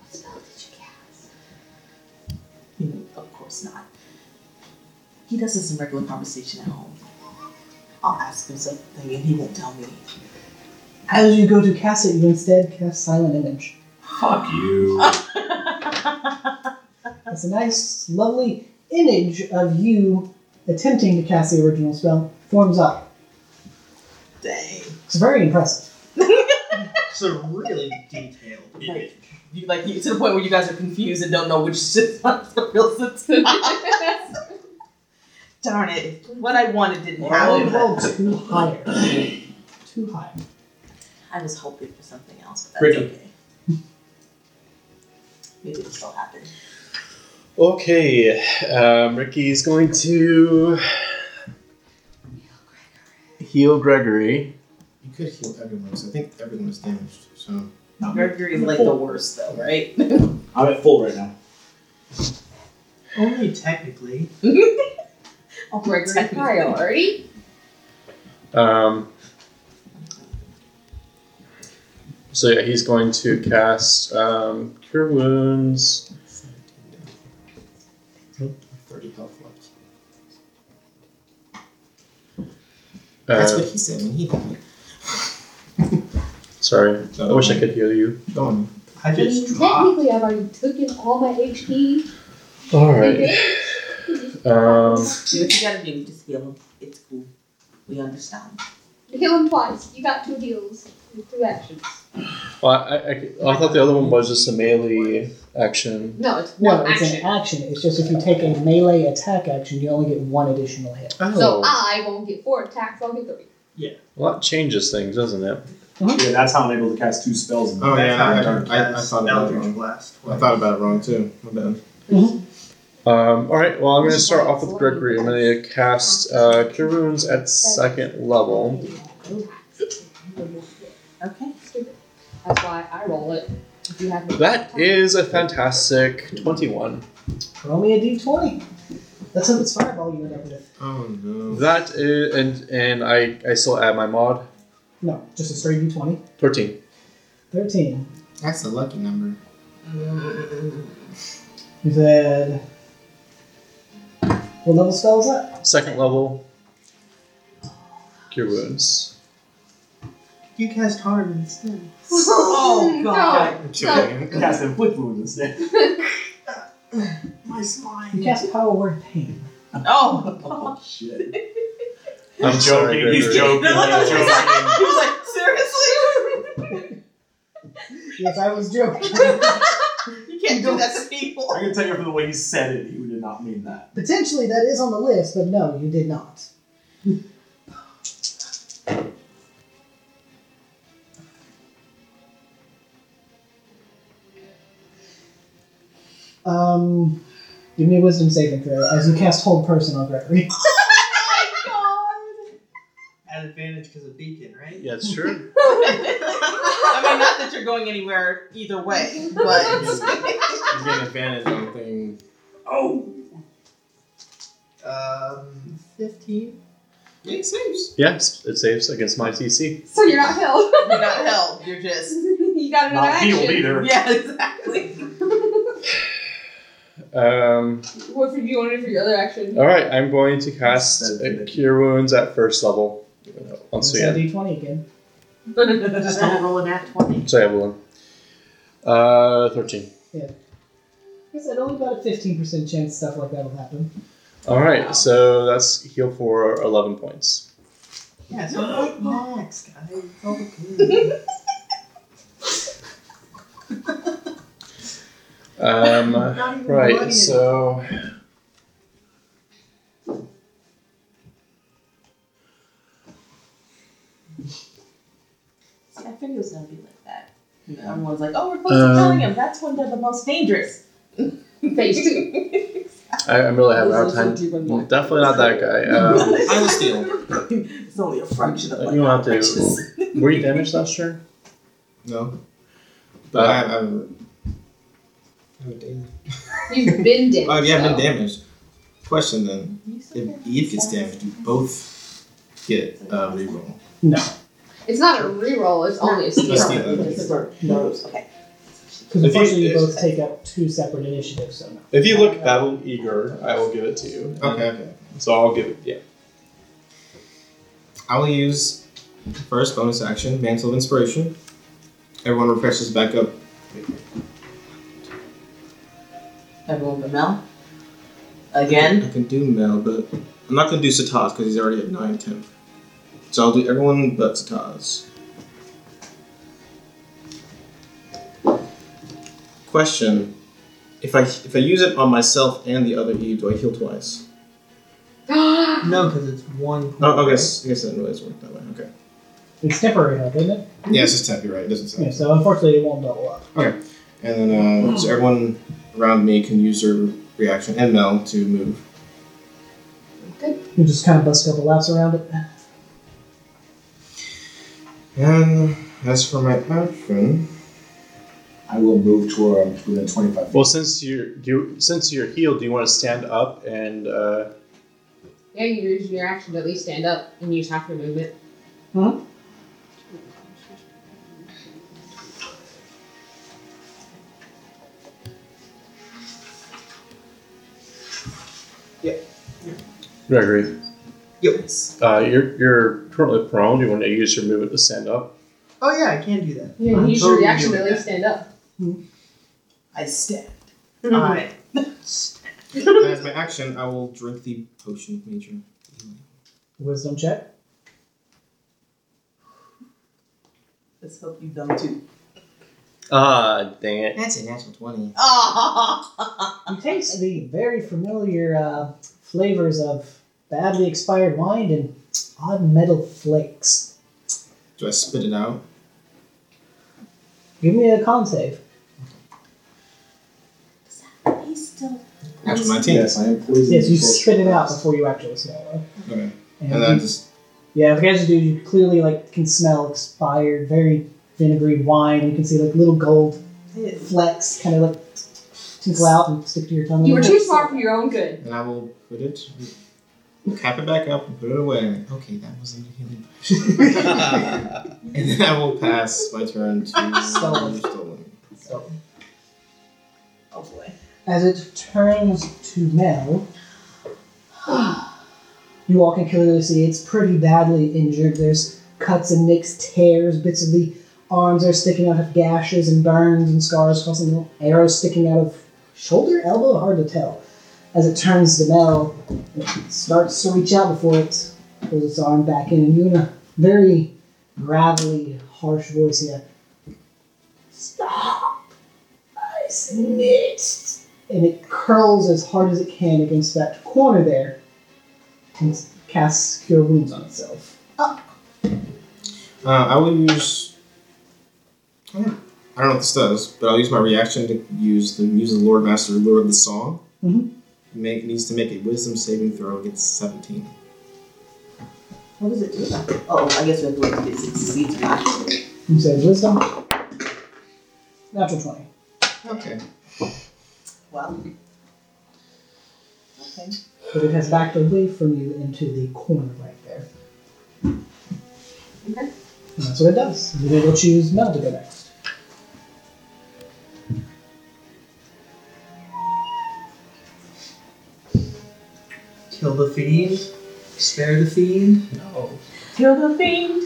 What spell did you cast? You know, of course not. He does this in regular conversation at home. I'll ask him something and he won't tell me. As you go to cast it, you instead cast Silent Image. Fuck you. That's a nice, lovely image of you attempting to cast the original spell. Forms up. Dang. It's very impressive. It's a really detailed image. You, like you, to the point where you guys are confused and don't know which *laughs* shit's not the real shit. *laughs* Darn it! What I wanted didn't Roll, happen. roll two higher. Two higher. I was hoping for something else, but that's Ricky. okay. Maybe it'll still happen. Okay, um, Ricky's going to heal Gregory. You could heal everyone, so I think everyone was damaged. So Mercury is like the worst, though, right? I'm at full right now. Only technically. *laughs* Oh, *laughs* Gregory priority. Um, So yeah, he's going to cast um, Cure Wounds. 30 health left. That's Uh, what he said when he died. sorry, I wish I could heal you. Go on. I I just mean, dropped. technically, I've already taken all my HP. All right. Um, Do what you gotta do. Just heal him. It's cool. We understand. Heal him twice. You got two heals, with two actions. well, I, I, I thought the other one was just a melee action. No, it's No, one it's action. an action. It's just if you take a melee attack action, you only get one additional hit. So Oh, I won't get four attacks. I'll get three. well, that changes things, doesn't it? Yeah, that's how I'm able to cast two spells. In Oh, yeah, that's how I- I'm done. I- I thought about it Eldritch wrong. Blast. I thought about it wrong too. My bad. Um, all right. Well, I'm going to start off with Gregory. I'm going to cast uh, Cure Wounds at second level. Okay. Stupid. That's why I roll it. If you have no That attack. is a fantastic 21. Roll me a d20. That's how much fireball you end up with. Oh no. That is, and and I I still add my mod No, just a straight d20. 13. 13. That's a lucky number. You said. What level spell is that? Second level. Cure Wounds. You cast harm instead. *gasps* Oh, God. I'm joking. Cast inflict wound *laughs* instead. My You slime. cast power word pain. Oh, Oh shit. I'm sorry, joking, he's Gregory. joking. No, look, I was he's just- joking. he was like, *laughs* seriously? Yes, I was joking. *laughs* *laughs* You can't do that to people. I can tell you from the way he said it, he did not mean that. Potentially that is on the list, but no, you did not. *laughs* um, give me a wisdom saving throw as you cast hold person on Gregory. At advantage because of beacon, right? Yeah, it's true. Oh I mean, not that you're going anywhere either *laughs* way, but You get an advantage on thing. Oh, Um, fifteen. Yeah, it saves. Yes, it saves against my CC. So you're not held. you're not held. You're just *laughs* you got another not healed action. either. yeah, exactly. Um, What for you wanted for your other action? all right, I'm going to cast uh, Cure Wounds at first level. Once It's a again. D20 *laughs* again. *laughs* Just don't roll an at twenty. So I have one. Uh, 13. Because I only got a 15% chance stuff like that will happen. All right, so that's heal for 11 points. Yeah, so like max, guys. It's all good. Um, *laughs* Not even right, bloody so. See, I figured it was gonna be like that. And everyone's like, oh, we're close Um, to killing him. That's when they're the most dangerous. Phase two. I, I'm really having a hard time. time. Definitely not that guy. Um, I will steal. It's only a fraction of You what don't have to- averages. were you damaged last turn? No. But I, I haven't. I haven't damaged. You've been damaged. Oh, yeah, I've though. been damaged. Question then. If Eve gets damaged, you both get a reroll. No. It's not a reroll. It's only a steal. Just steal. No. Okay. Because If you- unfortunately you if- both take up two separate initiatives, so no. If you look battle eager, I will give it to you. Okay, okay. So I'll give it, yeah. I will use first bonus action, Mantle of Inspiration. Everyone refreshes back up. Everyone but Mel. I Again. can do Mel, but I'm not going to do Sataz because he's already at 9 10. So I'll do everyone but Sataz. Question. If I if I use it on myself and the other Eve, do I heal twice? No, because it's one. Oh, okay. s- I guess that really doesn't work that way. Okay. It's temporary help, isn't it? Yeah, it's just tap. You're right. It doesn't sound. Yeah, so unfortunately it won't double up. And then, uh, so everyone around me can use their reaction and Mel to move. You just kind of bust a couple laps around it. And as for my action, I will move to um, within 25 feet. Well, since you're, do you, since you're healed, do you want to stand up and. Uh, Yeah, you use your action to at least stand up and use half your movement. Huh? Gregory, Yep. uh, you're, you're currently prone. Do you want to use your movement to stand up? Oh yeah, I can do that. You can I'm use your totally reaction good to at with least stand up. that. I *laughs* stand. I And as my action, I will drink the potion of nature. Wisdom check. Let's hope you don't too. Ah, dang it. That's a natural 20. Ah! You taste the very familiar uh, flavors of badly expired wine and odd metal flakes. Do I spit it out? Give me a con save. He's still. Natural 19. Yes, I am poisoned. Yes, you with spit it out potion. before you actually swallow. Okay. And And then you- just. yeah, if you guys do, you clearly like can smell expired, very vinegary wine. You can see like little gold flecks kind of like tinkle out and stick to your tongue. a You were little too bit. smart for your own good. And I will put it. Cap it back up and put it away. Okay, that wasn't a healing *laughs* potion. *laughs* and then I will pass my *laughs* turn to Stolen. stolen. So, Oh boy. as it turns to Mel, you all can clearly see it's pretty badly injured. There's cuts and nicks, tears, bits of the arms are sticking out of gashes and burns and scars, causing little arrows sticking out of shoulder, elbow, hard to tell. As it turns to Mel, it starts to reach out before it pulls its arm back in, and you in a very gravelly, harsh voice here. Stop! I snitched! and it curls as hard as it can against that corner there and casts Cure Wounds on itself. Uh, I will use. I don't I don't know what this does, but I'll use my reaction to use the use the Lord Master Lure of the Song. Mm-hmm. Mhm. Make needs to make a Wisdom saving throw against seventeen. What does it do? Oh, I guess we have to wait till it succeeds or not. You say Wisdom? Natural 20. Okay. Well. Okay. But it has backed away from you into the corner right there. Okay. And that's what it does. You will choose Mel to go next. kill the fiend, spare the fiend. No. Kill the fiend.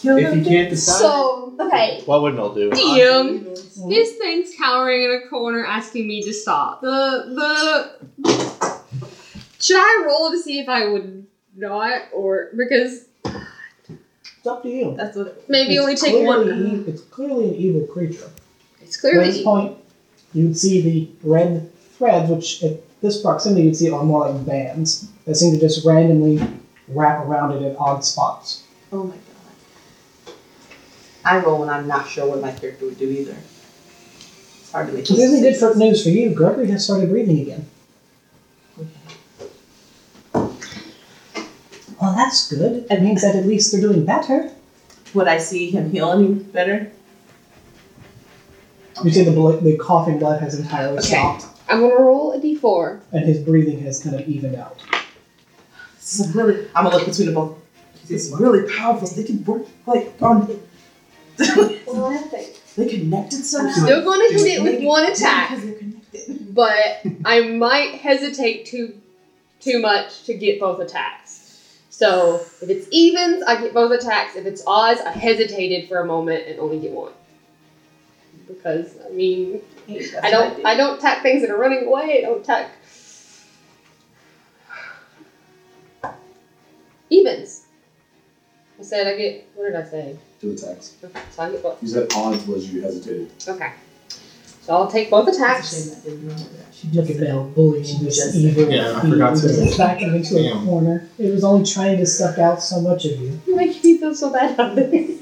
Kill If you the can't decide, So, okay. What would Mel do? DM, *laughs* this thing's cowering in a corner asking me to stop. The, the. Should I roll to see if I would not? Or. Because It's up to you. That's what. maybe It's only take clearly one. e- it's clearly an evil creature. It's At clearly. this point, you would see the red threads, which at this proximity you'd see are more like bands that seem to just randomly wrap around it at odd spots. Oh my god. I roll when I'm not sure what my character would do either. It's hard to make. This isn't good for news for you. Gregory has started breathing again. Well, that's good. It means that at least they're doing better. Would I see him heal any better? You see, the blood, the coughing blood has entirely Okay. stopped, I'm gonna roll a d4. and his breathing has kind of evened out. This is really. I'm gonna look between the both. It's really powerful. They can work like on. Well, I think. they connected somehow. Still gonna hit it with one attack. Because they're connected. but I might hesitate too too much to get both attacks. So if it's evens, I get both attacks. If it's odds, I hesitated for a moment and only get one. Because I mean, I don't I don't attack things that are running away. I don't attack evens. I said I get. What did I say? Two attacks. Okay, so I get both. You said odds was you hesitated. Okay. So I'll take both attacks. Look at Mel bullying this Just- evil. Yeah, I fiend forgot to- that's Backing into a Damn. corner. It was only trying to suck out so much of *laughs* you. You make me feel so bad about this.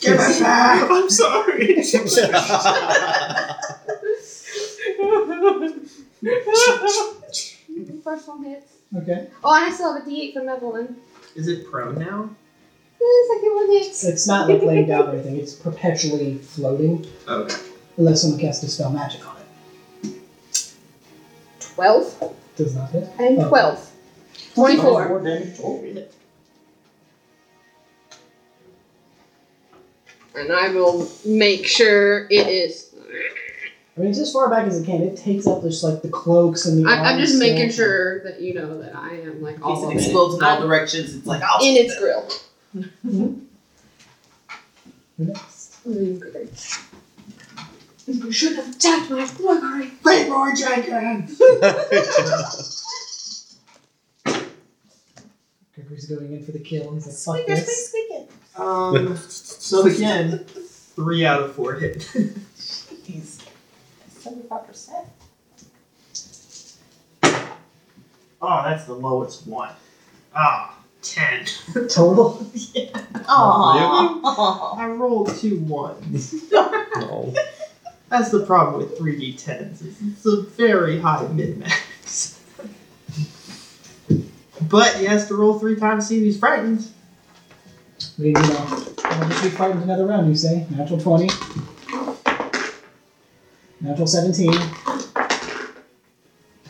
Give it back. I'm sorry. First one hits. Okay. Oh, I still have a D8 from Evelyn. Is it prone now? The second one hits. It's not like laying down or anything. It's perpetually floating, Okay. unless someone casts a spell magic on it. 12 Does not hit. and Oh. 12. 24. damage. Oh, yeah. And I will make sure it is I mean, it's as far back as it can. It takes up just like the cloaks and the. I'm, I'm arms just and- making sure that you know that I am like all Because of it it. explodes in all I'm directions. It's like, oh, in its grill. Next. Mm, great. You should have attacked my flurry. Play Roy Jenkins! Gregory's going in for the kill. He's like, fuck squeaker, squeak, this. squeaking. Um, *laughs* so again, three out of four hit. *laughs* He's 75%. Oh, that's the lowest one. Ah, ten. Total. *laughs* Aww. I rolled two ones. *laughs* No. That's the problem with 3d10s. is It's a very high min-max. *laughs* but he has to roll three times to see if he's frightened. We, uh, you know, we'll just be frightened another round, you say. Natural 20. Natural 17.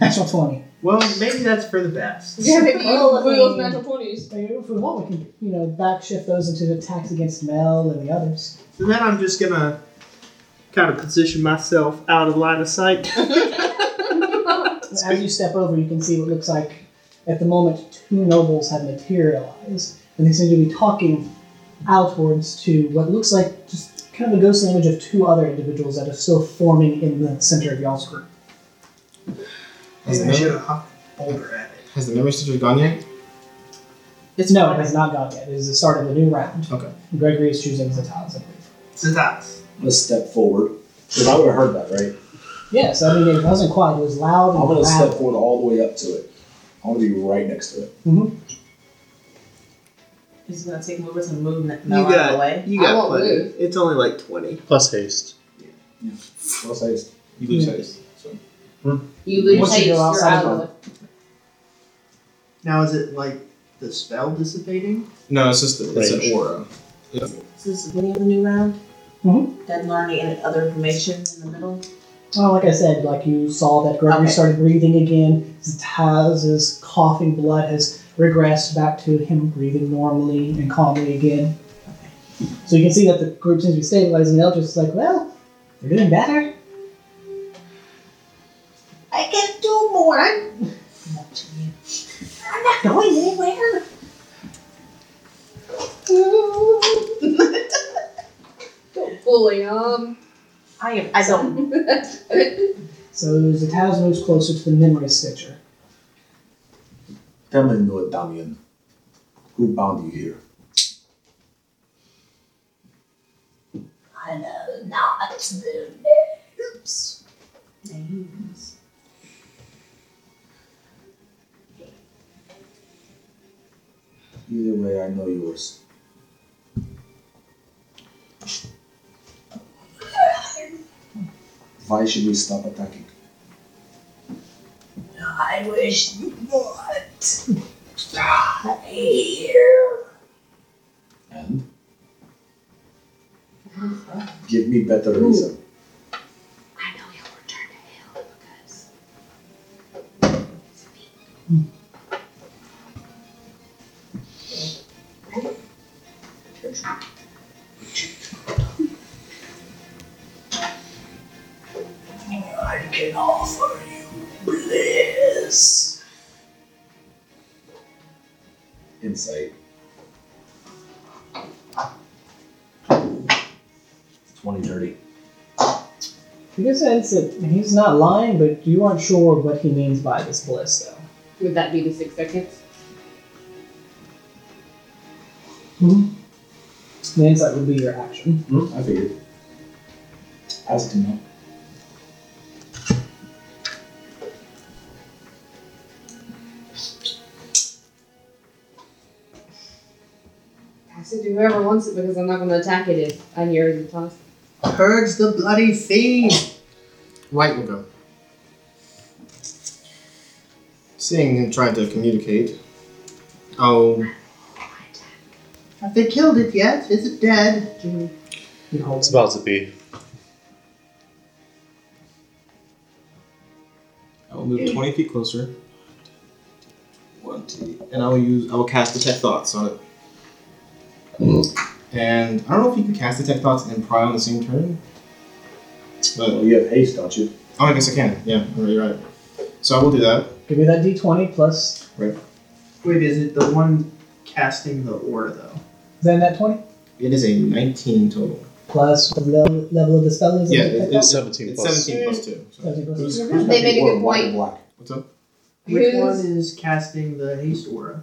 Natural 20. Well, maybe that's for the best. Yeah, maybe you Oh, wheels um, natural twenties. So if we want, we can, you know, back shift those into attacks against Mel and the others. So then I'm just gonna kind of position myself out of line of sight. As you step over, you can see what looks like, at the moment, two nobles have materialized, and they seem to be talking outwards to what looks like just kind of a ghostly image of two other individuals that are still forming in the center of y'all's group. Has the, I should memory, have hucked Boulder at it. has the memory sticker gone yet? It's no, it has not gone yet. It is the start of the new round. Okay. Gregory is choosing Zataz, I believe. Zatas. Let's step forward. Because I would have heard that, right? Yes, I mean it wasn't quiet. It was loud Oh, I'm and gonna step loud. forward all the way up to it. I want to be right next to it. He's gonna take him over to move that You Mel out of the way. got, you I got won't plenty. move. It's only like 20. Plus haste. Plus haste. You lose Yeah. haste. So. You lose Once you haste, go you're out outside of of it. Now is it like the spell dissipating? No, it's just it's Range. an aura. So this is the beginning of the new round. Mhm. Then learning any other information in the middle. Well, like I said, like you saw that Gregory Okay. started breathing again. Zataz's coughing blood has regressed back to him breathing normally and calmly again. So you can see that the group seems to be stabilizing. They're just like, well, they're doing better. I can do more. I'm watching you. I'm not going anywhere. Don't bully um. I am. I don't. So Zataz moves closer to the memory stitcher. Tell me, no, Damien. Who bound you here? I know not the names. Names. Either way, I know yours. Why should we stop attacking? I wish you would stay here. And? Give me better reason. I know you'll return to hell because I can offer you bliss. Insight. 2030. You get a sense that he's not lying, but you aren't sure what he means by this bliss, though. would that be the six seconds? The insight would be your action. Hmm, I figured. Ask him now. Pass it to whoever wants it because I'm not gonna attack it if I hear the toss. Purge the bloody fiend! White will go. Seeing him trying to communicate. Oh, Have they killed it yet? Is it dead? You hold It's about to be. I will move twenty feet closer. Twenty, and I will use. I will cast detect thoughts on it. And I don't know if you can cast detect thoughts and pry on the same turn. Well, you have haste, don't you? Oh, I guess I can. Yeah, you're right. So I will do that. Give me that d20 plus Wait, is it the one casting the ore though? then that 20 It is a 19 total. plus the level, level of the spell is. Yeah, it- It's 17 It's plus. 17 plus 2. So. Seventeen plus- They made a good point. What's up? Which Who's- one is casting the haste aura?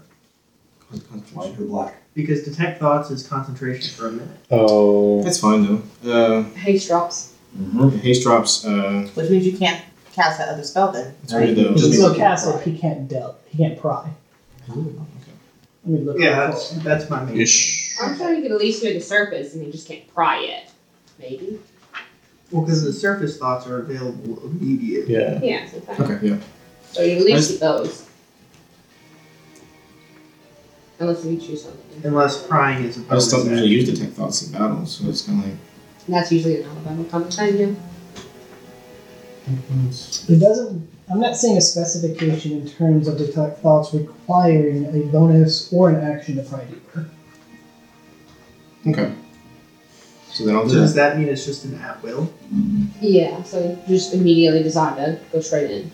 White or black? Because detect thoughts is concentration for a minute. Oh. That's fine, though. Haste drops. Mm-hmm. Uh, haste drops. Uh, Which means you can't cast that other spell then. it's weird, though. He can Just- still cast it. He can't del. He can't pry. Let me look. Yeah, real that's quick. that's my main. Ish. I'm sure you could at least do the surface and you just can't pry it. Maybe. Well, because the surface thoughts are available immediately. Yeah. Yeah, sometimes. Okay, yeah. So you at least get those. Unless you choose something. Unless prying is a I just bonus don't usually action. use detect thoughts in battle, so it's kind of like. And that's usually an Alabama common thing, yeah. It doesn't. I'm not seeing a specification in terms of detect thoughts requiring a bonus or an action to pry deeper. Okay. So then I'll So do does that. that mean it's just an at will? Yeah, so you just immediately decide to go straight in.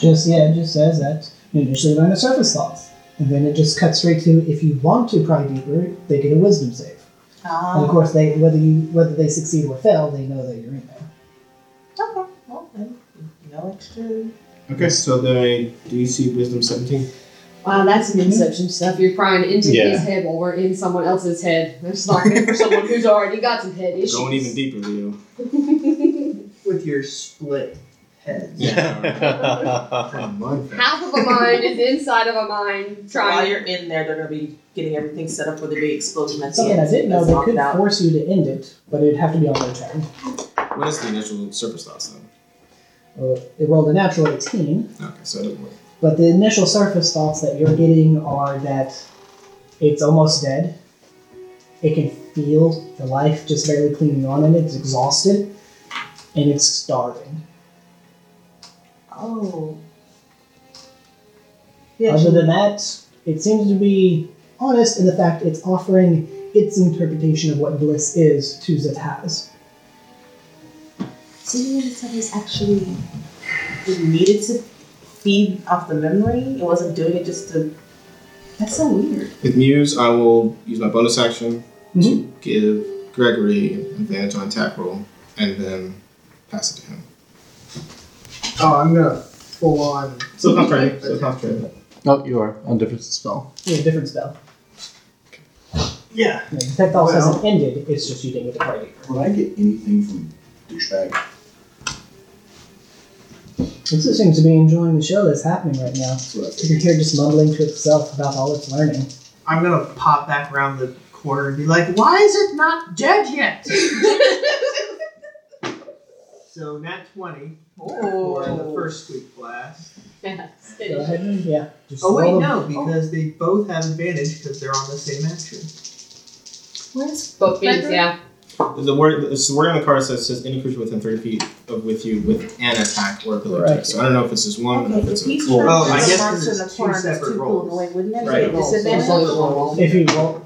Just yeah, it just says that you initially learn the surface thoughts, and then it just cuts straight to if you want to pry deeper, they get a wisdom save. And of Um, course, they whether you whether they succeed or fail, they know that you're in there. okay. Well then, no extra. Okay, so then I DC Wisdom 17. Wow, that's some inception stuff. You're prying into Yeah. his head while we're in someone else's head. That's not good *laughs* for someone who's already got some head issues. Going even deeper, Leo. With your split head. *laughs* Yeah. Mindfuck. Half of a mind is inside of a mind While trying. you're in there, they're gonna be getting everything set up for the big explosion at the Something end. I didn't know Let's they knock it could out. force you to end it, but it'd have to be on their turn. What is the initial surface thoughts then? Uh, it rolled a natural 18. Okay, so it doesn't work. But the initial surface thoughts that you're getting are that it's almost dead. It can feel the life just barely clinging on in it. It's exhausted, and it's starving. Oh. Other than that, it seems to be honest in the fact it's offering its interpretation of what bliss is to Zataz. So you just said it's actually it needed to feed off the memory. It wasn't doing it just to. That's so weird. With Muse, I will use my bonus action to Mm-hmm. give Gregory advantage on attack roll, and then pass it to him. Oh, I'm gonna full on. So it's not training. So it's not training. oh, you are. On different spell. Yeah, different spell. Yeah. You know, detect thoughts Well- hasn't ended. It's just you didn't get the party. Would I get anything from douchebag? It just seems to be enjoying the show that's happening right now. That's what I You can hear it just mumbling to itself about all it's learning. I'm gonna pop back around the corner and be like, "Why is it not dead *laughs* yet?" so nat twenty for the Oh. first sweep blast. Yes, Go ahead and, yeah. Just Oh wait, roll them. no, because they both have advantage because they're on the same action. Where's Both means, yeah. The word, it's the word on the card that says any creature within thirty feet of with you with an attack or ability Right. check. So I don't know if it's just one. okay? or if it's If a, he's Well, trying Oh, to I get guess a because monster in it's the two corner, it's separate too rolls. cool away, wouldn't it? Right. It's Rolls. disadvantage? Rolls, rolls, rolls. If you roll,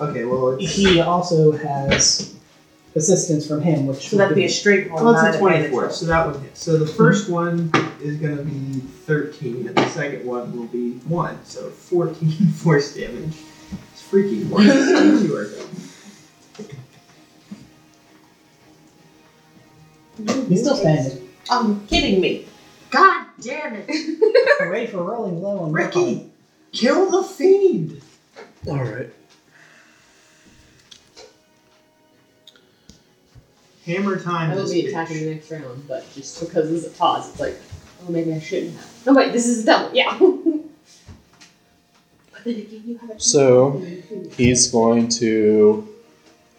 Okay, well it's he also has assistance from him, which So would that'd be a be- straight roll. well, not it's a an twenty-four, advantage so that one hits. So the first one is gonna be thirteen, and the second one will be one. So fourteen *laughs* force damage. It's freaking one. *laughs* you are done. roll. he's still standing. Oh, you're kidding me. God damn it! Hooray for rolling low on your part. Ricky, kill the fiend. All right. Hammer time. I will this be bitch. attacking the next round, but just because there's a pause, it's like, oh, maybe I shouldn't have. No, wait, this is a double, yeah. but then again, you have a So he's going to.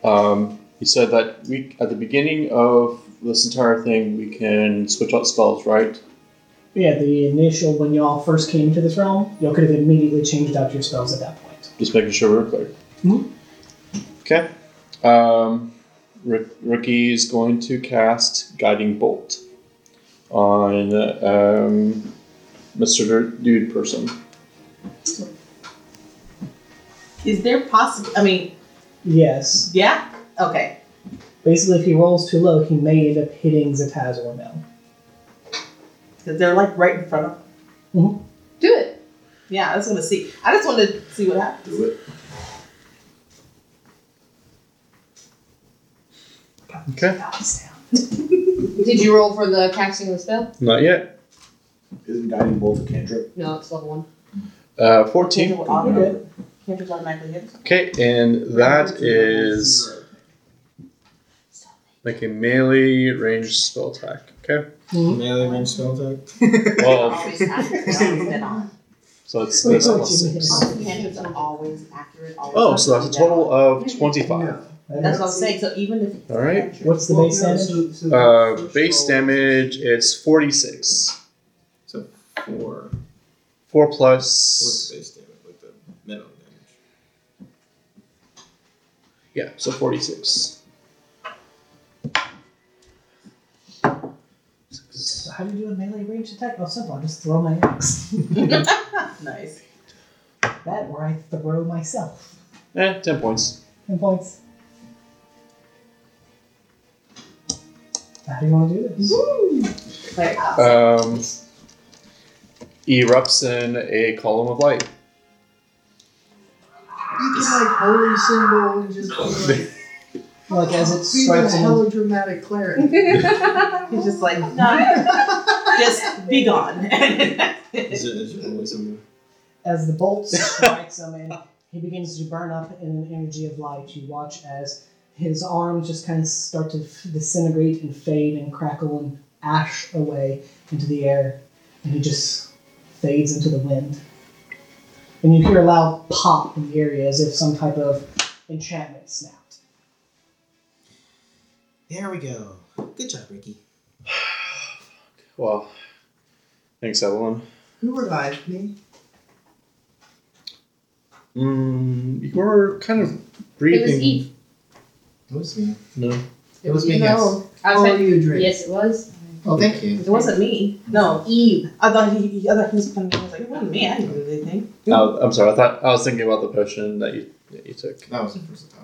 Um, he said that we at the beginning of this entire thing we can switch out spells, right? Yeah, the initial when y'all first came to this realm, y'all could have immediately changed out your spells at that point. Just making sure we're clear. Mhm. Mm-hmm. Okay. Um, Rick, Ricky is going to cast Guiding Bolt on um, Mr. Dude Person. Is there possible? I mean, Yes. yeah. Okay. Basically, if he rolls too low, he may end up hitting Zataz or Mel. Because they're like right in front of him. Do it. Yeah, I just want to see. I just want to see what happens. Do it. Okay. Did you roll for the casting of the spell? Not yet. Isn't guiding bolt a cantrip? No, it's level *laughs* one. Uh, 14. Cantrip automatically- Cantrip automatically hits. Okay, and that is like a melee range spell attack. Okay. Melee range spell attack. *laughs* *laughs* Well, Always accurate. always dead on. so it's this Wait, plus what you 6. Cantrips are always accurate. Always Oh, so that's a total of 25. That's what I'm saying. So even if All right. What's the base damage? Uh, base damage, it's 46. So four. 4 What's plus. the base damage? Like the minimum damage. Yeah, so 46. Six. How do you do a melee range attack? Oh, simple. I just throw my axe. *laughs* nice. that or I throw myself. Eh, 10 points. Ten points. How do you want to do this? Like, Um, erupts in a column of light. You can like holy symbol and just Oh, be like, Like as it be the strikes him, melodramatic cleric. he's just like, no, *laughs* just be *laughs* gone. Is it, is it always something? as the bolt strikes him, and he begins to burn up in an energy of light. You watch as his arms just kind of start to f- disintegrate and fade and crackle and ash away into the air, and he just fades into the wind. And you hear a loud pop in the area as if some type of enchantment snapped. There we go. Good job, Ricky. Well, thanks, Evelyn. Who revived me? Mm, you were kind of breathing. It was E. Eve. It was me. No. It was me, yes. I was Oh, like, you a drink. yes, it was. Oh, thank you. It wasn't me. No, Eve. I thought he, he- I thought he was coming. I was like, it wasn't me. I didn't do anything. Oh, I'm sorry. I thought I was thinking about the potion that you that you took. That was the first time.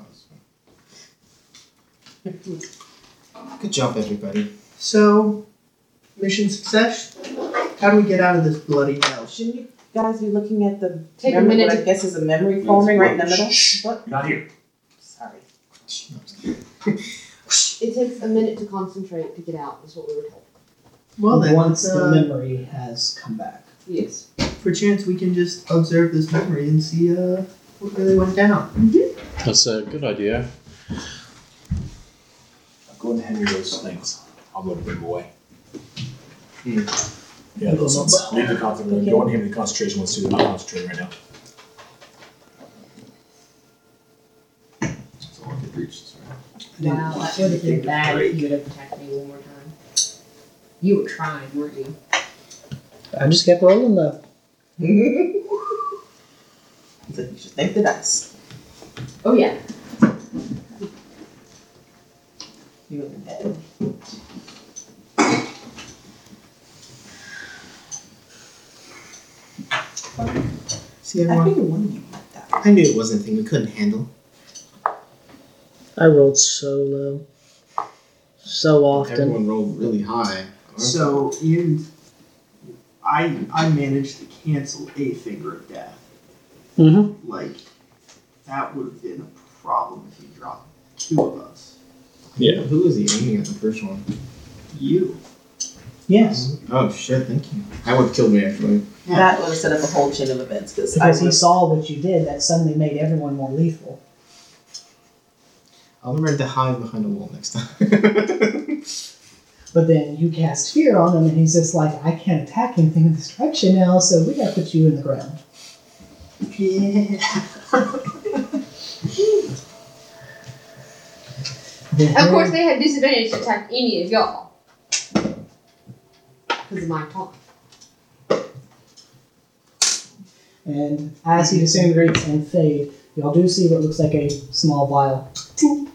Good job, everybody. So, mission success. How do we get out of this bloody hell? Shouldn't you guys be looking at the Take a memory- minute What I to- guess is a memory forming right in the middle. What? Not here. Sorry. *laughs* It takes a minute to concentrate to get out, is what we were told. Well then, Once uh, the memory has come back. Yes. perchance we can just observe this memory and see uh, what really went down. That's a good idea. Go and hand me those things. I'll go bring them away. Hmm. Yeah, those ones. Leave the concentration. Go and hand me the concentration ones too. They're not concentrating right now. That's all I could reach. Sorry. Wow, that would have been bad if you would have attacked me one more time. You were trying, weren't you? I just kept rolling though. So you should thank the dice. Oh, yeah. You would have been dead. See I think one of you like that. I knew it wasn't a thing we couldn't handle. I rolled so low. So often. Everyone rolled really high. So, Ian, I I managed to cancel a finger of death. Mm-hmm. Like, that would have been a problem if you dropped two of us. yeah. Who was he aiming at the first one? You. Yes. Oh shit! Thank you. That would have killed me actually. Yeah. That would have set up a whole chain of events because Mm-hmm. I Because he was. saw what you did that suddenly made everyone more lethal. I'll remember to hide behind a wall next time. *laughs* But then you cast fear on him, and he's just like, I can't attack anything in this direction now, so we gotta put you in the ground. Yeah. Of course, they had disadvantage to attack any of y'all. Because of my taunt. And as he disintegrates and fade, y'all do see what looks like a small vial tink,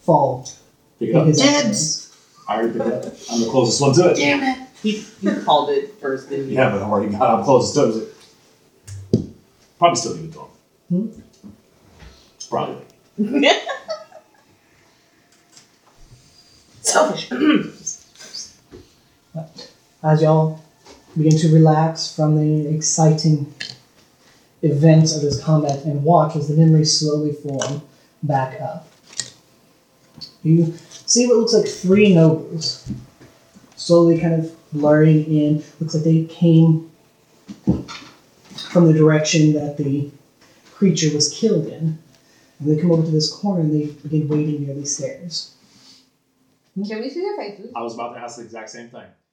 fall. Pick it in up. his Dibs! I already picked it up. I'm the closest one to it. Damn it! He, he called it first, didn't he? Yeah, but I'm already I'm closest to it. Is it. Probably still even though. Hmm? Probably. *laughs* Selfish. as y'all begin to relax from the exciting events of this combat and watch as the memories slowly form back up. You see what looks like three nobles slowly kind of blurring in. Looks like they came from the direction that the creature was killed in. And they come over to this corner and they begin waiting near these stairs. Can we see their faces? I was about to ask the exact same thing.